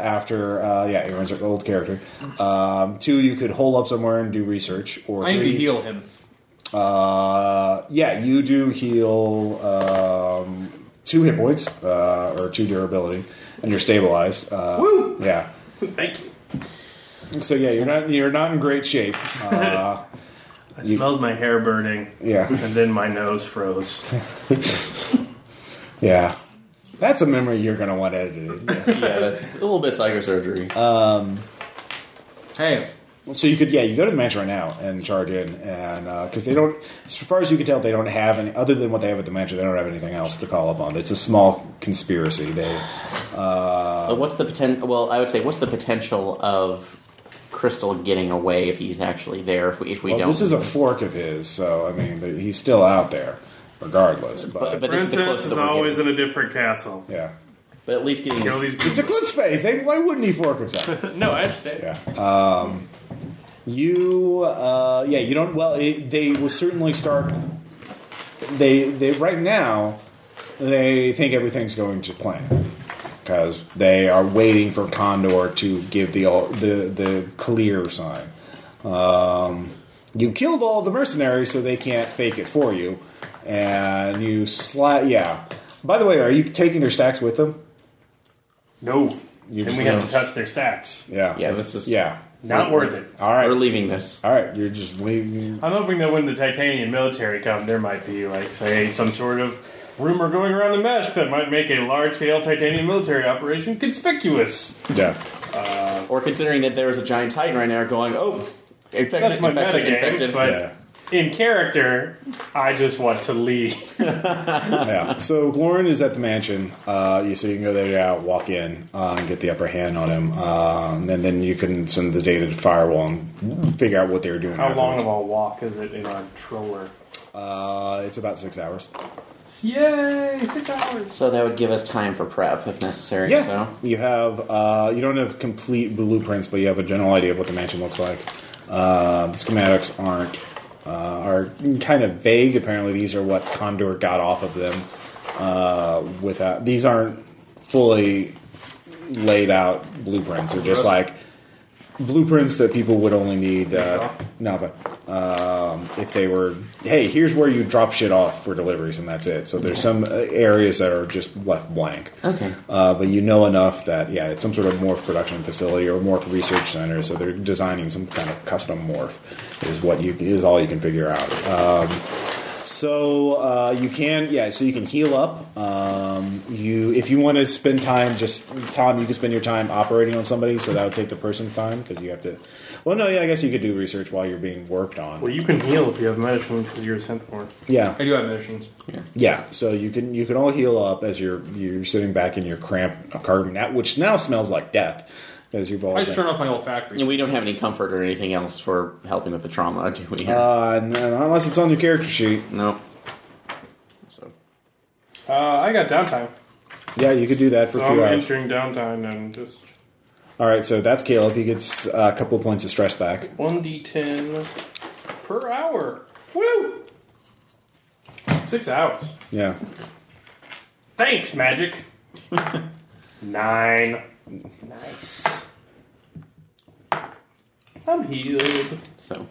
after uh, yeah, Aaron's an old character. Um, two, you could hole up somewhere and do research. Or
I need
three,
to heal him.
Uh, yeah, you do heal um, two hit points uh, or two durability, and you're stabilized. Uh, Woo! Yeah.
thank you.
So yeah, you're not you're not in great shape. Uh,
I smelled my hair burning,
yeah,
and then my nose froze.
yeah. That's a memory you're gonna want edited.
yeah, that's a little bit psychosurgery.
Uh,
Hey,
So you could, yeah, you go to the mansion right now and charge in, and because they don't, as far as you can tell, they don't have any other than what they have at the mansion. They don't have anything else to call upon. It's a small conspiracy. They,
Uh, what's the potential? Well, I would say, what's the potential of Crystal getting away if he's actually there? If we, if we
well,
don't,
this is a fork of his, so I mean, but he's still out there, regardless. But,
but, but this is the
Princess
closest
is
that we're
always
getting.
in a different castle.
yeah,
But at least getting
You know
this-
these.
it's a clip space. They, why wouldn't he fork himself?
Oh,
No, I understand.
yeah. Um, you, uh, yeah, you don't. Well, it, they will certainly start. They, they right now, they think everything's going to plan. because they are waiting for Condor to give the the the clear sign. Um, you killed all the mercenaries, so they can't fake it for you, and you sli Yeah. By the way, are you taking their stacks with them?
No.
You
then
just
we have to touch their stacks.
Yeah.
Yeah, this is-
Yeah.
Not worth it.
All right.
We're leaving this.
All right. You're just leaving.
I'm hoping that when the Titanian military come, there might be like, say, some sort of rumor going around the mesh that might make a large-scale Titanian military operation conspicuous.
Yeah.
Or considering that there is a giant titan right now going, oh, infected,
That's my
infected,
metagame,
infected.
but
Yeah.
in character, I just want to leave.
yeah. So Lauren is at the mansion. Uh, you so you can go there now, walk in, uh, and get the upper hand on him, uh, and then, then you can send the data to Firewall and figure out what they were doing.
How long
afterwards.
of a walk is it in our troller?
Uh, it's about six hours.
Yay, six hours.
So that would give us time for prep if necessary. So.
you have uh, you don't have complete blueprints, but you have a general idea of what the mansion looks like. Uh, the schematics aren't uh, are kind of vague. Apparently, these are what Condor got off of them. Uh, without these aren't fully laid out blueprints. They're just like blueprints that people would only need. Uh, no, but um, if they were, hey, here's where you drop shit off for deliveries, and that's it. So there's some uh, areas that are just left blank.
Okay.
Uh, but you know enough that yeah, it's some sort of morph production facility or morph research center. So they're designing some kind of custom morph. Is what you is all you can figure out. Um, so uh, you can yeah, so you can heal up. Um, you if you want to spend time just Tom, you can spend your time operating on somebody. So that would take the person's time because you have to. Well, no, yeah, I guess you could do research while you're being worked on.
Well, you can heal if you have medicines because you're a synthborn.
yeah,
I do have medicines.
yeah, so you can you can all heal up as you're you're sitting back in your cramped apartment, now- which now smells like death. as you've all
I
been-
just turn off my olfactory.
And we don't have any comfort or anything else for helping with the trauma, do we?
Uh, no, unless it's on your character sheet.
no. So
Uh, I got downtime,
Yeah, you could do that for
so
a
I'm
few hours.
entering downtime and just
All right, so that's Caleb. He gets uh, a couple of points of stress back.
one d10 per hour. Woo! Six hours.
Yeah.
Thanks, magic. Nine. Nice. I'm healed.
so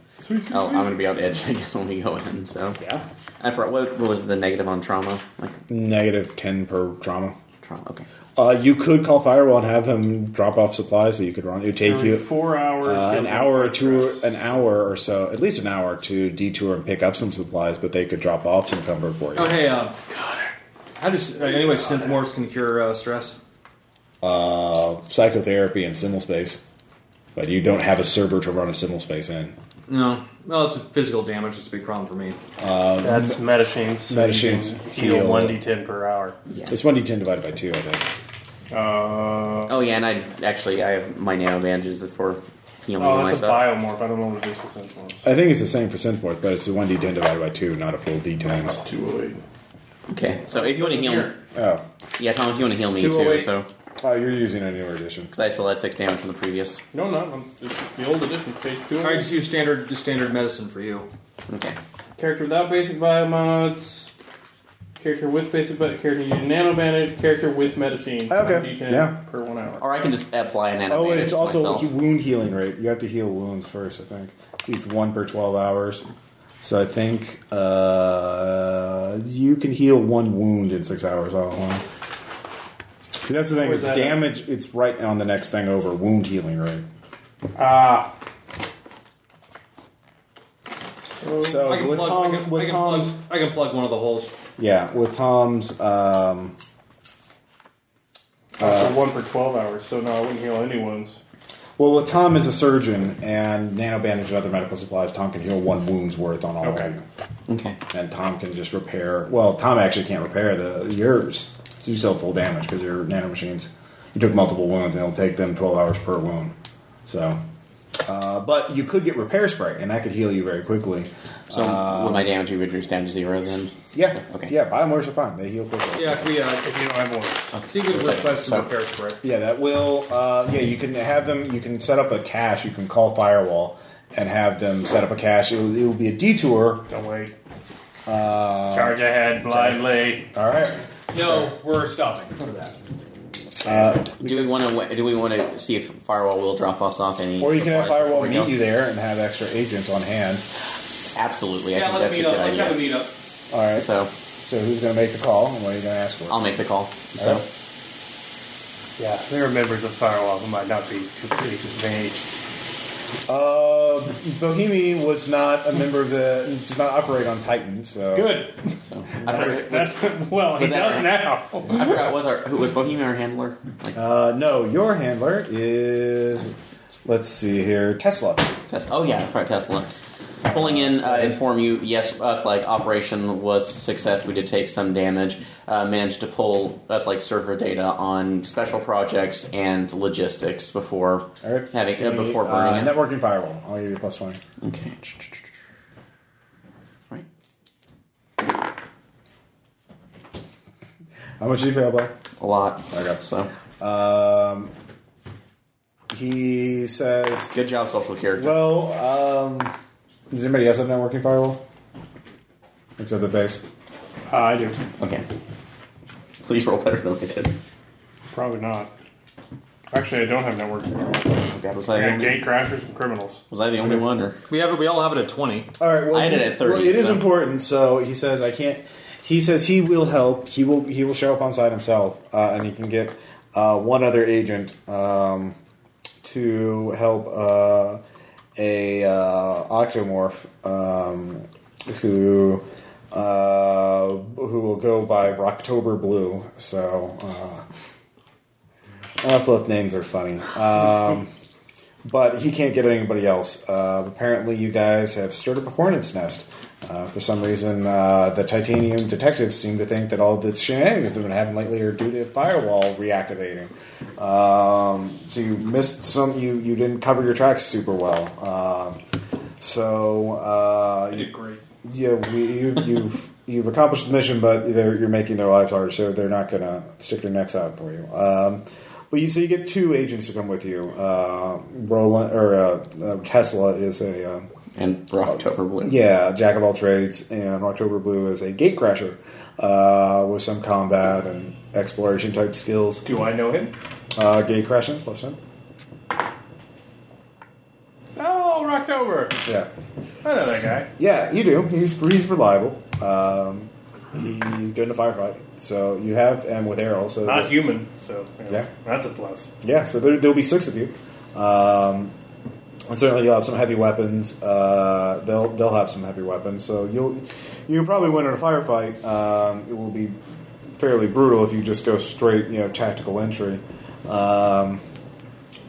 I'll, I'm going to be on edge, I guess, when we go in. So
Yeah.
I forgot what, what was the negative on trauma. Like
Negative 10 per trauma.
trauma. Okay.
Uh, you could call Firewall and have him drop off supplies that you could run. It would take
Every
you
four hours.
uh, an
of
hour or two,
stress.
an hour or so, at least an hour to detour and pick up some supplies, but they could drop off some comfort for you.
Oh hey, um, how does uh, anyway synth morphs can cure uh, stress?
Uh, psychotherapy and simul space, but you don't have a server to run a simul space in.
No, no, it's physical damage. It's a big problem for me.
That's metachines. so you
Metachines.
can Heal
Heal.
one d10 per hour.
Yeah.
It's one d10 divided by two, I think.
Uh,
Oh yeah, and I actually I have my nano bandages for healing
oh, that's a
myself.
biomorph. I don't know what this is.
I think it's the same for synthports, but it's one d10 divided by two, not a full d10.
Two oh eight.
Okay, so if you want to heal,
Here.
Oh,
yeah, Tom, if you want to heal me too,
208.
so
oh, you're using a newer edition.
because I still had six damage from the previous.
No, no, I'm- it's the old edition, page two. oh
All right, just use standard just standard medicine for you.
Okay,
Character without basic biomods. Character with basic bio character using nano bandage. Character with metachine.
Okay.
D10
Yeah.
per one hour.
or I can just apply a nano
Oh,
bandage
it's
to
also
myself.
it's wound healing rate. You have to heal wounds first, I think. So it's one per 12 hours. So I think uh, you can heal one wound in six hours all at once. See, that's the thing.
Where's
It's
that at?
damage. It's right on the next thing over wound healing rate.
Ah.
Oh,
So
I can
with,
plug.
Tom,
I can, I
with
can
Tom's,
plug. I can plug one of the holes.
yeah, with Tom's, um,
Uh, one per 12 hours, so no, I wouldn't heal any wounds.
well, with Tom is a surgeon and nano bandage and other medical supplies. Tom can heal one wound's worth on all
Okay.
of you.
okay,
and Tom can just repair. Well, Tom actually can't repair the yours. You still full damage because your nanomachines. You took multiple wounds, and it'll take them twelve hours per wound. So, uh, but you could get repair spray, and that could heal you very quickly.
so will my damage be reduced down to zero then?
Uh, Yeah.
Okay.
Yeah, biomorphs are fine. They heal quickly.
Yeah, can we uh,
If you don't have wounds.
see if we can request some repair for it.
Yeah, that will. Uh, yeah, you can have them. You can set up a cache. You can call firewall and have them set up a cache. It will, it will be a detour.
Don't wait. Uh, Charge ahead blindly.
All right.
No, we're stopping for that.
Uh,
Do we want to? Do we want to see if firewall will drop us off any?
Or you can have
supplies
firewall
before we go?
meet you there and have extra agents on hand.
Absolutely. I
Yeah,
think
let's
that's
meet
a
up.
good
Let's
idea.
have a meet up.
All right.
So
So who's going to make the call, and what are you going to ask for?
I'll make the call. So
Alright.
Yeah, there are members of Firewall who might not be too pleased with me.
Uh, Bohemian was not a member of the. Does not operate on Titan, so
Good.
so I
That's,
forgot, was,
that's, well, he
was that
does now.
I forgot was our who was Bohemian our handler? Like
Uh, no, your handler is. Let's see here, Tesla.
Tesla. Oh yeah, probably Tesla. Pulling in, uh, inform you. Yes, that's like operation was success. We did take some damage. Uh, managed to pull that's like server data on special projects and logistics before
All right.
having uh,
Give me,
before
uh,
burning. it.
networking firewall. I'll give you plus one.
Okay. Right.
How much did you fail by?
A lot.
Okay.
So
Um, he says,
good job, social character.
"Well, um, does anybody else have networking firewall except the base?"
Uh, I do.
Okay. Please roll better than I did.
Probably not. Actually, I don't have network firewall.
Oh, God, was I, the
Yeah,
only,
gate crashers and criminals.
was I the only one? Or
We have it. We all have it at twenty.
All right. Well,
I did it at 30,
Well, it is
so-
important. So he says I can't. He says he will help. He will. He will show up on site himself, uh, and he can get uh, one other agent um, to help uh, a uh, octomorph um, who uh, who will go by Rocktober Blue. So uh, I don't know if names are funny. Um, but he can't get anybody else. Uh, apparently, you guys have stirred up a hornet's nest. Uh, for some reason, uh, the titanium detectives seem to think that all the shenanigans that have been happening lately are due to firewall reactivating. Um, so you missed some. You you didn't cover your tracks super well. Um, so uh, you-
Great.
yeah, we, you, you've you've accomplished the mission, but they're, you're making their lives harder, so they're not going to stick their necks out for you. Um, but you so you get two agents to come with you. Uh, Roland or uh, uh, Tesla is a uh,
And for October Blue.
yeah jack of all trades, and October Blue is a gatecrasher uh, with some combat and exploration type skills.
Do I know him?
Uh, gatecrashing plus one.
Oh, Rocktober.
Yeah.
I know that guy.
Yeah, you do. He's he's reliable. Um, he's good in a firefight. So you have and with Errol. So
Not human, so you know,
Yeah.
that's a plus.
yeah, so there, there'll be six of you. Um, and certainly you'll have some heavy weapons. Uh, they'll they'll have some heavy weapons. So you'll you probably win in a firefight. Um, it will be fairly brutal if you just go straight, you know, tactical entry. Um,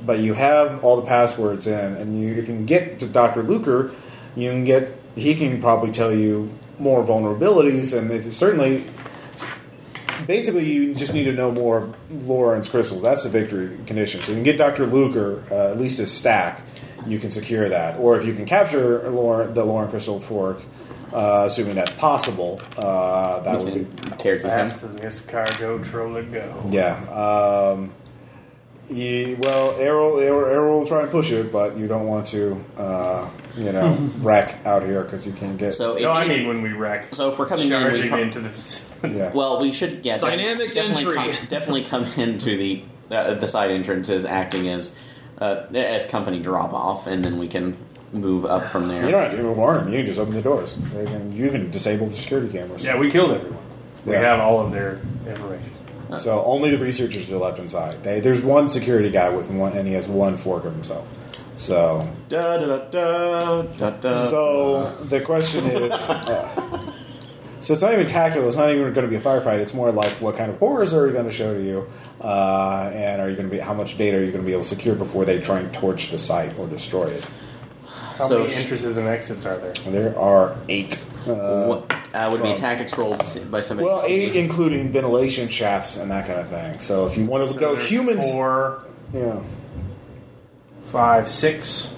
but you have all the passwords in, and you, if you can get to Doctor Luker, you can get. He can probably tell you more vulnerabilities, and if, certainly, basically, you just need to know more of Lawrence crystals. That's the victory condition. So you can get Doctor Luker uh, at least his stack. You can secure that, or if you can capture Lauren, the Lauren crystal fork, uh, assuming that's possible, uh, that would be
Tear through him.
Fast as this cargo troller go.
yeah. Um, you, well, Errol, Errol, Errol will try and push it, but you don't want to, uh, you know, wreck out here because you can't get.
So if,
No, I
you-
mean when we wreck.
so if we're coming in, we
Charging
pro-
into the facility.
yeah.
well, we should yeah, def-
Dynamic
definitely
entry.
Come, definitely come into the uh, the side entrances, acting as uh, as company drop off, and then we can move up from there.
you don't have to even warn them. You can just open the doors. They can, you can disable the security cameras.
Yeah, we killed everyone. We
Yeah.
have all of their information.
Uh.
So only the researchers are left inside. They, there's one security guy with one, and he has one fork of himself. So,
Da, da, da, da, da, da.
so the question is. Uh, so it's not even tactical. It's not even going to be a firefight. It's more like what kind of horrors are you going to show to you, uh, and are you going to be how much data are you going to be able to secure before they try and torch the site or destroy it?
How
So
many
sh-
entrances and exits are there?
And there are eight. Uh,
what uh, would be
from-
a tactics roll by somebody?
Well, eight including ventilation shafts and that kind of thing. So if you want to
So
go
there's
humans,
Four,
yeah,
five, six.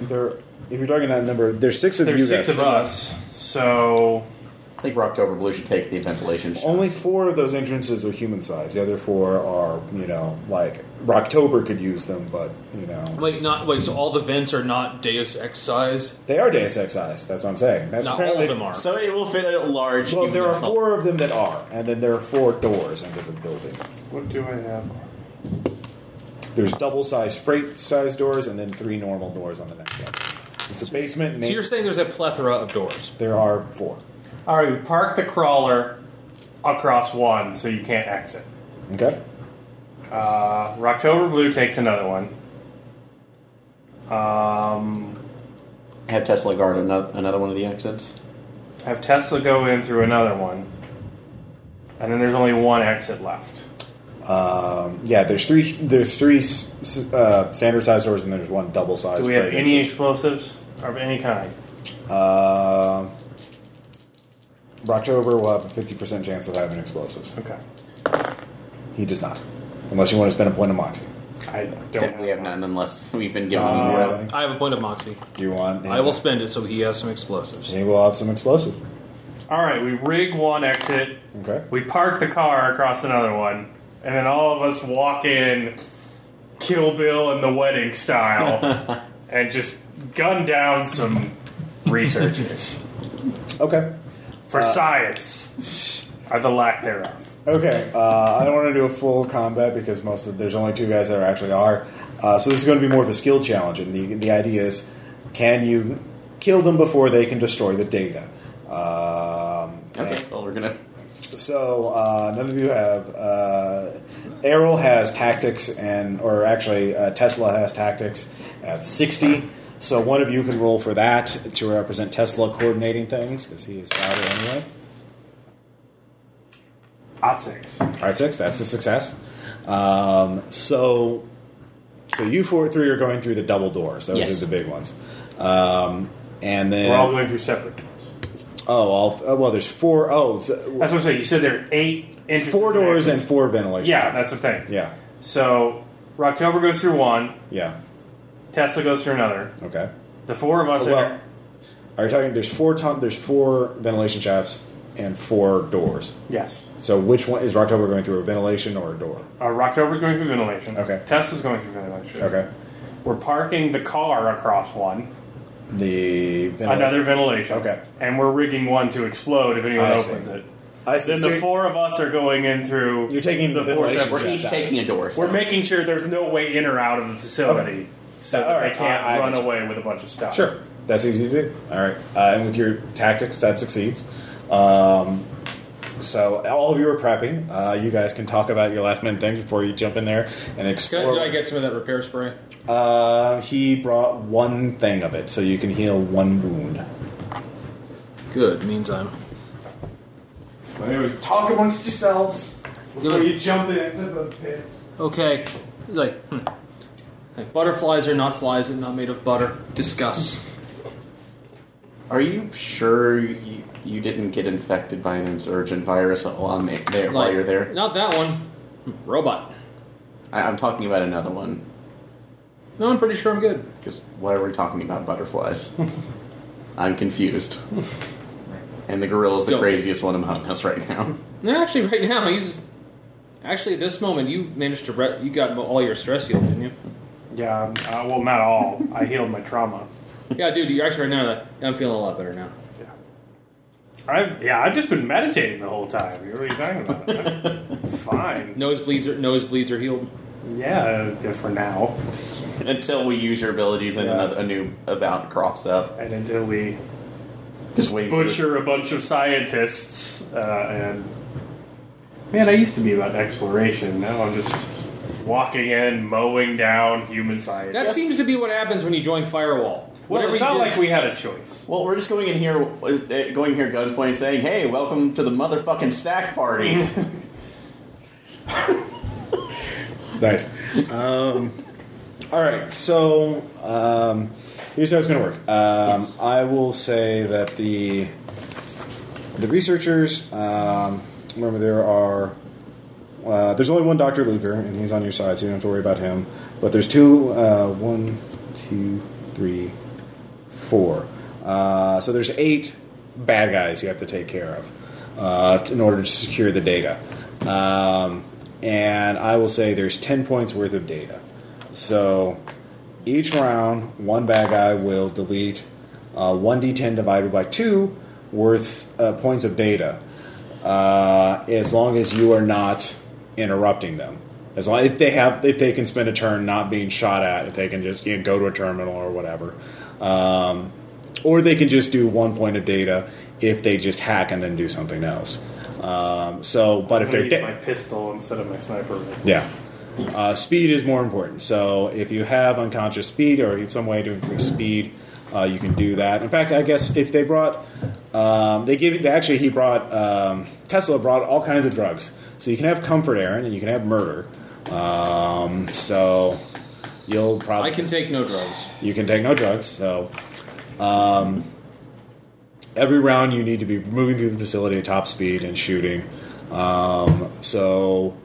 there. If you're talking that number, there's six of you
There's six
guys.
of us, so
I think Rocktober Blue should take the ventilation. shot.
Only four of those entrances are human sized. The other four are, you know, like Rocktober could use them, but you know,
Like not wait, so all the vents are not Deus Ex sized.
they are Deus Ex sized. That's what I'm saying. That's
Not all
apparently-
of them are.
So it will fit a large.
Well,
human
there are
assault.
four of them that are, and then there are four doors into the building.
what do I have?
There's double-sized freight-sized doors, and then three normal doors on the next level. It's a basement. And
So you're
eight-
saying there's a plethora of doors.
there are four.
All right, we park the crawler across one, so you can't exit.
Okay.
Uh, Rocktober Blue takes another one. Um,
Have Tesla guard another, another one of the exits.
have Tesla go in through another one, and then there's only one exit left.
Um, yeah, there's three. There's three s- s- uh, standard size doors, and there's one double size.
Do we have any explosives of any kind?
Uh, Rocktober will have a fifty percent chance of having explosives.
Okay,
He does not, unless you want to spend a point of moxie.
I don't.
Don't we have none unless we've been given.
Um, do you
one.
have any?
I have a point of moxie.
Do you want?
Uh, I will spend it so he has some explosives.
He will have some explosives.
All right, we rig one exit.
Okay.
We park the car across another one, and then all of us walk in, Kill Bill and the wedding style, and just gun down some researchers
Okay.
for
Uh,
science or the lack thereof.
Okay, uh, I don't want to do a full combat because most of there's only two guys that are actually are. Uh, so this is going to be more of a skill challenge, and the the idea is, can you kill them before they can destroy the data? Um,
Okay. Well, we're gonna.
So uh, none of you have. Uh, Errol has tactics, and or actually uh, Tesla has tactics at sixty. So one of you can roll for that to represent Tesla coordinating things because he is father anyway.
Odd six.
All right, six. That's a success. Um, so So you four, three are going through the double doors. Those
Yes.
are the big ones. Um, and then
We're all going through separate doors.
oh, all, oh, well, there's four. Oh, s-
That's what I'm saying. You said there are eight entrances
four doors and
exits.
four ventilation.
Yeah, that's the thing.
yeah,
So Rocktober goes through one.
yeah.
Tesla goes through another.
Okay.
The four of us.
well,
enter-
are you talking? There's four. Ton, there's four ventilation shafts and four doors.
yes.
So which one is Rocktober going through? A ventilation or a door?
Uh, Rocktober's going through ventilation.
Okay.
Tesla's going through ventilation.
Okay.
We're parking the car across one.
The ventilation.
Another ventilation.
Okay.
And we're rigging one to explode if anyone
I see.
opens it.
I see.
Then
So
the four of us are going in through.
You're taking
the
the
four
ventilation
separate.
We're each
Yeah.
taking a door. so-
We're making sure there's no way in or out of the facility, so
All
that
right,
they can't
I- I
run
get you.
away with a bunch of stuff.
Sure, that's easy to do. All right, uh, and with your tactics, that succeeds. Um, so all of you are prepping. Uh, you guys can talk about your last minute things before you jump in there and
Can I,
explore.
did I get some of that repair spray?
uh, he brought one thing of it, so you can heal one wound.
Good. Meantime,
But anyways, talk amongst yourselves
before you
jump into the pits.
Okay, like, hmm. Like, butterflies are not flies and not made of butter. Discuss.
Are you sure you, you didn't get infected by an insurgent virus while, I'm there, while
Like,
you're there?
Not that one. Hmm, Robot.
I, I'm talking about another one.
No, I'm pretty sure I'm good.
Because why are we talking about butterflies? I'm confused. and the gorilla's the
Don't.
craziest one among us right now.
No, actually, right now he's. Actually, at this moment, you managed to. Re- you got mo- all your stress healed, didn't you?
Yeah, um, uh, well, not all. I healed my trauma.
Yeah, dude. You're actually right now. Like, I'm feeling a lot better now.
Yeah, I've yeah, I've just been meditating the whole time. What are you talking about? I'm fine.
Nosebleeds are nosebleeds are healed.
Yeah, uh, for now,
Until we use your abilities and
Yeah.
another, a new about crops up.
and until we
Just wait. for-
butcher a bunch of scientists uh, and. Man, I used to be about exploration. Now I'm just walking in, mowing down human scientists.
That seems to be what happens when you join Firewall.
Well,
you
it's not
do-
like we had a choice.
Well, we're just going in here, uh, going here, guns pointing, saying, "Hey, welcome to the motherfucking stack party."
Nice. Um, all right, so um, here's how it's going to work. Um, I will say that the the researchers um, remember there are uh, there's only one Doctor Luger, and he's on your side, so you don't have to worry about him. But there's two uh, one, two, three, four. Uh, so there's eight bad guys you have to take care of uh, in order to secure the data. Um, and I will say there's 10 points worth of data. So each round, one bad guy will delete uh, 1d10 divided by 2 worth uh, points of data uh, as long as you are not interrupting them. As long if they have, if they can spend a turn not being shot at, if they can just you know, go to a terminal or whatever, um, or they can just do one point of data if they just hack and then do something else. Um, so, but if
I'm gonna
they're
use
da-
my pistol instead of my sniper rifle.
yeah. Uh, speed is more important. So if you have unconscious speed or in some way to increase speed, uh, you can do that. In fact, I guess if they brought, um, they gave actually he brought um, Tesla brought all kinds of drugs. So you can have comfort, Aaron, and you can have murder. Um, so you'll probably
I can take no drugs.
you can take no drugs. So, um, every round you need to be moving through the facility at top speed and shooting. Um, so,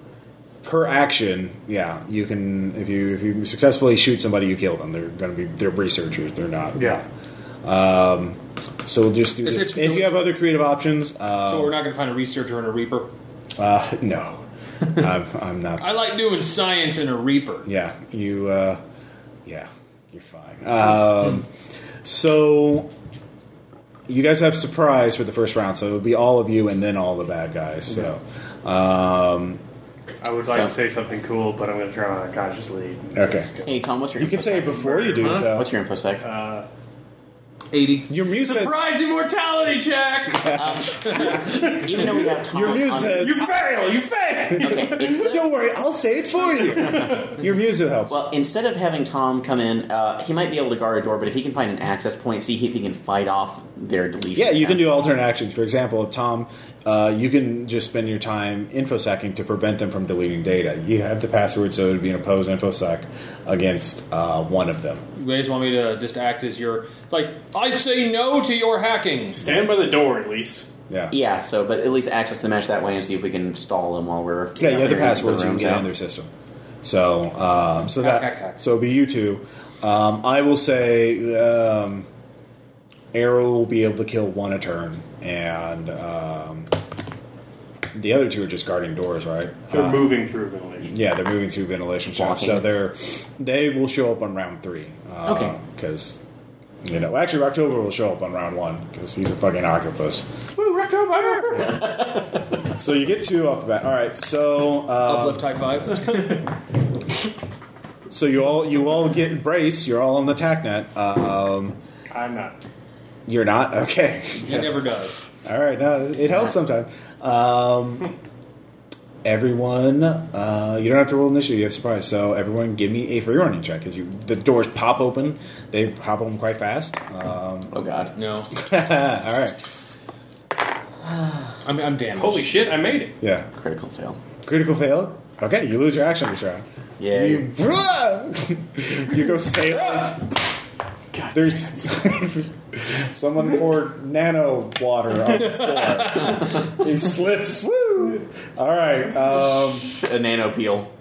per action, yeah, you can if you if you successfully shoot somebody, you kill them. They're going to be they're researchers. They're not.
Yeah.
Um, so we'll just do
It's-
this.
it's-
If you have other creative options, uh,
Um,
So we're not going to find a researcher and a reaper.
uh, no, I'm, I'm not.
I like doing science and a reaper.
Yeah, you. Uh, yeah, you're fine. Um, so you guys have surprise for the first round, so it'll be all of you and then all the bad guys. So um,
I would like
So-
to say something cool, but I'm going to try my unconscious lead.
okay,
hey, Tom, what's your?
you can say it before you do
Huh?
so.
What's your infosec?
Uh,
80.
Your muse says.
Surprise immortality check!
Even though we have time.
Your muse
on-
says.
you fail! You fail!
Okay, it's
Don't worry, I'll say it for you. Your muse will help.
Well, instead of having Tom come in, uh, he might be able to guard a door, but if he can find an access point, see if he can fight off their deletion.
Yeah, you can do
attempts.
alternate actions. For example, if Tom, uh, you can just spend your time infosecking to prevent them from deleting data. You have the password, so it would be an opposed infosec against uh, one of them.
You guys want me to just act as your like? I say no to your hacking.
Stand by the door, at least.
Yeah.
Yeah, so, but at least access the mesh that way and see if we can stall them while we're.
Yeah, you have the
clearing
passwords you can
rooms
get
out.
on their system. So, um, so that
hack, hack.
so it'll be you two. Um, I will say, um, Arrow will be able to kill one a turn, and um, the other two are just guarding doors, right?
They're
Uh,
moving through ventilation.
Yeah, they're moving through ventilation shafts, so
Blocking.
they're they will show up on round three. Uh,
Okay.
because you know, actually, Rocktober will show up on round one because he's a fucking octopus.
Woo, Rocktober!
So you get two off the bat. All right, so uh,
Uplift high five.
so you all you all get brace. You're all on the tac net. Um,
I'm not.
you're not okay.
He never does.
All right, no, it helps sometimes. Um, everyone, uh, you don't have to roll initiative. You have surprise. So everyone, give me a free running check because you the doors pop open. They pop open quite fast. Um,
Oh, God.
No,
all right,
I'm, I'm damaged.
Holy shit, I made it.
yeah,
Critical fail.
critical fail. Okay, you lose your action this round.
Yeah.
You, you go sailing. There's someone poured nano water on the floor. he slips. Woo! All right. Um,
A nano peel.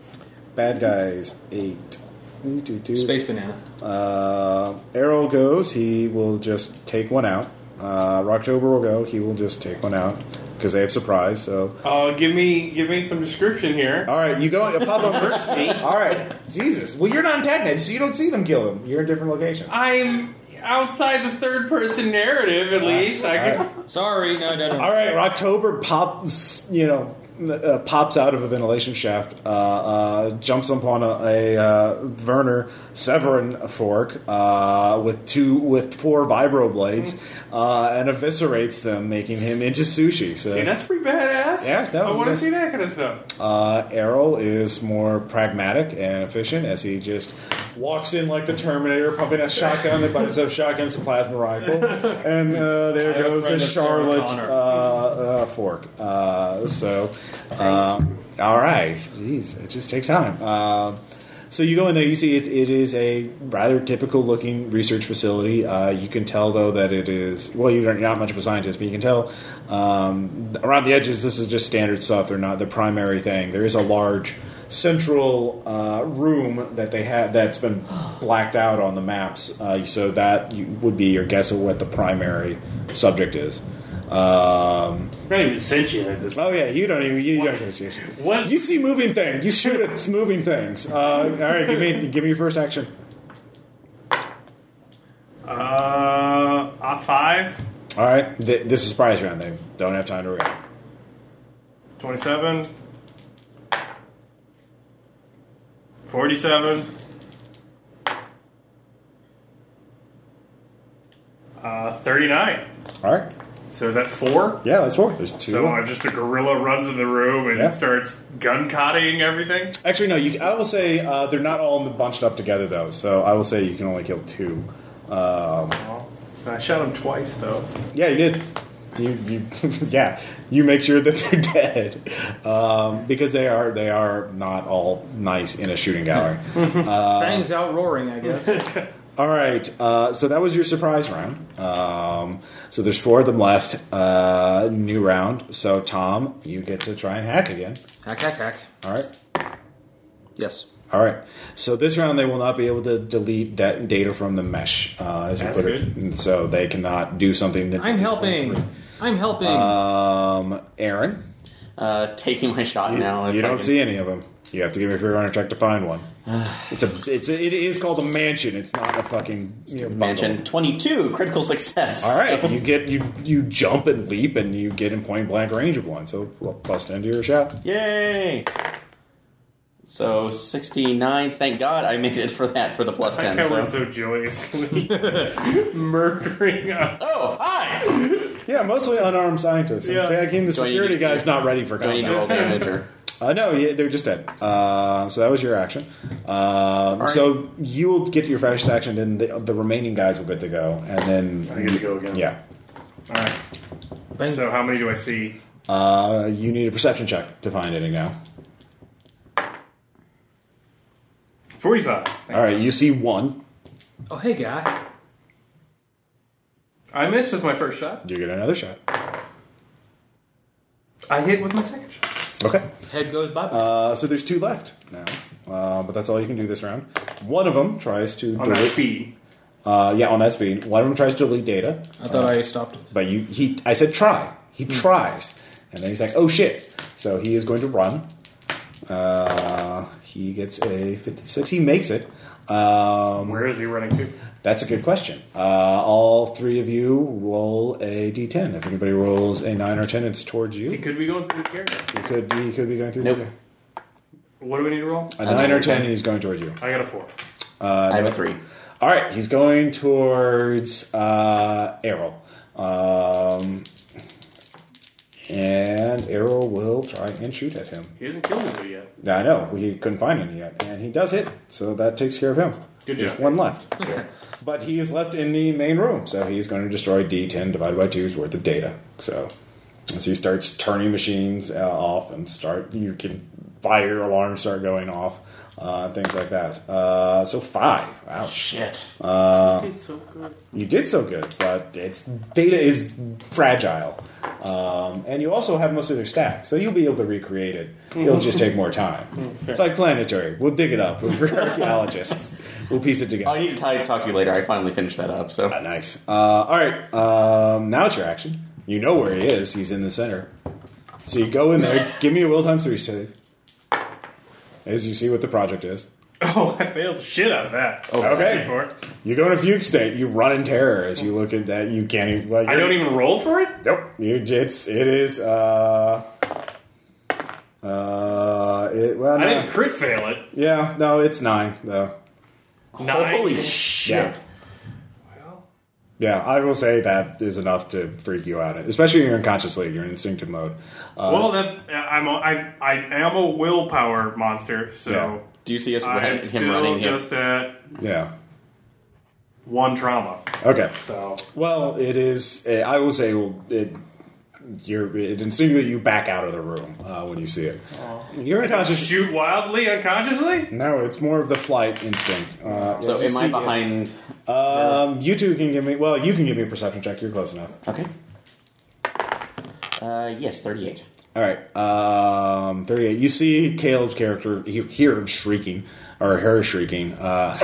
Bad guys eight. Eight, two, two.
space banana.
Uh, Errol goes. He will just take one out. Uh, Rocktober will go. He will just take one out because they have surprise. So,
Uh, give me give me some description here.
all right, you go. uh, Pop up first. all right, Jesus. Well, you're not in Tacnet, so you don't see them kill him. You're in a different location.
I'm outside the third person narrative, at least. I
All
can.
right,
Sorry, no, no, no.
all right Rocktober pops. You know. Uh, pops out of a ventilation shaft, uh, uh, jumps upon a, a uh, Werner Severin fork uh, with two with four vibro blades, uh, and eviscerates them, making him into sushi. So
See, that's pretty badass.
Yeah, no,
I want to
that's-
see that kind of stuff.
Uh, Errol is more pragmatic and efficient as he just walks in like the Terminator, pumping a shotgun. They buy himself shotguns, a plasma rifle, and uh, there
have a
goes a
friend of Sarah
Charlotte uh,
Connor.
uh, fork. Uh, so, um, all right, jeez, it just takes time. Um so you go in there, you see it, it is a rather typical looking research facility. Uh, you can tell though that it is well, you don't- you're not much of a scientist, but you can tell um, around the edges this is just standard stuff. They're not the primary thing. There is a large central uh, room that they have that's been blacked out on the maps, uh, so that you, would be your guess of what the primary subject is. Um,
I'm not even sentient at this
oh yeah, you don't even you, you don't.
What?
You see moving things. You shoot at moving things. Uh, all right, give me give me your first action.
Uh, a five,
All right, th- this is surprise round. They don't have time to react.
27, 47, uh, 39.
All right,
So is that four?
yeah, that's four. There's two.
So uh, just a gorilla runs in the room and
Yeah.
starts gun cotting everything.
Actually, no. You, I will say uh, they're not all bunched up together though. So I will say you can only kill two. Um,
I shot him twice though.
yeah, you did. You, you, yeah, you make sure that they're dead um, because they are they are not all nice in a shooting gallery. Uh,
Fangs out roaring, I guess.
All right, uh, so that was your surprise round. Um, so there's four of them left. Uh, new round. So Tom, you get to try and hack again.
hack, hack, hack.
All right.
Yes.
All right. So this round, they will not be able to delete da- data from the mesh, uh, as
That's
you put it. So they cannot do something that
I'm helping. I'm helping.
Um, Aaron,
Uh, taking my shot
you,
now. if
you
I
don't
can-
see any of them. You have to give me a free runner check to find one. it's a. It's a, it is called a mansion. It's not a fucking you know, bundle.
Mansion 22, critical success.
All right, you get you you jump and leap and you get in point blank range of one. So plus ten to your shot.
Yay! So 69. Thank God I made it for that for the plus 10.
That
So.
was so joyously murdering up.
oh, hi!
Yeah, mostly unarmed scientists. And
Yeah.
I came the
Do I need
security
to-
guy's not ready for
Do I need to
combat.
roll damage or?
Uh, no, yeah, they're just dead. Uh, so that was your action. Um,
right.
So you will get your fast action, then the, the remaining guys will get to go, and then
I get to go again.
yeah,
All right. So how many do I see?
uh, you need a perception check to find any now.
Forty-five.
All right, you see one.
Oh, hey, guy.
I missed with my first shot.
You get another shot.
I hit with my second shot.
Okay.
Head goes bye bye.
Uh, so there's two left now, uh, but that's all you can do this round. One of them tries to
On that
delete-
speed.
Uh, yeah, on that speed. One of them tries to delete data,
I thought I stopped it.
but you he I said try. He
Hmm.
tries, and then he's like, "Oh shit!" So he is going to run. Uh, he gets a 56. He makes it. Um,
Where is he running to?
that's a good question. Uh, all three of you roll a d10. If anybody rolls a nine or ten, it's towards you.
He
You
could be going through the carrier.
could you could be going through.
Nope.
the-
What do we need to roll?
A nine or ten, he's going towards you.
I got a four.
Uh,
I have a 3.
All right, he's going towards uh, Errol. Um, and Errol will try and shoot at him.
He hasn't killed anybody yet.
I know, he couldn't find any yet. And he does hit, so that takes care of him.
Good
There's
job.
one left. but he is left in the main room, so he's going to destroy D10 divided by 2's worth of data. So as he starts turning machines uh, off and start, you can fire alarms start going off, uh, things like that. Uh, so five. Ouch.
Shit.
It's so good.
You did so good, but its data is fragile, um, and you also have most of their stacks, so you'll be able to recreate it. It'll just take more time. It's like planetary. We'll dig it up. We're archaeologists. We'll piece it
I
together.
need to t- talk to you later. I finally finished that up. So
Ah, nice. Uh, all right. Um, now it's your action. You know where he is. He's in the center. So you go in there. Give me a will times three save. As you see what the project is.
Oh, I failed the shit out of that. Oh,
Okay.
For it.
You go in a fugue state. You run in terror as you look at that. You can't even. Well,
I don't even roll for it?
Nope. You, it's it is uh uh it well
I
no.
didn't crit fail it.
yeah no it's nine though
Nine.
holy shit!
yeah
Uh,
yeah I will say that is enough to freak you out especially when you're unconsciously you're in instinctive mode uh,
Well, that I'm a, I, I am a willpower monster, so
Yeah.
Do you see us run-
I'm
him
still
running him?
just at
yeah
one trauma.
okay
So
well it is eh, I will say well it you're it instinctively you back out of the room uh, when you see it you're unconscious
shoot wildly unconsciously.
no it's more of the flight instinct uh,
So
as you
am I
see it-
behind?
um you two can give me well you can give me a perception check you're close enough.
Okay. Uh, yes, thirty-eight.
All right, um, thirty-eight. You see Caleb's character. You hear him shrieking, or her shrieking, uh,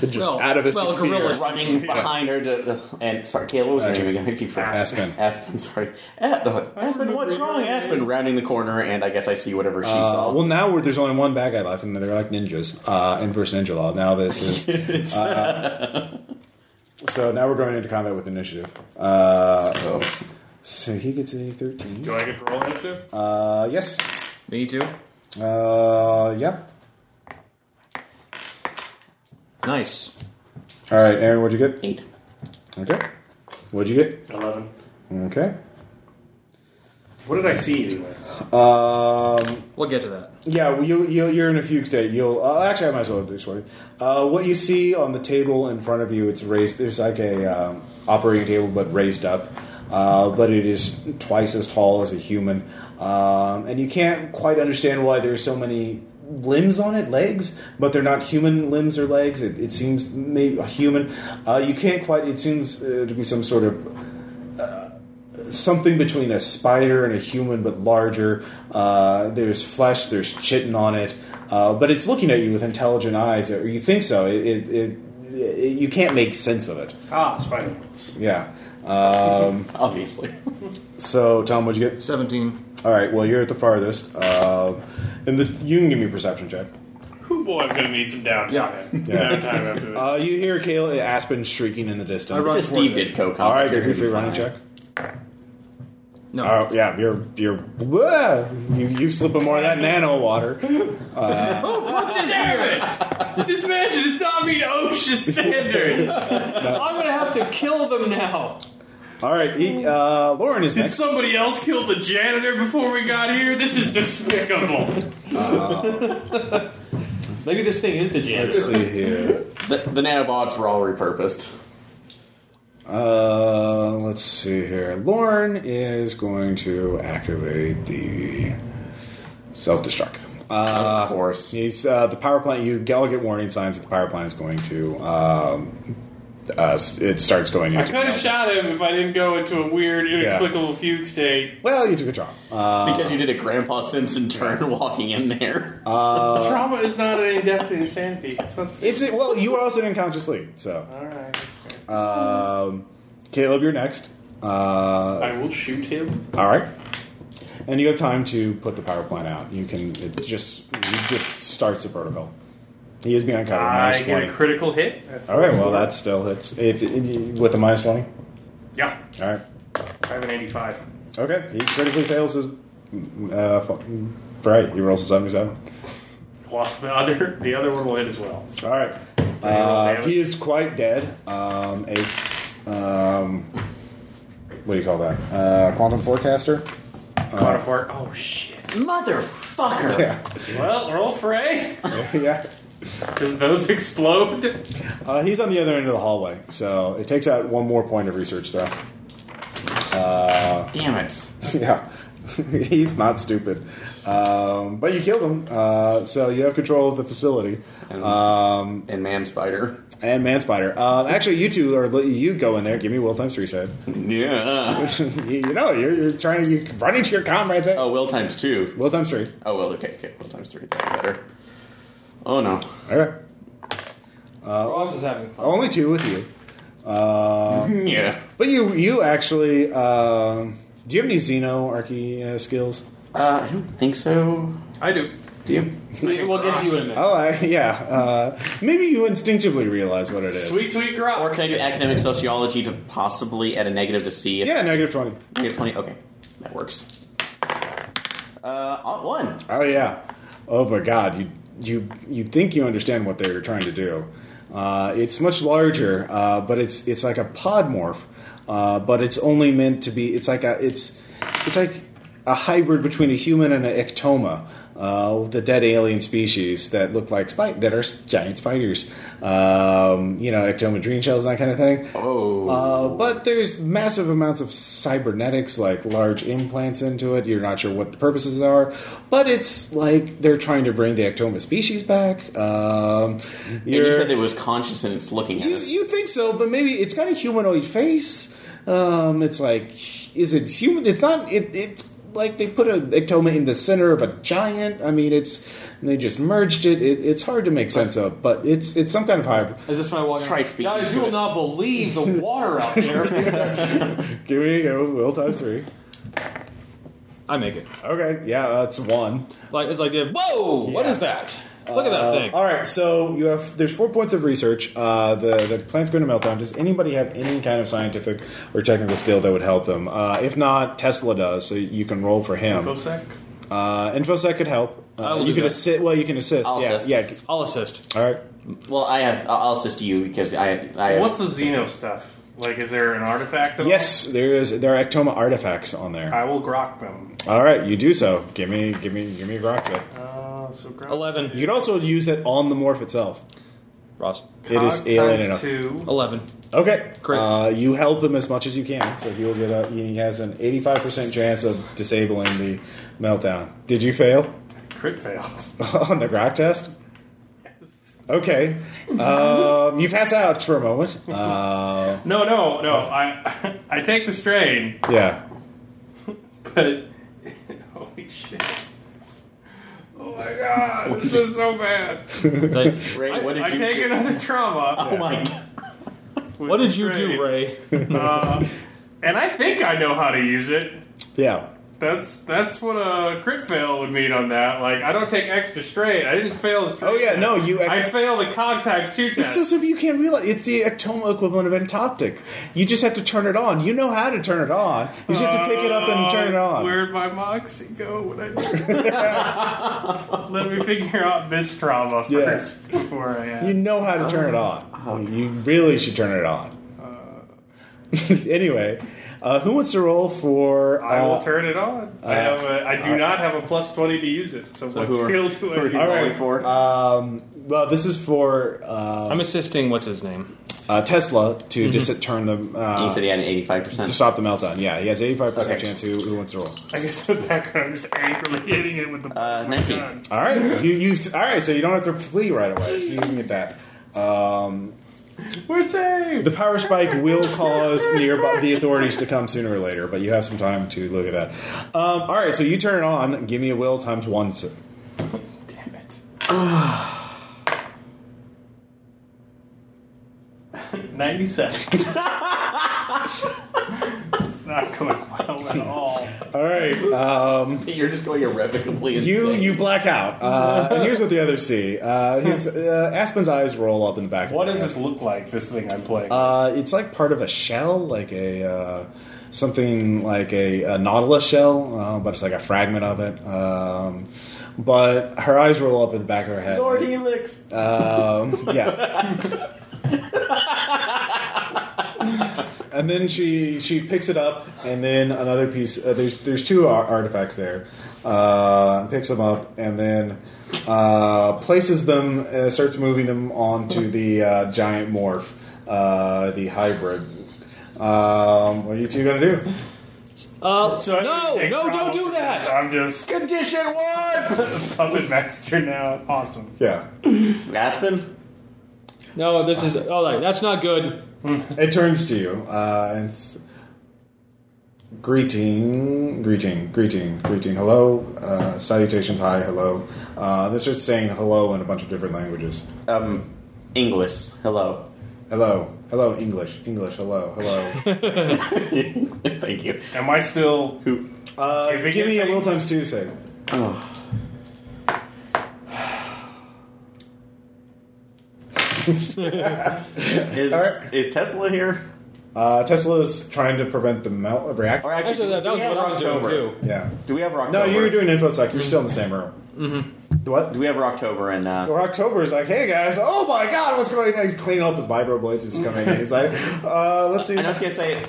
just
Well,
out of his
well,
fear.
gorilla.
Running behind her to, to- and sorry, Caleb what was her
Okay.
name again. I keep forgetting.
Aspen.
Aspen, sorry. At- Aspen, what's wrong? Aspen rounding the corner, and I guess I see whatever she
Uh,
saw.
well, now we're, there's only one bad guy left, and they're like ninjas. Uh, Inverse ninja law. Now this is. uh, so now we're going into combat with initiative. Uh,
So,
so he gets a thirteen.
Do I get to roll initiative?
Uh, yes.
Me too.
Uh, yep.
Nice.
All right, Aaron. What'd you get?
eight.
Okay. What'd you get?
Eleven.
Okay.
What did I see anyway?
Um,
We'll get to that.
Yeah, well, you, you, you're in a fugue state. You'll uh, actually, I might as well do this for you. Uh, what you see on the table in front of you, it's raised. There's like a um, operating table, but raised up. Uh, but it is twice as tall as a human, um, and you can't quite understand why there's so many limbs on it, legs, but they're not human limbs or legs. It, it seems maybe human. Uh, you can't quite. It seems uh, to be some sort of something between a spider and a human, but larger. Uh, there's flesh, there's chitin on it, uh, but it's looking at you with intelligent eyes, or you think so. It, it, it, it you can't make sense of it.
Ah, spider webs.
Yeah. Um,
Obviously.
so, Tom, what'd you get?
17.
All right. Well, you're at the farthest, uh, and the, you can give me a perception check.
Who boy, I'm gonna need some downtime.
Yeah.
Downtime after this.
Uh, you hear Kayla Aspen shrieking in the distance.
I run-
Steve did co
All right. Give me a free running check.
No.
Oh yeah, you're you're blah. you you slipping more of that nano water.
This mansion is not meeting OSHA standards. I'm gonna have to kill them now.
All right, he, uh, Lauren is
Did
next.
somebody else kill the janitor before we got here? This is despicable.
Uh.
Maybe this thing is the janitor.
Let's see here.
The, the nanobots were all repurposed.
Uh, let's see here. Lauren is going to activate the self destruct. Uh,
of course.
He's, uh, the power plant. You all get warning signs that the power plant is going to. Um, uh, it starts going
I
into.
could have shot him if I didn't go into a weird, inexplicable fugue state.
Well, you took a drop. Uh,
Because you did a Grandpa Simpson turn walking in there.
Uh, Trauma is not an adept insanity. So it's-
it's well, you were also in unconscious lead. So,
all right. that's fair.
um, Caleb, you're next. Uh,
I will shoot him.
all right, and you have time to put the power plant out. You can. It just it just starts the protocol. He is being covered.
I
Minus
get
twenty.
a critical hit.
all right. Well, that still hits. If, if- with the minus twenty.
Yeah,
All right.
I have an 85.
Okay, he critically fails his. Uh, fu- right, he rolls a 77.
Well, the other the other one will hit as well. So
Alright. Uh, he is quite dead. Um, a. Um, what do you call that? Uh, quantum forecaster?
caught a fart. Oh shit!
Motherfucker!
Yeah.
Well, roll for A
yeah.
because those explode.
Uh, he's on the other end of the hallway, so it takes out one more point of research, though. Uh,
Damn it.
yeah. he's not stupid. Um, but you killed him, uh, so you have control of the facility. Um,
And Man Spider.
And Man Spider. Um, actually, you two are you go in there. Give me will times three save.
Yeah.
you, you know you're, you're trying you're running to your comrades. eh?
Oh, Will times two.
Will times three.
Oh, well, okay, okay. Will times three. That's better. Oh, no.
Okay.
Ross is having fun.
Only two with you. Uh,
Yeah.
but you you actually um, do you have any Xeno Archie uh, skills?
Uh, I don't think so.
I do.
Do you?
We- We'll get to you in a minute.
Oh I, yeah. Uh, maybe you instinctively realize what it is.
Sweet, sweet
Or
grok.
can I do academic sociology to possibly add a negative to see? if-
Yeah, negative twenty.
Negative 20? Okay. That works. Uh, oh, one.
Oh yeah. Oh my God. You you you think you understand what they're trying to do? Uh, it's much larger, uh, but it's it's like a pod morph, uh, but it's only meant to be. It's like a it's it's like a hybrid between a human and an ectoma. Uh, the dead alien species that look like spike that are s- giant spiders, um, you know, ectoma dream shells, and that kind of thing.
Oh.
Uh, but there's massive amounts of cybernetics, like large implants into it. You're not sure what the purposes are, but it's like they're trying to bring the ectoma species back. Um,
And you
you're-
said it was conscious and it's looking at
you,
us.
you think so, but maybe it's got a humanoid face. Um, it's like, is it human? It's not. It, it's like they put an ectoma in the center of a giant. I mean, it's they just merged it. it it's hard to make sense of, but it's it's some kind of hybrid.
Is this my walking?
Try speaking
Guys,
to
you will
it.
not believe the water out there.
Give me a go. Will times three.
I make it.
Okay, yeah, that's one.
Like it's like, whoa! What
Yeah.
is that? Look at that
Uh,
thing.
All right, so you have there's four points of research. Uh, the the plant's going to melt down. Does anybody have any kind of scientific or technical skill that would help them? Uh, if not, Tesla does, so you can roll for him.
Infosec.
Uh, InfoSec could help.
I
Uh,
will
you
do
can
that.
assist. Well, you can assist.
I'll
yeah,
assist.
yeah.
I'll assist.
All right.
Well, I have. I'll I'll assist you because I. I
What's the Xeno stuff? Like, is there an artifact? At all?
Yes, there is there are ectoma artifacts on there.
I will grok them.
All right, you do so. Give me, give me, give me a rock check.
Uh, so grok.
Eleven.
You could also use it on the morph itself.
Ross.
It is
Cog
alien
times
enough.
Two.
Eleven.
Okay.
Great.
Uh, you help him as much as you can, so he will get a. He has an eighty-five percent chance of disabling the meltdown. Did you fail
Crit failed.
on the grok test? Okay. Um, you pass out for a moment. Uh,
No, no, no. I I take the strain,
yeah.
but holy shit! Oh my god, this is so bad.
Like,
Ray, what did
I
you
take
do?
another trauma.
Oh my god.
with
what
the
did you do,
strain.
Ray?
Uh, and I think I know how to use it.
Yeah.
that's that's what a crit fail would mean on that. Like, I don't take extra straight. I didn't fail. the Straight
Oh, yeah, no, you-
I fail the cog times two
It's
test.
so simple you can't realize it's the ectoma equivalent of entoptic. You just have to turn it on. You know how to turn it on. You just have to pick it up and turn it on.
Um, Where'd my moxie go when I? Let me figure out this trauma first
Yes.
before I. Uh,
You know how to turn it on. you really should turn it on. anyway, uh, who wants to roll for?
I will
uh,
turn it on. I
uh,
have a. I do
uh,
not have a plus twenty to use it. So, what
who are-
skill do
who
I
are
use?
you
All right.
Rolling for?
Um, well, this is for uh,
I'm assisting. What's his name?
uh, Tesla to just turn the
you
uh,
said he had an eighty-five percent.
to stop the meltdown. Yeah, he has eighty five percent
Okay.
chance. Who, who wants to roll?
I guess in the background, I'm just angrily hitting it with the
Uh,
my
19.
gun.
All right, you you all right. So you don't have to flee right away. So you can get that. Um,
We're saved.
the power spike will cause nearby the authorities to come sooner or later, but you have some time to look at that. Um, all right, so you turn it on. Give me a will times one. sir.
Damn it. Ninety-seven. it's not going well at all.
All right. Uh,
You're just going irrevocably insane.
You you black out. Uh, and here's what the others see. Uh, his uh, Aspen's eyes roll up in the back.
What
of
does
his
this look like? This thing I'm playing.
Uh, it's like part of a shell, like a uh, something like a, a nautilus shell, uh, but it's like a fragment of it. Um, but her eyes roll up in the back of her head.
Lord Helix.
Um, yeah. and then she she picks it up, and then another piece. Uh, there's there's two ar- artifacts there. Uh, picks them up, and then uh, places them. Uh, starts moving them onto the uh, giant morph, uh, the hybrid. Um, what are you two gonna do?
Uh,
So I
no,
just take
no,
trauma
don't do
for this.
that.
I'm just
Condition one.
puppet master now. Awesome.
Yeah.
Aspen.
No, this is. Oh, like, that's not good.
It turns to you uh, and s- greeting, greeting, greeting, greeting. Hello, uh, salutations. Hi, hello. Uh, this is saying hello in a bunch of different languages.
Um, English. Hello.
Hello, hello, English, English. Hello, hello.
Thank you.
Am I still?
Who?
Uh,
Giving
give
it
me a will times
thanks.
two save.
Is is Tesla here?
Uh, Tesla is trying to prevent the melt react.
Or
Actually, that,
do
that
we
was
have
what I was doing
Rocktober?
too.
Yeah.
Do we have Rocktober?
No, you were doing info sec. You're still in the same room. Mm-hmm. What?
Do we have Rocktober and uh,
Or October is like, hey guys, oh my god, what's going on? He's cleaning up his vibro blades. He's coming in. He's like, uh, let's see.
And I was gonna say,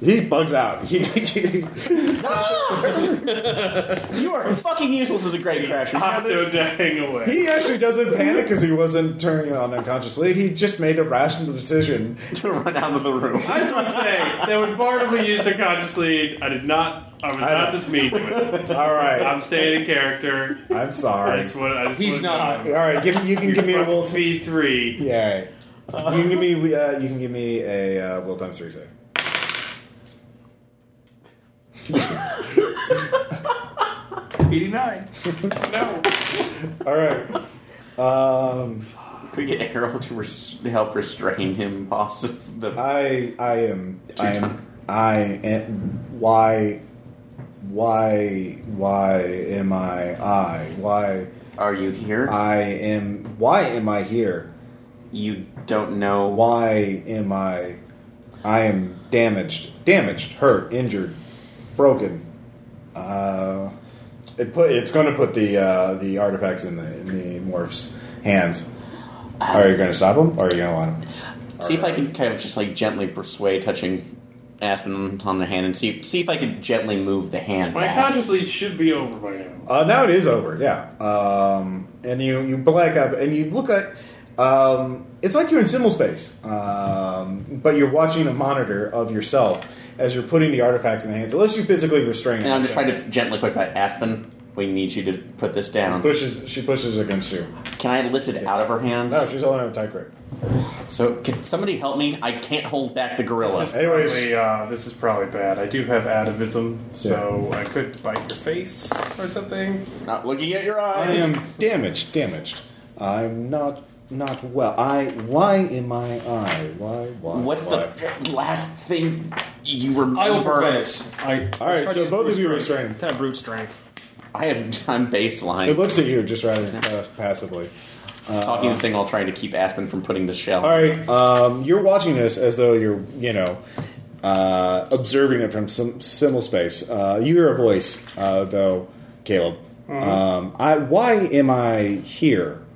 He bugs out. He, he-
you are fucking useless as a great crasher. You
Ah,
know this?
Octodang away.
he actually doesn't panic because he wasn't turning on unconsciously. He just made a rational decision.
to run out of the room.
I just want to say that when Barnaby used a conscious lead, I did not. I was
know.
not this mean to it.
All right,
I'm staying in character.
I'm sorry.
That's what I just
He's
wanna
not.
know.
All right, give, you can
You
give me a
fucking
will.
speed three.
Yeah, all right. you can give me. Uh, you can give me a uh, will times three save.
Eighty nine. no.
All right. Um,
Could we get Harold to res- help restrain him, boss? Of the
Uh, I I am I
Two-time.
am I am why why why am I I why
are you here?
I am why am I here?
you don't know why.
why am I? I am damaged, damaged, hurt, injured, broken. Uh, it put it's going to put the uh, the artifacts in the in the morph's hands. Are you going to stop him, or are you going to let him?
See if I can kind of just like gently persuade, touching Aspen on the hand, and see see if I can gently move the hand.
My
back.
conscious lead should be over by now.
Uh, now it is over, yeah. Um, and you, you black up, and you look at. Um, it's like you're in simul space, um, but you're watching a monitor of yourself as you're putting the artifacts in the hands, unless you physically restrain.
and I'm just
yourself.
trying to gently push back. Aspen, we need you to put this down.
pushes. She pushes against you.
Can I lift it out of her hands?
No, she's holding a tight grip.
So can somebody help me? I can't hold back the gorilla.
Anyways.
Probably, uh, this is probably bad. I do have atavism, so I could bite your face or something.
Not looking at your eyes.
I am damaged. Damaged. I'm not not well. I. Why am I? I. Why? Why?
What's
why?
the last thing you remember.
I will prevent it. I,
All right, so both of you are restrained.
Kind of brute strength.
I have on
It
baseline
looks at you just rather uh, passively.
talking this thing while trying to keep Aspen from putting the shell.
All right, um, you're watching this as though you're, you know, uh, observing it from some simple space. Uh, you hear a voice, uh, though, Caleb. Um, I, why am I here?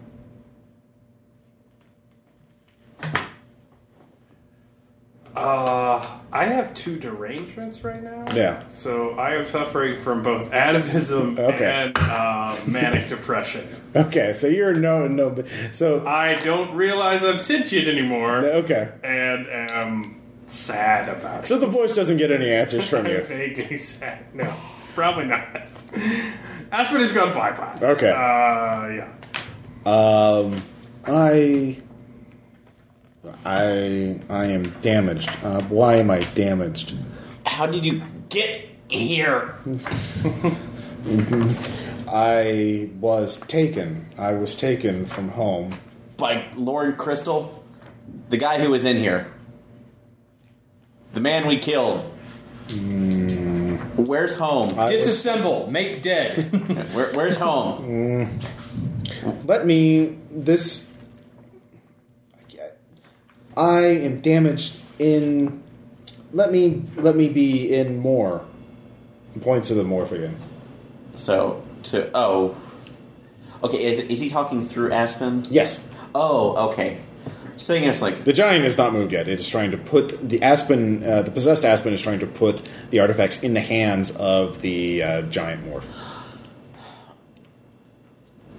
Uh, I have two derangements right now.
Yeah.
So I am suffering from both atavism
Okay.
and uh, manic depression.
Okay, so you're no, no, so
I don't realize I'm sentient anymore,
okay.
and am sad about it.
So the voice doesn't get any answers from
I'm
you.
vaguely sad. No, probably not. Aspen has gone bye bye.
Okay.
Uh, yeah.
Um, I, I, I am damaged. Uh, why am I damaged?
How did you get here?
I was taken. I was taken from home.
By Lauren Crystal? The guy who was in here. The man we killed.
Hmm.
Where's home?
I was-
disassemble. Make dead.
Where, where's home?
let me. This. I am damaged in. Let me. Let me be in more. Points to the morph again.
So, to. Oh. Okay, is, is he talking through Aspen?
Yes,
Oh, okay. Saying it's like.
the giant has not moved yet. It is trying to put the aspen. Uh, the possessed aspen is trying to put the artifacts in the hands of the uh, giant morph.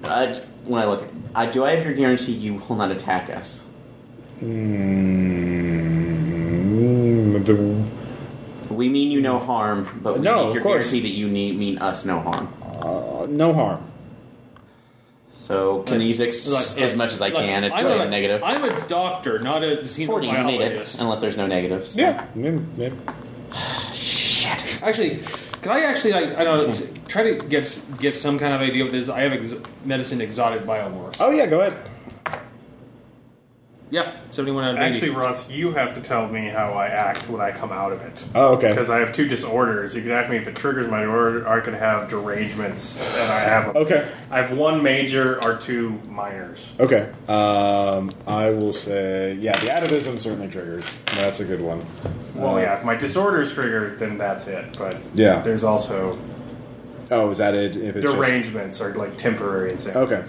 I, when I look at. I, do I have your guarantee you will not attack us?
Mm, the
We mean you no harm, but we
No,
need
of
your
course.
guarantee that you need, mean us no harm.
uh, no harm.
So kinesics
Look,
as
look,
much as I
look,
can. It's
I'm
probably
a-
a negative.
I'm a doctor, not a
Forty, you made it.
xenobiologist.
Unless there's no negatives.
Yeah. mm, yeah.
Shit.
Actually, can I actually like I don't know, try to get get some kind of idea of this? I have ex- medicine exotic biomorphs.
Oh yeah. Go ahead.
Yeah, seventy one out of
Actually,
eighty.
Ross, you have to tell me how I act when I come out of it.
Oh okay.
Because I have two disorders. You can ask me if it triggers my disorder, or I could have derangements, and I have.
Okay.
I have one major or two minors.
Okay. Um, I will say, yeah, the atavism certainly triggers. That's a good one.
Well,
Uh,
yeah, if my disorder's triggered, then that's it. But
Yeah.
there's also
Oh, is that it? If it's just-
derangements are like temporary and
okay.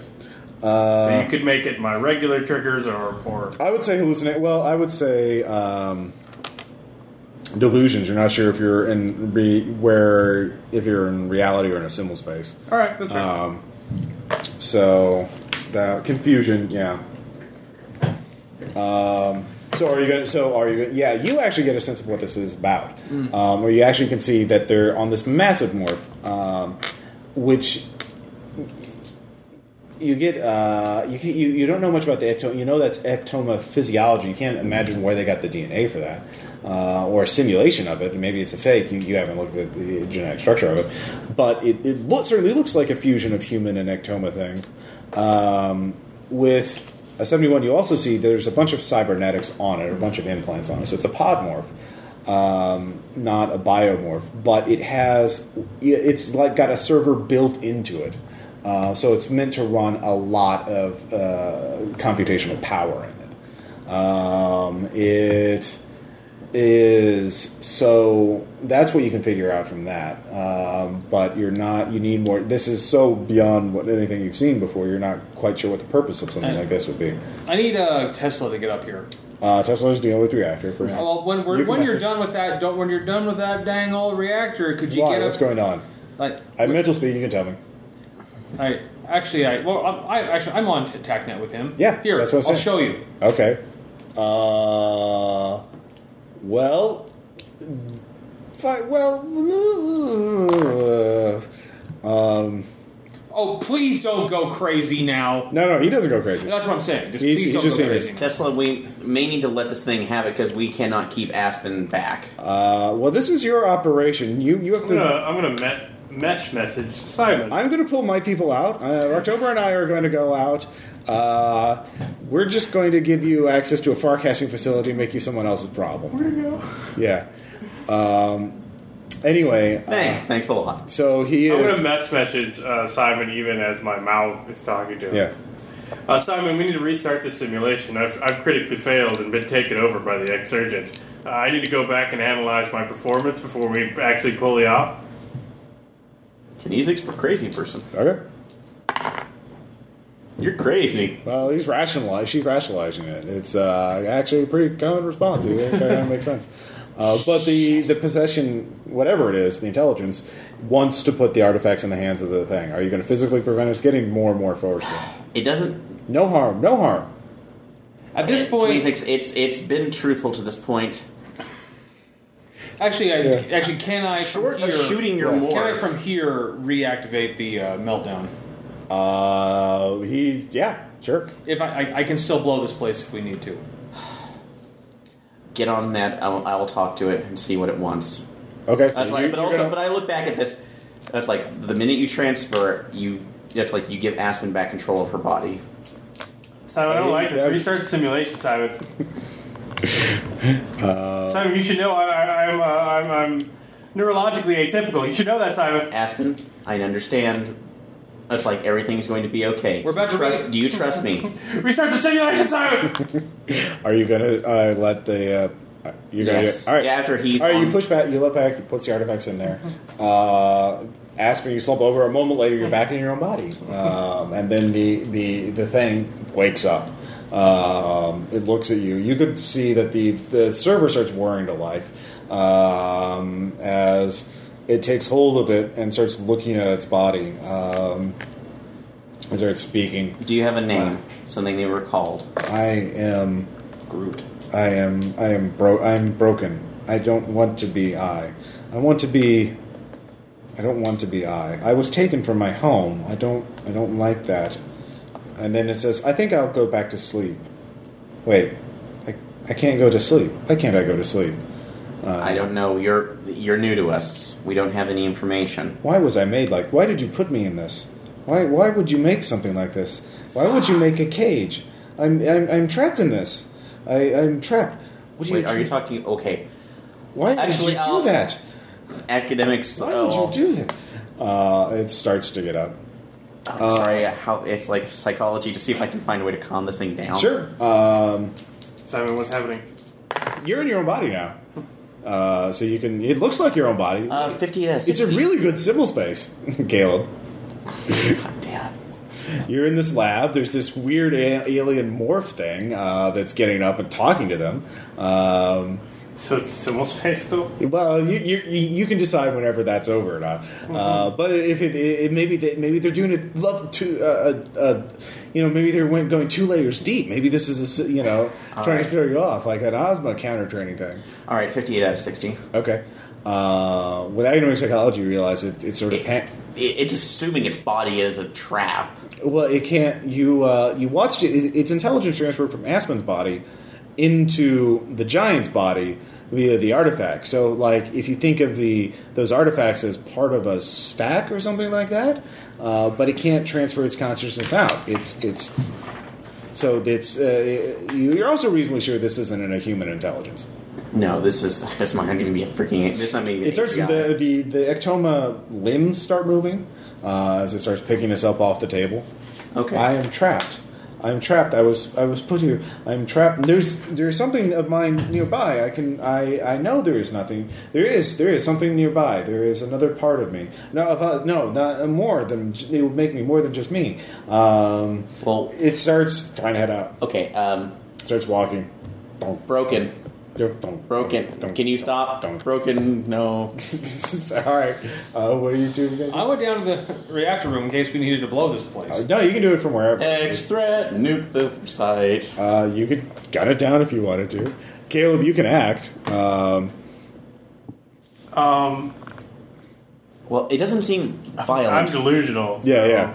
So
Uh,
you could make it my regular triggers or or
I would say hallucinate. Well, I would say um, delusions. You're not sure if you're in re- where if you're in reality or in a symbol space.
all right, that's fair.
Um, so that confusion, yeah. Um, so are you gonna? So are you? Gonna, yeah, you actually get a sense of what this is about, um, where you actually can see that they're on this massive morph, um, which you get. Uh, you, can- you you don't know much about the ectoma. You know that's ectoma physiology. You can't imagine where they got the DNA for that, uh, or a simulation of it. Maybe it's a fake. You, you haven't looked at the genetic structure of it, but it, it lo- certainly looks like a fusion of human and ectoma things. Um, with a 71, you also see there's a bunch of cybernetics on it, a bunch of implants on it. So it's a podmorph, um, not a biomorph, but it has it's like got a server built into it. Uh, so it's meant to run a lot of uh, computational power in it. Um, it is so that's what you can figure out from that. Um, but you're not you need more. This is so beyond what anything you've seen before. You're not quite sure what the purpose of something like this would be.
I need uh, Tesla to get up here.
Uh, Tesla's dealing with reactor. For now.
Well, when we're,
You can
when you're
message-
done with that, don't, when you're done with that dang old reactor, could you
why?
get
What's
up?
going on?
Like,
At mental speed, you can tell me.
I actually, I well, I'm, I actually, I'm on t- TACnet with him.
Yeah,
here,
that's what I'm
I'll
saying.
show you.
Okay. Uh, well, fi- well, uh, um,
Oh, please don't go crazy now.
no, no, he doesn't go crazy.
That's what I'm saying. Just,
He's-
please
he's
don't
just
go
saying
crazy. now.
Tesla, we may need to let this thing have it because we cannot keep Aspen back.
Uh, well, this is your operation. You, you have
I'm
to.
gonna I'm gonna met, mesh message to Simon.
I'm going to pull my people out. Uh, October and I are going to go out. Uh, we're just going to give you access to a forecasting facility and make you someone else's problem. Where to go? Yeah. Um, anyway, uh,
Thanks, thanks a lot.
so he
I'm gonna
is.
mess message uh, Simon even as my mouth is talking to him.
Yeah.
Uh, Simon, we need to restart the simulation. I've, I've critically failed and been taken over by the exurgent. Uh, I need to go back and analyze my performance before we actually pull the op.
Kinesics for crazy person.
Okay.
You're crazy.
Well, he's rationalizing. She's rationalizing it. It's uh, actually a pretty common response. It kind of makes sense. Uh, but the, the possession, whatever it is, the intelligence wants to put the artifacts in the hands of the thing. Are you going to physically prevent it? It's getting more and more forceful.
It doesn't.
No harm, no harm.
At this point,
Kinesics, it's it's been truthful to this point.
actually, I
Yeah.
actually can I
Short
from
of
here,
shooting your
can
more.
I from here reactivate the uh, meltdown?
Uh, he, yeah, sure.
If I, I I can still blow this place if we need to.
Get on that. I will, I will talk to it and see what it wants.
Okay. so
That's
you-
like, but
you're
also,
gonna-
but I look back at this. That's like the minute you transfer, you. That's like you give Aspen back control of her body.
Simon, I don't like this.
Yeah.
Restart the simulation, Simon. Simon, you should know I, I, I'm, uh, I'm, I'm neurologically atypical. You should know that, Simon.
Aspen, I understand. That's like everything's going to be okay.
We're about to
trust.
re-
Do you trust me?
Restart the simulation, Simon!
Are you going to uh, let the. Uh, you're going to.
yes.
All right.
After he's.
All right, you
on-
push back, you let back, you puts the artifacts in there. Uh, Aspen, you slump over. A moment later, you're back in your own body, um, and then the, the the thing wakes up. Um, it looks at you. You could see that the the server starts whirring to life um, as it takes hold of it and starts looking at its body. Um, as it's speaking,
Do you have a name? Something they were called.
I am.
Groot.
I am I am bro I'm broken. I don't want to be I. I want to be I don't want to be I. I was taken from my home. I don't I don't like that. And then it says, I think I'll go back to sleep. Wait. I, I can't go to sleep. Why can't I go to sleep? Uh,
I don't know. You're you're new to us. We don't have any information.
Why was I made like why did you put me in this? Why why would you make something like this? Why would you make a cage? I'm I'm, I'm trapped in this. I, I'm trapped. What do
Wait, are you
tra-
talking? Okay,
Why would
Actually,
you do
I'll-
that?
academics.
Why
oh,
would you do that? Uh, it starts to get up.
I'm sorry. How it's like psychology to see if I can find a way to calm this thing down.
Sure. Um,
Simon, what's happening?
you're in your own body now. Uh, so you can. It looks like your own body.
Uh, fifty to
it's a
60.
really good symbol space, Caleb.
God damn.
You're in this lab. There's this weird a- alien morph thing uh, that's getting up and talking to them. Um,
So it's Simul Space still?
Well, you, you you you can decide whenever that's over or not.
Mm-hmm.
Uh, but if it, it, it maybe they, maybe they're doing it love to uh, uh, uh, you know maybe they're went, going two layers deep. Maybe this is a, s- you know
All
trying
right.
to throw you off like an Ozma counter training thing.
All right, fifty-eight out of sixty.
Okay. Uh, with academic psychology, you realize it, it's sort of
It,
pan-
it- it's assuming its body is a trap.
well, it can't. You uh, you watched it. it- Its intelligence transferred from Aspen's body into the giant's body via the artifact. So, like, if you think of the those artifacts as part of a stack or something like that, uh, but it can't transfer its consciousness out. It's it's so it's uh, you- you're also reasonably sure this isn't a human intelligence.
No, this is this might not going to be a freaking. This is not going to be.
It starts
Yeah.
the, the the ectoma limbs start moving uh, as it starts picking us up off the table.
Okay.
I am trapped. I am trapped. I was I was put here. I am trapped. There's there's something of mine nearby. I can I I know there is nothing. There is there is something nearby. There is another part of me. No if I- no not uh, more than it would make me more than just me. Um,
Well-
it starts trying to head out.
okay. Um,
Starts walking. Thump,
broken.
thump, thump,
Broken.
thump,
Can you
thump,
stop?
thump.
Broken. No.
All right. Uh, what do you do? again?
I went down to the reactor room in case we needed to blow this place.
Uh, No, you can do it from wherever.
X threat. Nuke the site.
Uh, you could gun it down if you wanted to. Caleb, you can act. Um,
Um,
Well, it doesn't seem
I'm
violent.
delusional.
yeah,
so
yeah.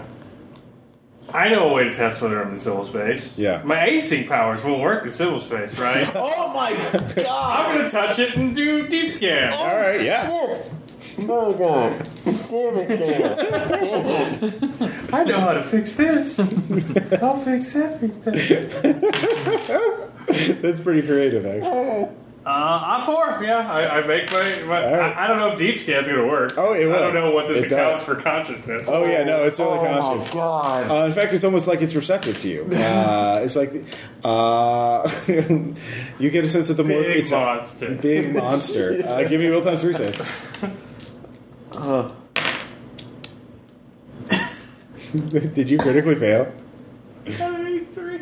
I know a way to test whether I'm in civil space.
Yeah.
My acing powers won't work in civil space, right?
oh my god!
I'm gonna touch it and do deep scan.
All right, yeah.
Oh god! Damn it,
I know how to fix this. I'll fix everything.
eh? That's pretty creative, actually.
Uh, I four. Yeah, I, I make my. my
All right.
I, I don't know if deep scan's gonna work.
Oh, it
I
will.
don't know what this
It
accounts
does.
for consciousness.
Oh yeah, no, it's really
oh
conscious.
my god.
Uh, in fact, it's almost like it's receptive to you. Uh, it's like uh, you get a sense that the more
Big
it's a
monster.
big monster. Uh, give me real time three saves. Did you critically fail?
Eighty-three.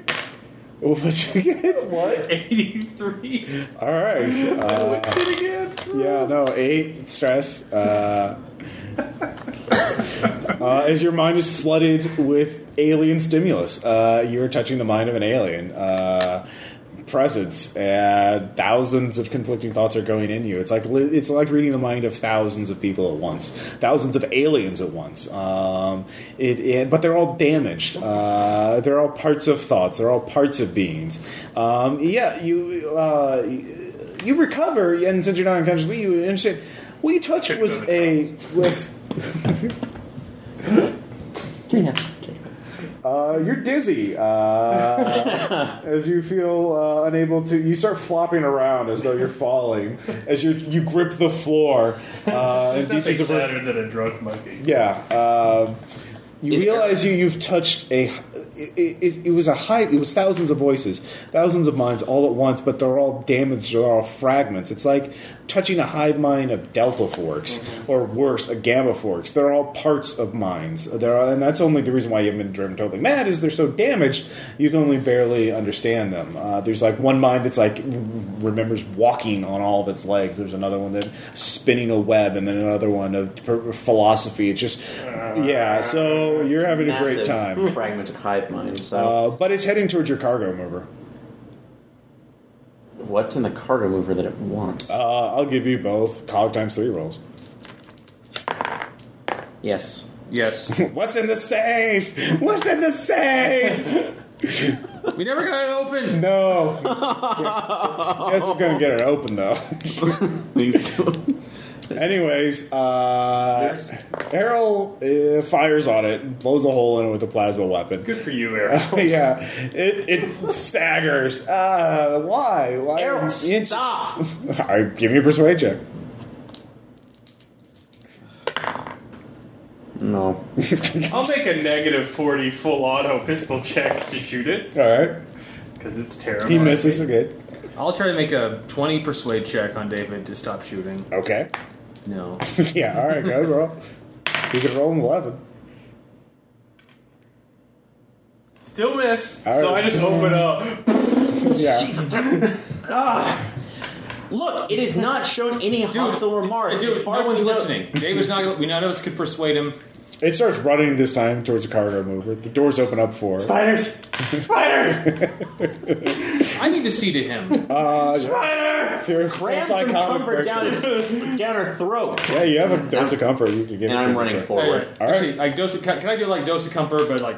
What you get? What?
Eighty-three.
All right. Uh,
Did it again.
yeah, no eight stress. Uh, uh, as your mind is flooded with alien stimulus, uh, you're touching the mind of an alien uh, presence, and thousands of conflicting thoughts are going in you. It's like li- it's like reading the mind of thousands of people at once, thousands of aliens at once. Um, it, it- but they're all damaged. Uh, they're all parts of thoughts. They're all parts of beings. Um, yeah, you. Uh, you recover, and since you're not unconsciously, you understand. What you touched was a was
Yeah.
Uh, you're dizzy uh, as you feel uh, unable to. You start flopping around as though you're falling as you you grip the floor. Uh, and deep
Nothing
sense of-
sadder than a drunk monkey.
yeah. Um, you
Is it-
realize you you've touched a. It, it, it was a high. It was thousands of voices, thousands of minds all at once, but they're all damaged. They're all fragments. It's like touching a hive mind of delta forks, or worse, a gamma forks. They're all parts of minds. They're all, and that's only the reason why you've been driven totally mad is they're so damaged. You can only barely understand them. Uh, there's like one mind that's like r- remembers walking on all of its legs. There's another one that spinning a web, and then another one of per- philosophy. It's just yeah. So you're having a great
Massive
time.
Fragmented hive mind. So
Uh, but it's heading towards your cargo mover.
what's in the cargo mover that it wants?
Uh, I'll give you both cog times three rolls.
yes.
Yes.
What's in the safe? What's in the safe?
we never got it open.
No. Guess it's gonna get it open though. Anyways, uh, Errol uh, fires on it, blows a hole in it with a plasma weapon.
Good for you, Eric.
yeah, it it staggers. Uh, why? Why?
Errol, stop!
All right, give me a persuade check.
No.
I'll make a negative forty full auto pistol check to shoot it
All right,
because it's terrible.
he misses. Okay.
I'll try to make a 20 persuade check on David to stop shooting.
Okay.
No.
yeah. All right, go roll. You can roll an eleven.
Still miss.
All
So I
right.
just open up.
Yeah.
Look, it has not shown any hostile remarks.
Dude,
As
no
far as
one's
we know-
listening. David's not. We none of us could persuade him.
It starts running this time towards the cargo mover. The doors open up for it.
Spiders. Spiders.
I need to see to him.
Uh, yeah.
Spiders.
If you're a full
Grabs
psychotic
some comfort
person-
down, his, down her throat.
Yeah, you have a dose of comfort. You can get
And
it
I'm
for
running
sure.
forward.
Alright.
All right.
Actually, like dose. Of, can, can I do like dose of comfort, but like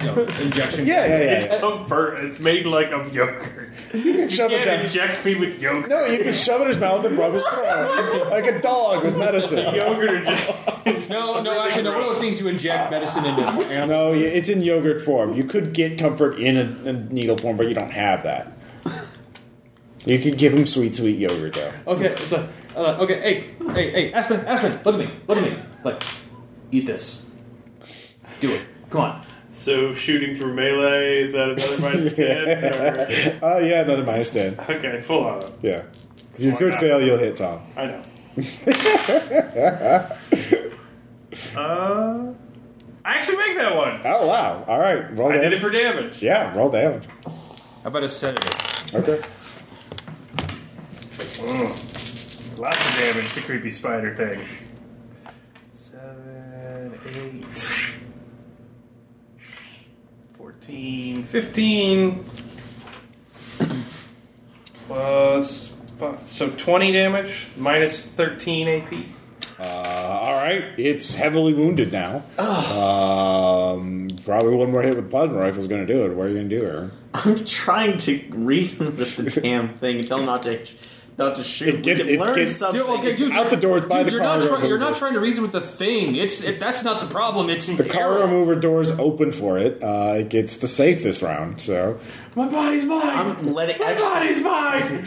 you know, injection?
Yeah, yeah, yeah.
It's
yeah.
comfort. It's made like of yogurt.
You can shove it
Can't
down.
inject me with yogurt.
No, you can shove it in his mouth and rub his throat like a dog with medicine.
Yogurt or just
No, no. Actually, no. One of those things you inject medicine into animals.
No, you- it's in yogurt form. You could get comfort in a, a needle form, but you don't have that. You could give him sweet, sweet yogurt though.
Okay. It's like uh, okay. Hey, hey, hey, Aspen, Aspen, look at me, look at me. Like, eat this. Do it. Come on.
So shooting through melee is that another minus ten?
Oh yeah, another minus ten.
or- Okay, full on.
Yeah, if you
Why
could
not?
fail, you'll hit Tom.
I know. uh, I actually make that one.
Oh wow! All right, roll
I did
damage.
it for damage.
yeah, roll damage.
How about a sedative?
Okay.
Mm. Lots of damage to creepy spider thing. Seven, eight. 14, 15. Plus, fi- so 20 damage, minus 13 AP.
Uh, all right, it's heavily wounded now. Um, probably one more hit with plasma rifle is going to do it. What are you going to do, Aaron?
I'm trying to reason with the damn thing and tell him not to, not to shoot.
It get-
we
it
can learn
get-
something.
Dude, okay, dude,
out the doors by
dude,
the
you're not
car
try-
over
You're not
there.
trying to reason with the thing. It's it, that's not the problem. It's
The car remover doors open for it. Uh, it gets the safe this round, so
My body's mine!
I'm letting.
My body's
Actually,
mine!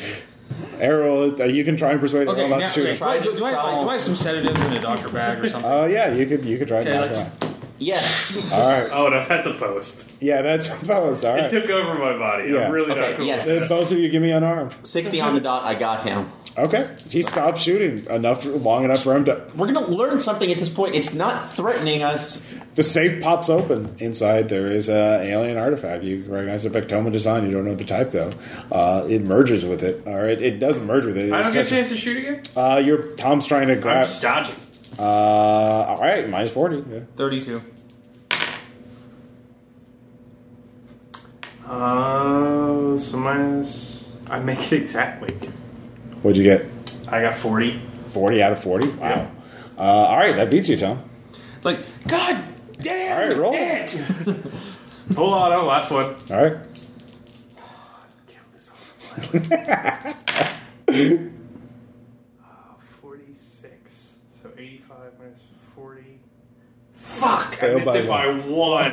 Errol, uh, you can try and persuade
Okay,
Errol not
now,
to shoot.
okay,
him.
Try
do,
to
do I,
try.
do I have some sedatives in a doctor bag or something?
Uh, yeah, you could you could try and
Okay,
knock
let's-
him
Yes.
out. All right.
Oh no, that's a post.
Yeah, that's that was all
It
right.
took over my body.
Yeah.
I'm really
Okay,
not cool.
yes.
Then both of you give me unarmed.
60 on the dot. I got him.
Okay, he stopped shooting enough long enough for him to.
We're going to learn something at this point. It's not threatening us.
The safe pops open. Inside there is a alien artifact. You recognize the Pectoma design. You don't know the type though. Uh, it merges with it, or it, it doesn't merge with it.
I
It
don't get a
touches-
chance to shoot again.
Uh, your Tom's trying to
I'm
grab.
just dodging.
Uh, all right, minus forty. Yeah.
32.
Uh, so minus. I make it exactly.
What'd you get?
I got forty.
Forty out of forty. Wow. Uh, all right, that beats you, Tom.
Like, God damn!
All right, roll.
It. Full auto. oh, Last one.
All right.
Kill this whole Forty-six. So eighty-five minus forty. Fuck! I
Failed
missed
by
it by one.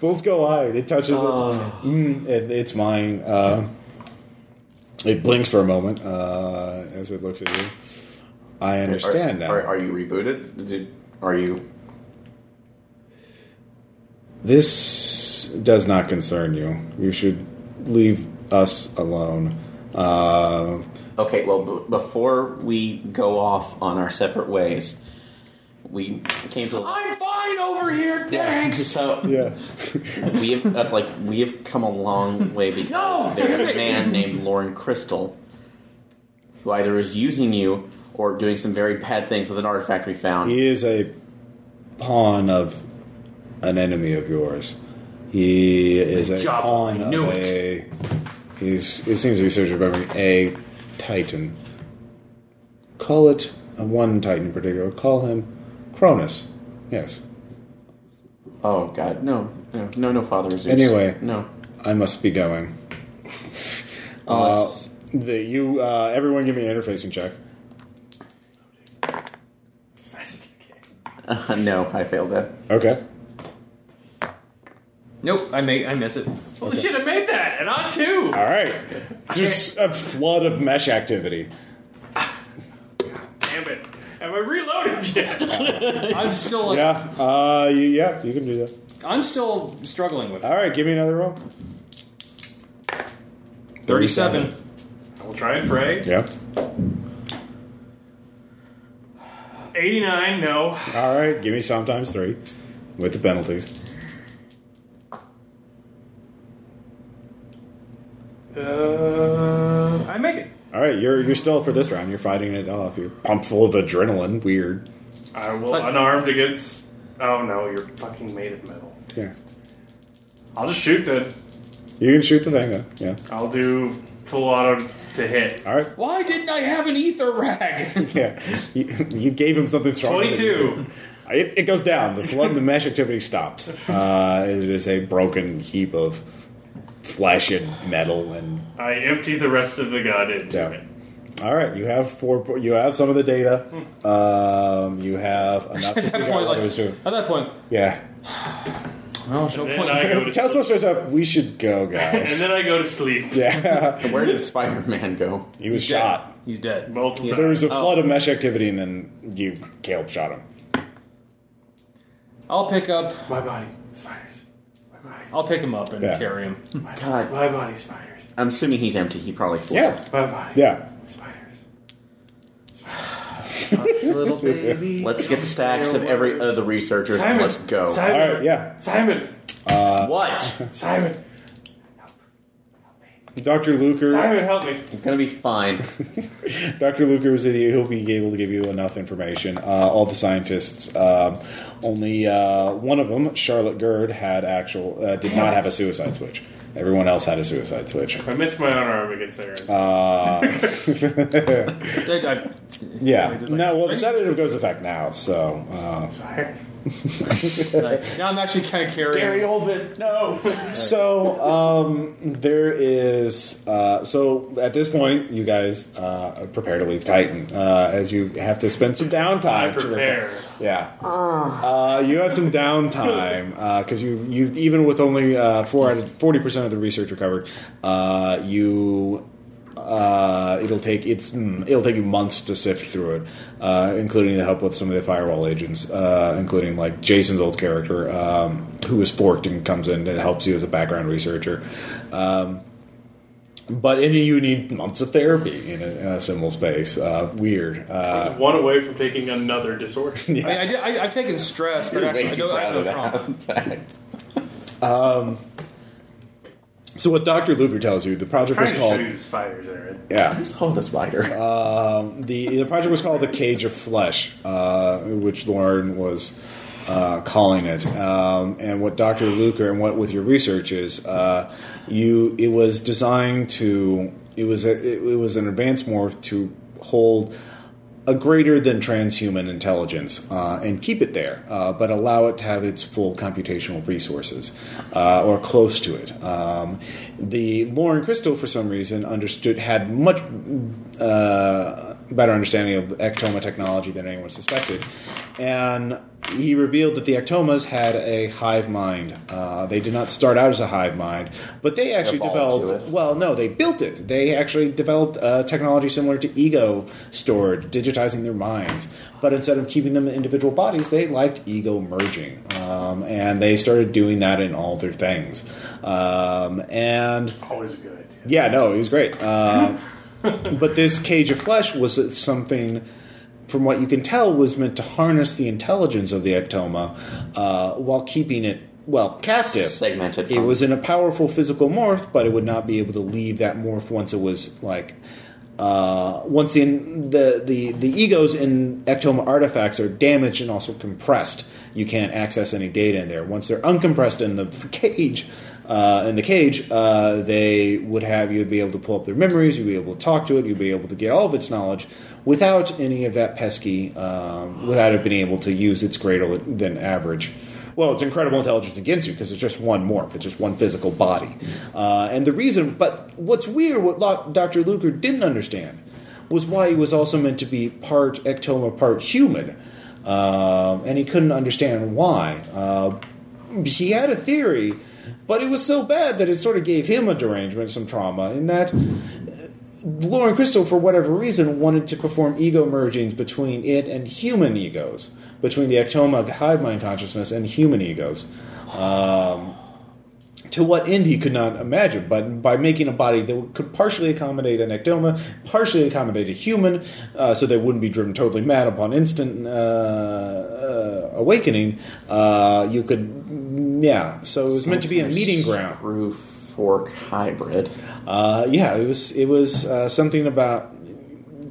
Bullets go high. It touches it. Mm, it. It's mine. Uh, it blinks for a moment uh, as it looks at you. I understand now.
Are, are, are you rebooted? Did, are you.
This does not concern you. You should leave us alone. Uh,
Okay, well, b- before we go off on our separate ways, we came to. A-
I'm fine over here, Oh, thanks!
So
yeah.
we have, that's like we have come a long way because
No!
there's a man named Lauren Crystal who either is using you or doing some very bad things with an artifact we found.
He is a pawn of an enemy of yours. He is a
Job,
pawn
I knew
of a. He's. It seems to be searched by a titan. Call it a one titan in particular. Call him Cronus. Yes,
Oh God, no, no, no, no, Father Zeus.
Anyway.
no.
I must be going. Uh,
Unless-
the, you. Uh, everyone, give me an interfacing check.
As fast as I can.
Uh, no, I failed that.
Okay.
Nope, I, may, I miss it.
Holy shit! I made that, and on two.
All right. Just a flood of mesh activity.
Damn it! Am I reloaded yet?
I'm still like,
Yeah. Uh. You, yeah. You can do that.
I'm still struggling with it.
All right. Give me another roll.
37.
We'll try and pray.
Yeah.
Eighty-nine. No.
All right, give me sometimes three with the penalties.
Uh, I make it.
All right, you're you're still for this round. You're fighting it off. You're pumped full of adrenaline. Weird.
I will
But-
unarmed against. Oh no, you're fucking made of metal.
Yeah.
I'll just shoot then.
You can shoot the thing though. Yeah.
I'll do full auto to hit.
All right.
Why didn't I have an ether rag?
Yeah. You, you gave him something strong.
22.
It, it goes down. The flood, the mesh activity stops. Uh, it is a broken heap of flesh and metal and
I empty the rest of the gun into
Yeah.
it.
All right, you have four. You have some of the data.
Hmm.
Um, you have enough to
at,
figure
that
out
point,
what
like,
it was doing.
at that point,
Yeah,
well, there's no
Then
point.
I go to
Tesla shows up. We should go,
And
guys.
then I go to sleep
yeah,
Where did Spider-Man go?
he was
He's dead.
shot.
He's dead.
multiple
There
times.
was a flood of mesh activity, and then you Caleb shot him.
I'll pick up.
My body, spiders. My body,
I'll pick him up and
Yeah.
carry him.
my,
God.
my body, spiders.
I'm assuming he's empty. He probably flew.
Yeah,
My body,
yeah.
spiders.
Little baby.
Let's get the stacks of every of the researchers and
Simon,
let's go.
All
Simon,
right, yeah.
Simon,
What?
Simon,
Doctor Luker.
Simon, help me.
It's gonna be fine.
Doctor Luker was with you. He'll be able to give you enough information. Uh, all the scientists. Um, only uh, one of them, Charlotte Gerd, had actual uh, did not have a suicide switch. Everyone else had a suicide switch.
I missed my own arm against Aaron.
I, I,
Yeah. No, well, the sedative goes effect now, so. Uh,
spiders.
like, now I'm actually kind of carrying.
Oldman, no.
so, um, there is. Uh, so, at this point, you guys uh, are prepared to leave Titan, uh, as you have to spend some downtime.
I prepare.
Yeah. Uh, you have some downtime, because you, you, even with only uh, four out of 40% of the research recovered, uh, you. Uh, it'll take it's mm, it'll take you months to sift through it, uh, including the help with some of the firewall agents, uh, including like Jason's old character, um, who is forked and comes in and helps you as a background researcher. Um, but any you need months of therapy in a, in a similar space. Uh, weird. Uh,
It's one away from taking another disorder.
I mean, I did, I, I've taken stress, but
You're way
actually, I
too
don't I have
proud
no
of
trauma.
that fact.
so what Doctor Luger tells you, the project
Trying
was
to show
called
you the spiders, Aaron.
yeah.
Just hold the spider.
the the project was called the Cage of Flesh, uh, which Lauren was uh, calling it. Um, and what Dr. Luker and what with your research is, uh, you it was designed to it was a, it, it was an advanced morph to hold a greater than transhuman intelligence uh, and keep it there, uh, but allow it to have its full computational resources uh, or close to it. Um, the Lauren Crystal, for some reason, understood had much uh, better understanding of ectoma technology than anyone suspected, and he revealed that the ectomas had a hive mind. Uh, they did not start out as a hive mind, but they actually
Evolved to
developed
it.
well, no, they built it. They actually developed uh, technology similar to ego storage, digitizing their minds. But instead of keeping them in individual bodies, they liked ego merging. Um, and they started doing that in all their things. Um, and
Always a good idea.
yeah, no, it was great. Uh, but this cage of flesh was something, from what you can tell, was meant to harness the intelligence of the ectoma uh, while keeping it well captive.
Segmented
It
from-
was in a powerful physical morph, but it would not be able to leave that morph once it was like. Uh, once the, the the the egos in ectoma artifacts are damaged and also compressed, you can't access any data in there. Once they're uncompressed in the cage, uh, in the cage, uh, they would have you'd be able to pull up their memories, you'd be able to talk to it, you'd be able to get all of its knowledge without any of that pesky, um, without it being able to use its greater than average. Well, it's incredible intelligence against you because it's just one morph, it's just one physical body. Uh, and the reason, but what's weird, what Lo- Dr. Luker didn't understand was why he was also meant to be part ectoma, part human. Um, and he couldn't understand why. Uh, he had a theory, but it was so bad that it sort of gave him a derangement, some trauma, in that Lauren Crystal, for whatever reason, wanted to perform ego mergings between it and human egos, between the ectoma hive mind consciousness and human egos. Um, to what end he could not imagine, but by making a body that could partially accommodate an ectoma, partially accommodate a human, uh, so they wouldn't be driven totally mad upon instant uh, uh, awakening, uh, you could, yeah. So it was meant to be a meeting ground.
Screw fork hybrid.
Uh, yeah, it was it was uh, something about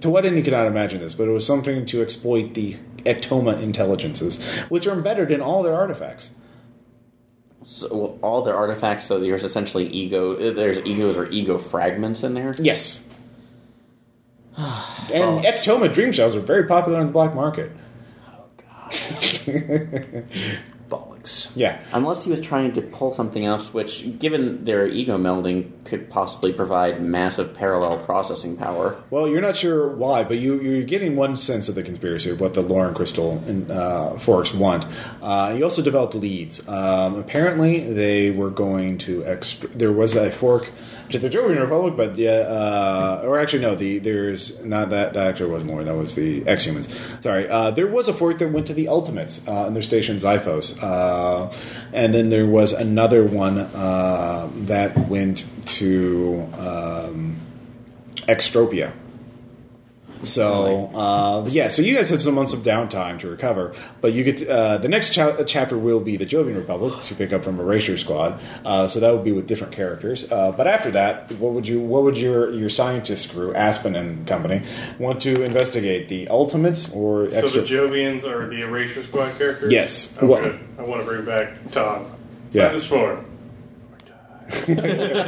to what end you cannot imagine this, but it was something to exploit the ectoma intelligences, which are embedded in all their artifacts.
So all their artifacts. So there's essentially ego. uh, There's egos or ego fragments in there.
Yes. And ectoma dream shells are very popular on the black market.
Bollocks.
Yeah.
Unless he was trying to pull something else, which, given their ego melding, could possibly provide massive parallel processing power.
Well, you're not sure why, but you, you're getting one sense of the conspiracy of what the Lauren Crystal and uh, Forks want. Uh, you also developed leads. Um, apparently, they were going to extr There was a fork to the Georgian Republic, but yeah, uh, or actually no, the there's not that that actually wasn't Lauren. That was the ex-humans. Sorry, uh, there was a fork that went to the Ultimates uh, and their station Xiphos, uh, and then there was another one uh, that went to. Um, extropia. So uh, yeah, so you guys have some months of downtime to recover, but you get uh, the next cha- chapter will be the Jovian Republic to pick up from Erasure Squad. Uh, so that would be with different characters. Uh, but after that, what would you what would your your scientist crew Aspen and company want to investigate the Ultimates or
So the
Extra?
Jovians are the Erasure Squad characters?
Yes.
Okay.
What-
I want to bring back Tom. Sign
Yeah.
this form.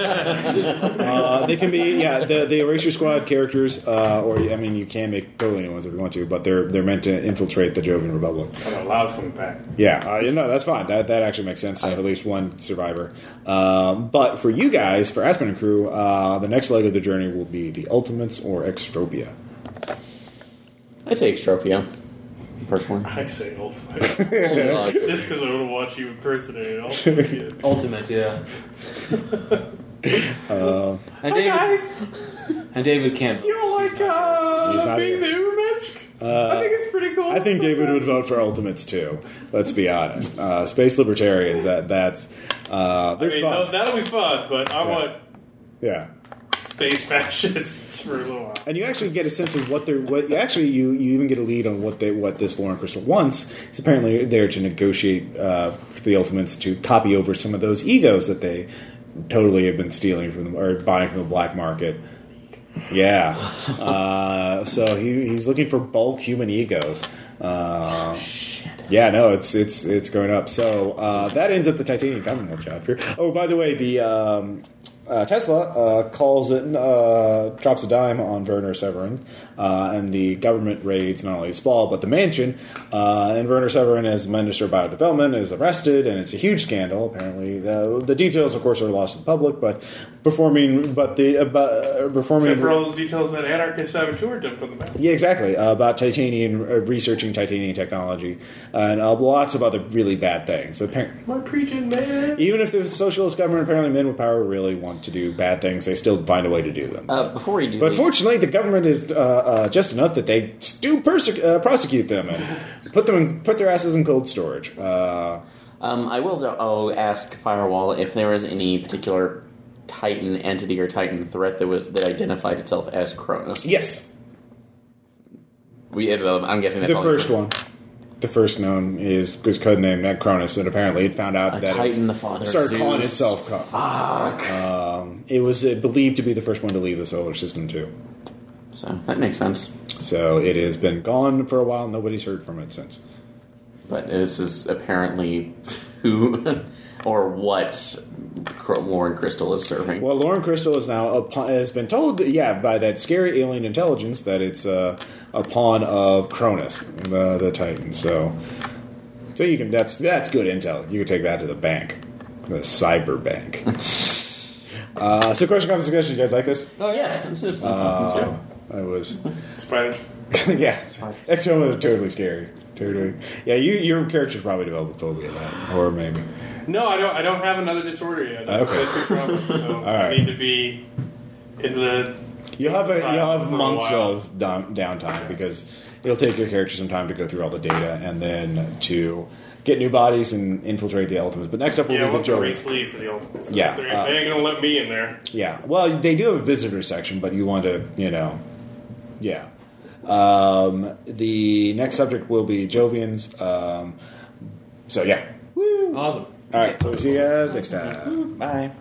uh, they can be yeah the, the Erasure Squad characters, uh, or I mean you can make totally new ones if you want to, but they're they're meant to infiltrate the Jovian Republic.
I know, Lao's coming back.
Yeah, uh, you know that's fine. That that actually makes sense to have at least one survivor. Um, but for you guys, for Aspen and crew, uh, the next leg of the journey will be the Ultimates or Extropia.
I'd say extropia, personally.
I say ultimate.
Uh,
Just because I want to watch you impersonate an ultimate.
Ultimate, yeah.
Uh, and David,
And David cancels.
You don't like uh,
not
being the
here. Uh,
Urumensk? I think it's pretty cool.
I think David would vote for Ultimates too. Let's be honest. Uh, space libertarians. That that's uh,
I
they're
mean,
fun.
no, that'll be fun, but I want
yeah.
space fascists for a little while.
and you actually get a sense of what they're what actually you you even get a lead on what they what this Lauren Crystal wants. It's apparently there to negotiate uh, for the Ultimates to copy over some of those egos that they totally have been stealing from them or buying from the black market. Yeah, uh, so he, he's looking for bulk human egos. Uh, yeah, no, it's it's it's going up. So uh, that ends up the Titanium Commonwealth chapter. Oh, by the way, the um, uh, Tesla uh, calls it uh, drops a dime on Werner Severin, uh, and the government raids not only Spall but the mansion. Uh, and Werner Severin, as Minister of Biodevelopment, is arrested, and it's a huge scandal. Apparently, the, the details, of course, are lost to the public. But performing, but the uh, bu- uh, performing
Except for all those details that anarchist saboteur dumped on the map.
yeah, exactly. Uh, about titanium, uh, researching titanium technology, and uh, lots of other really bad things. Apparently,
My preaching man.
even if the socialist government, apparently men with power really want to do bad things, they still find a way to do them.
Uh, before we do,
but
leave-
fortunately, the government is uh, uh, just enough that they do perse- uh, prosecute them and put them in, put their asses in cold storage. Uh,
Um, I will oh, ask Firewall if there was any particular Titan entity or Titan threat that was that identified itself as Cronus.
yes,
we. uh, I'm guessing that's
the
all
first one, the first known is is codenamed Cronus, and apparently it found out
A
that it
Titan, the father of
started
Zeus.
calling itself. Con-
Fuck.
Um, it was uh, believed to be the first one to leave the solar system too.
So that makes sense.
So it has been gone for a while. Nobody's heard from it since.
But this is apparently who or what Cro- Lauren Crystal is serving.
Well, Lauren Crystal is now a pa- has been told, that, yeah, by that scary alien intelligence that it's uh, a pawn of Cronus, the, the Titan. So, so you can that's that's good intel. You can take that to the bank, the cyber bank. uh, so, question, comment, suggestion. You guys like this?
oh yes, this is.
Uh, I was.
Spiders.
yeah, Exo is totally scary. Totally. Yeah, you, your character's probably developed a phobia of that, or maybe.
No, I don't. I don't have another disorder yet. That's
Okay.
okay. two problems, so I
right.
need to be in the.
You'll have a, you'll have
For a
months
while.
of down, downtime because it'll take your character some time to go through all the data and then to get new bodies and infiltrate the ultimates. But next up, we'll
Yeah,
be the
what's the
Joker.
race leave for the old? so
Yeah,
they're-
uh,
they ain't gonna let me in there.
Yeah. Well, they do have a visitor section, but you want to, you know, yeah. Um, the next subject will be Jovians. Um, so yeah.
Awesome.
Mm-hmm.
All right. So see you guys next time.
Bye.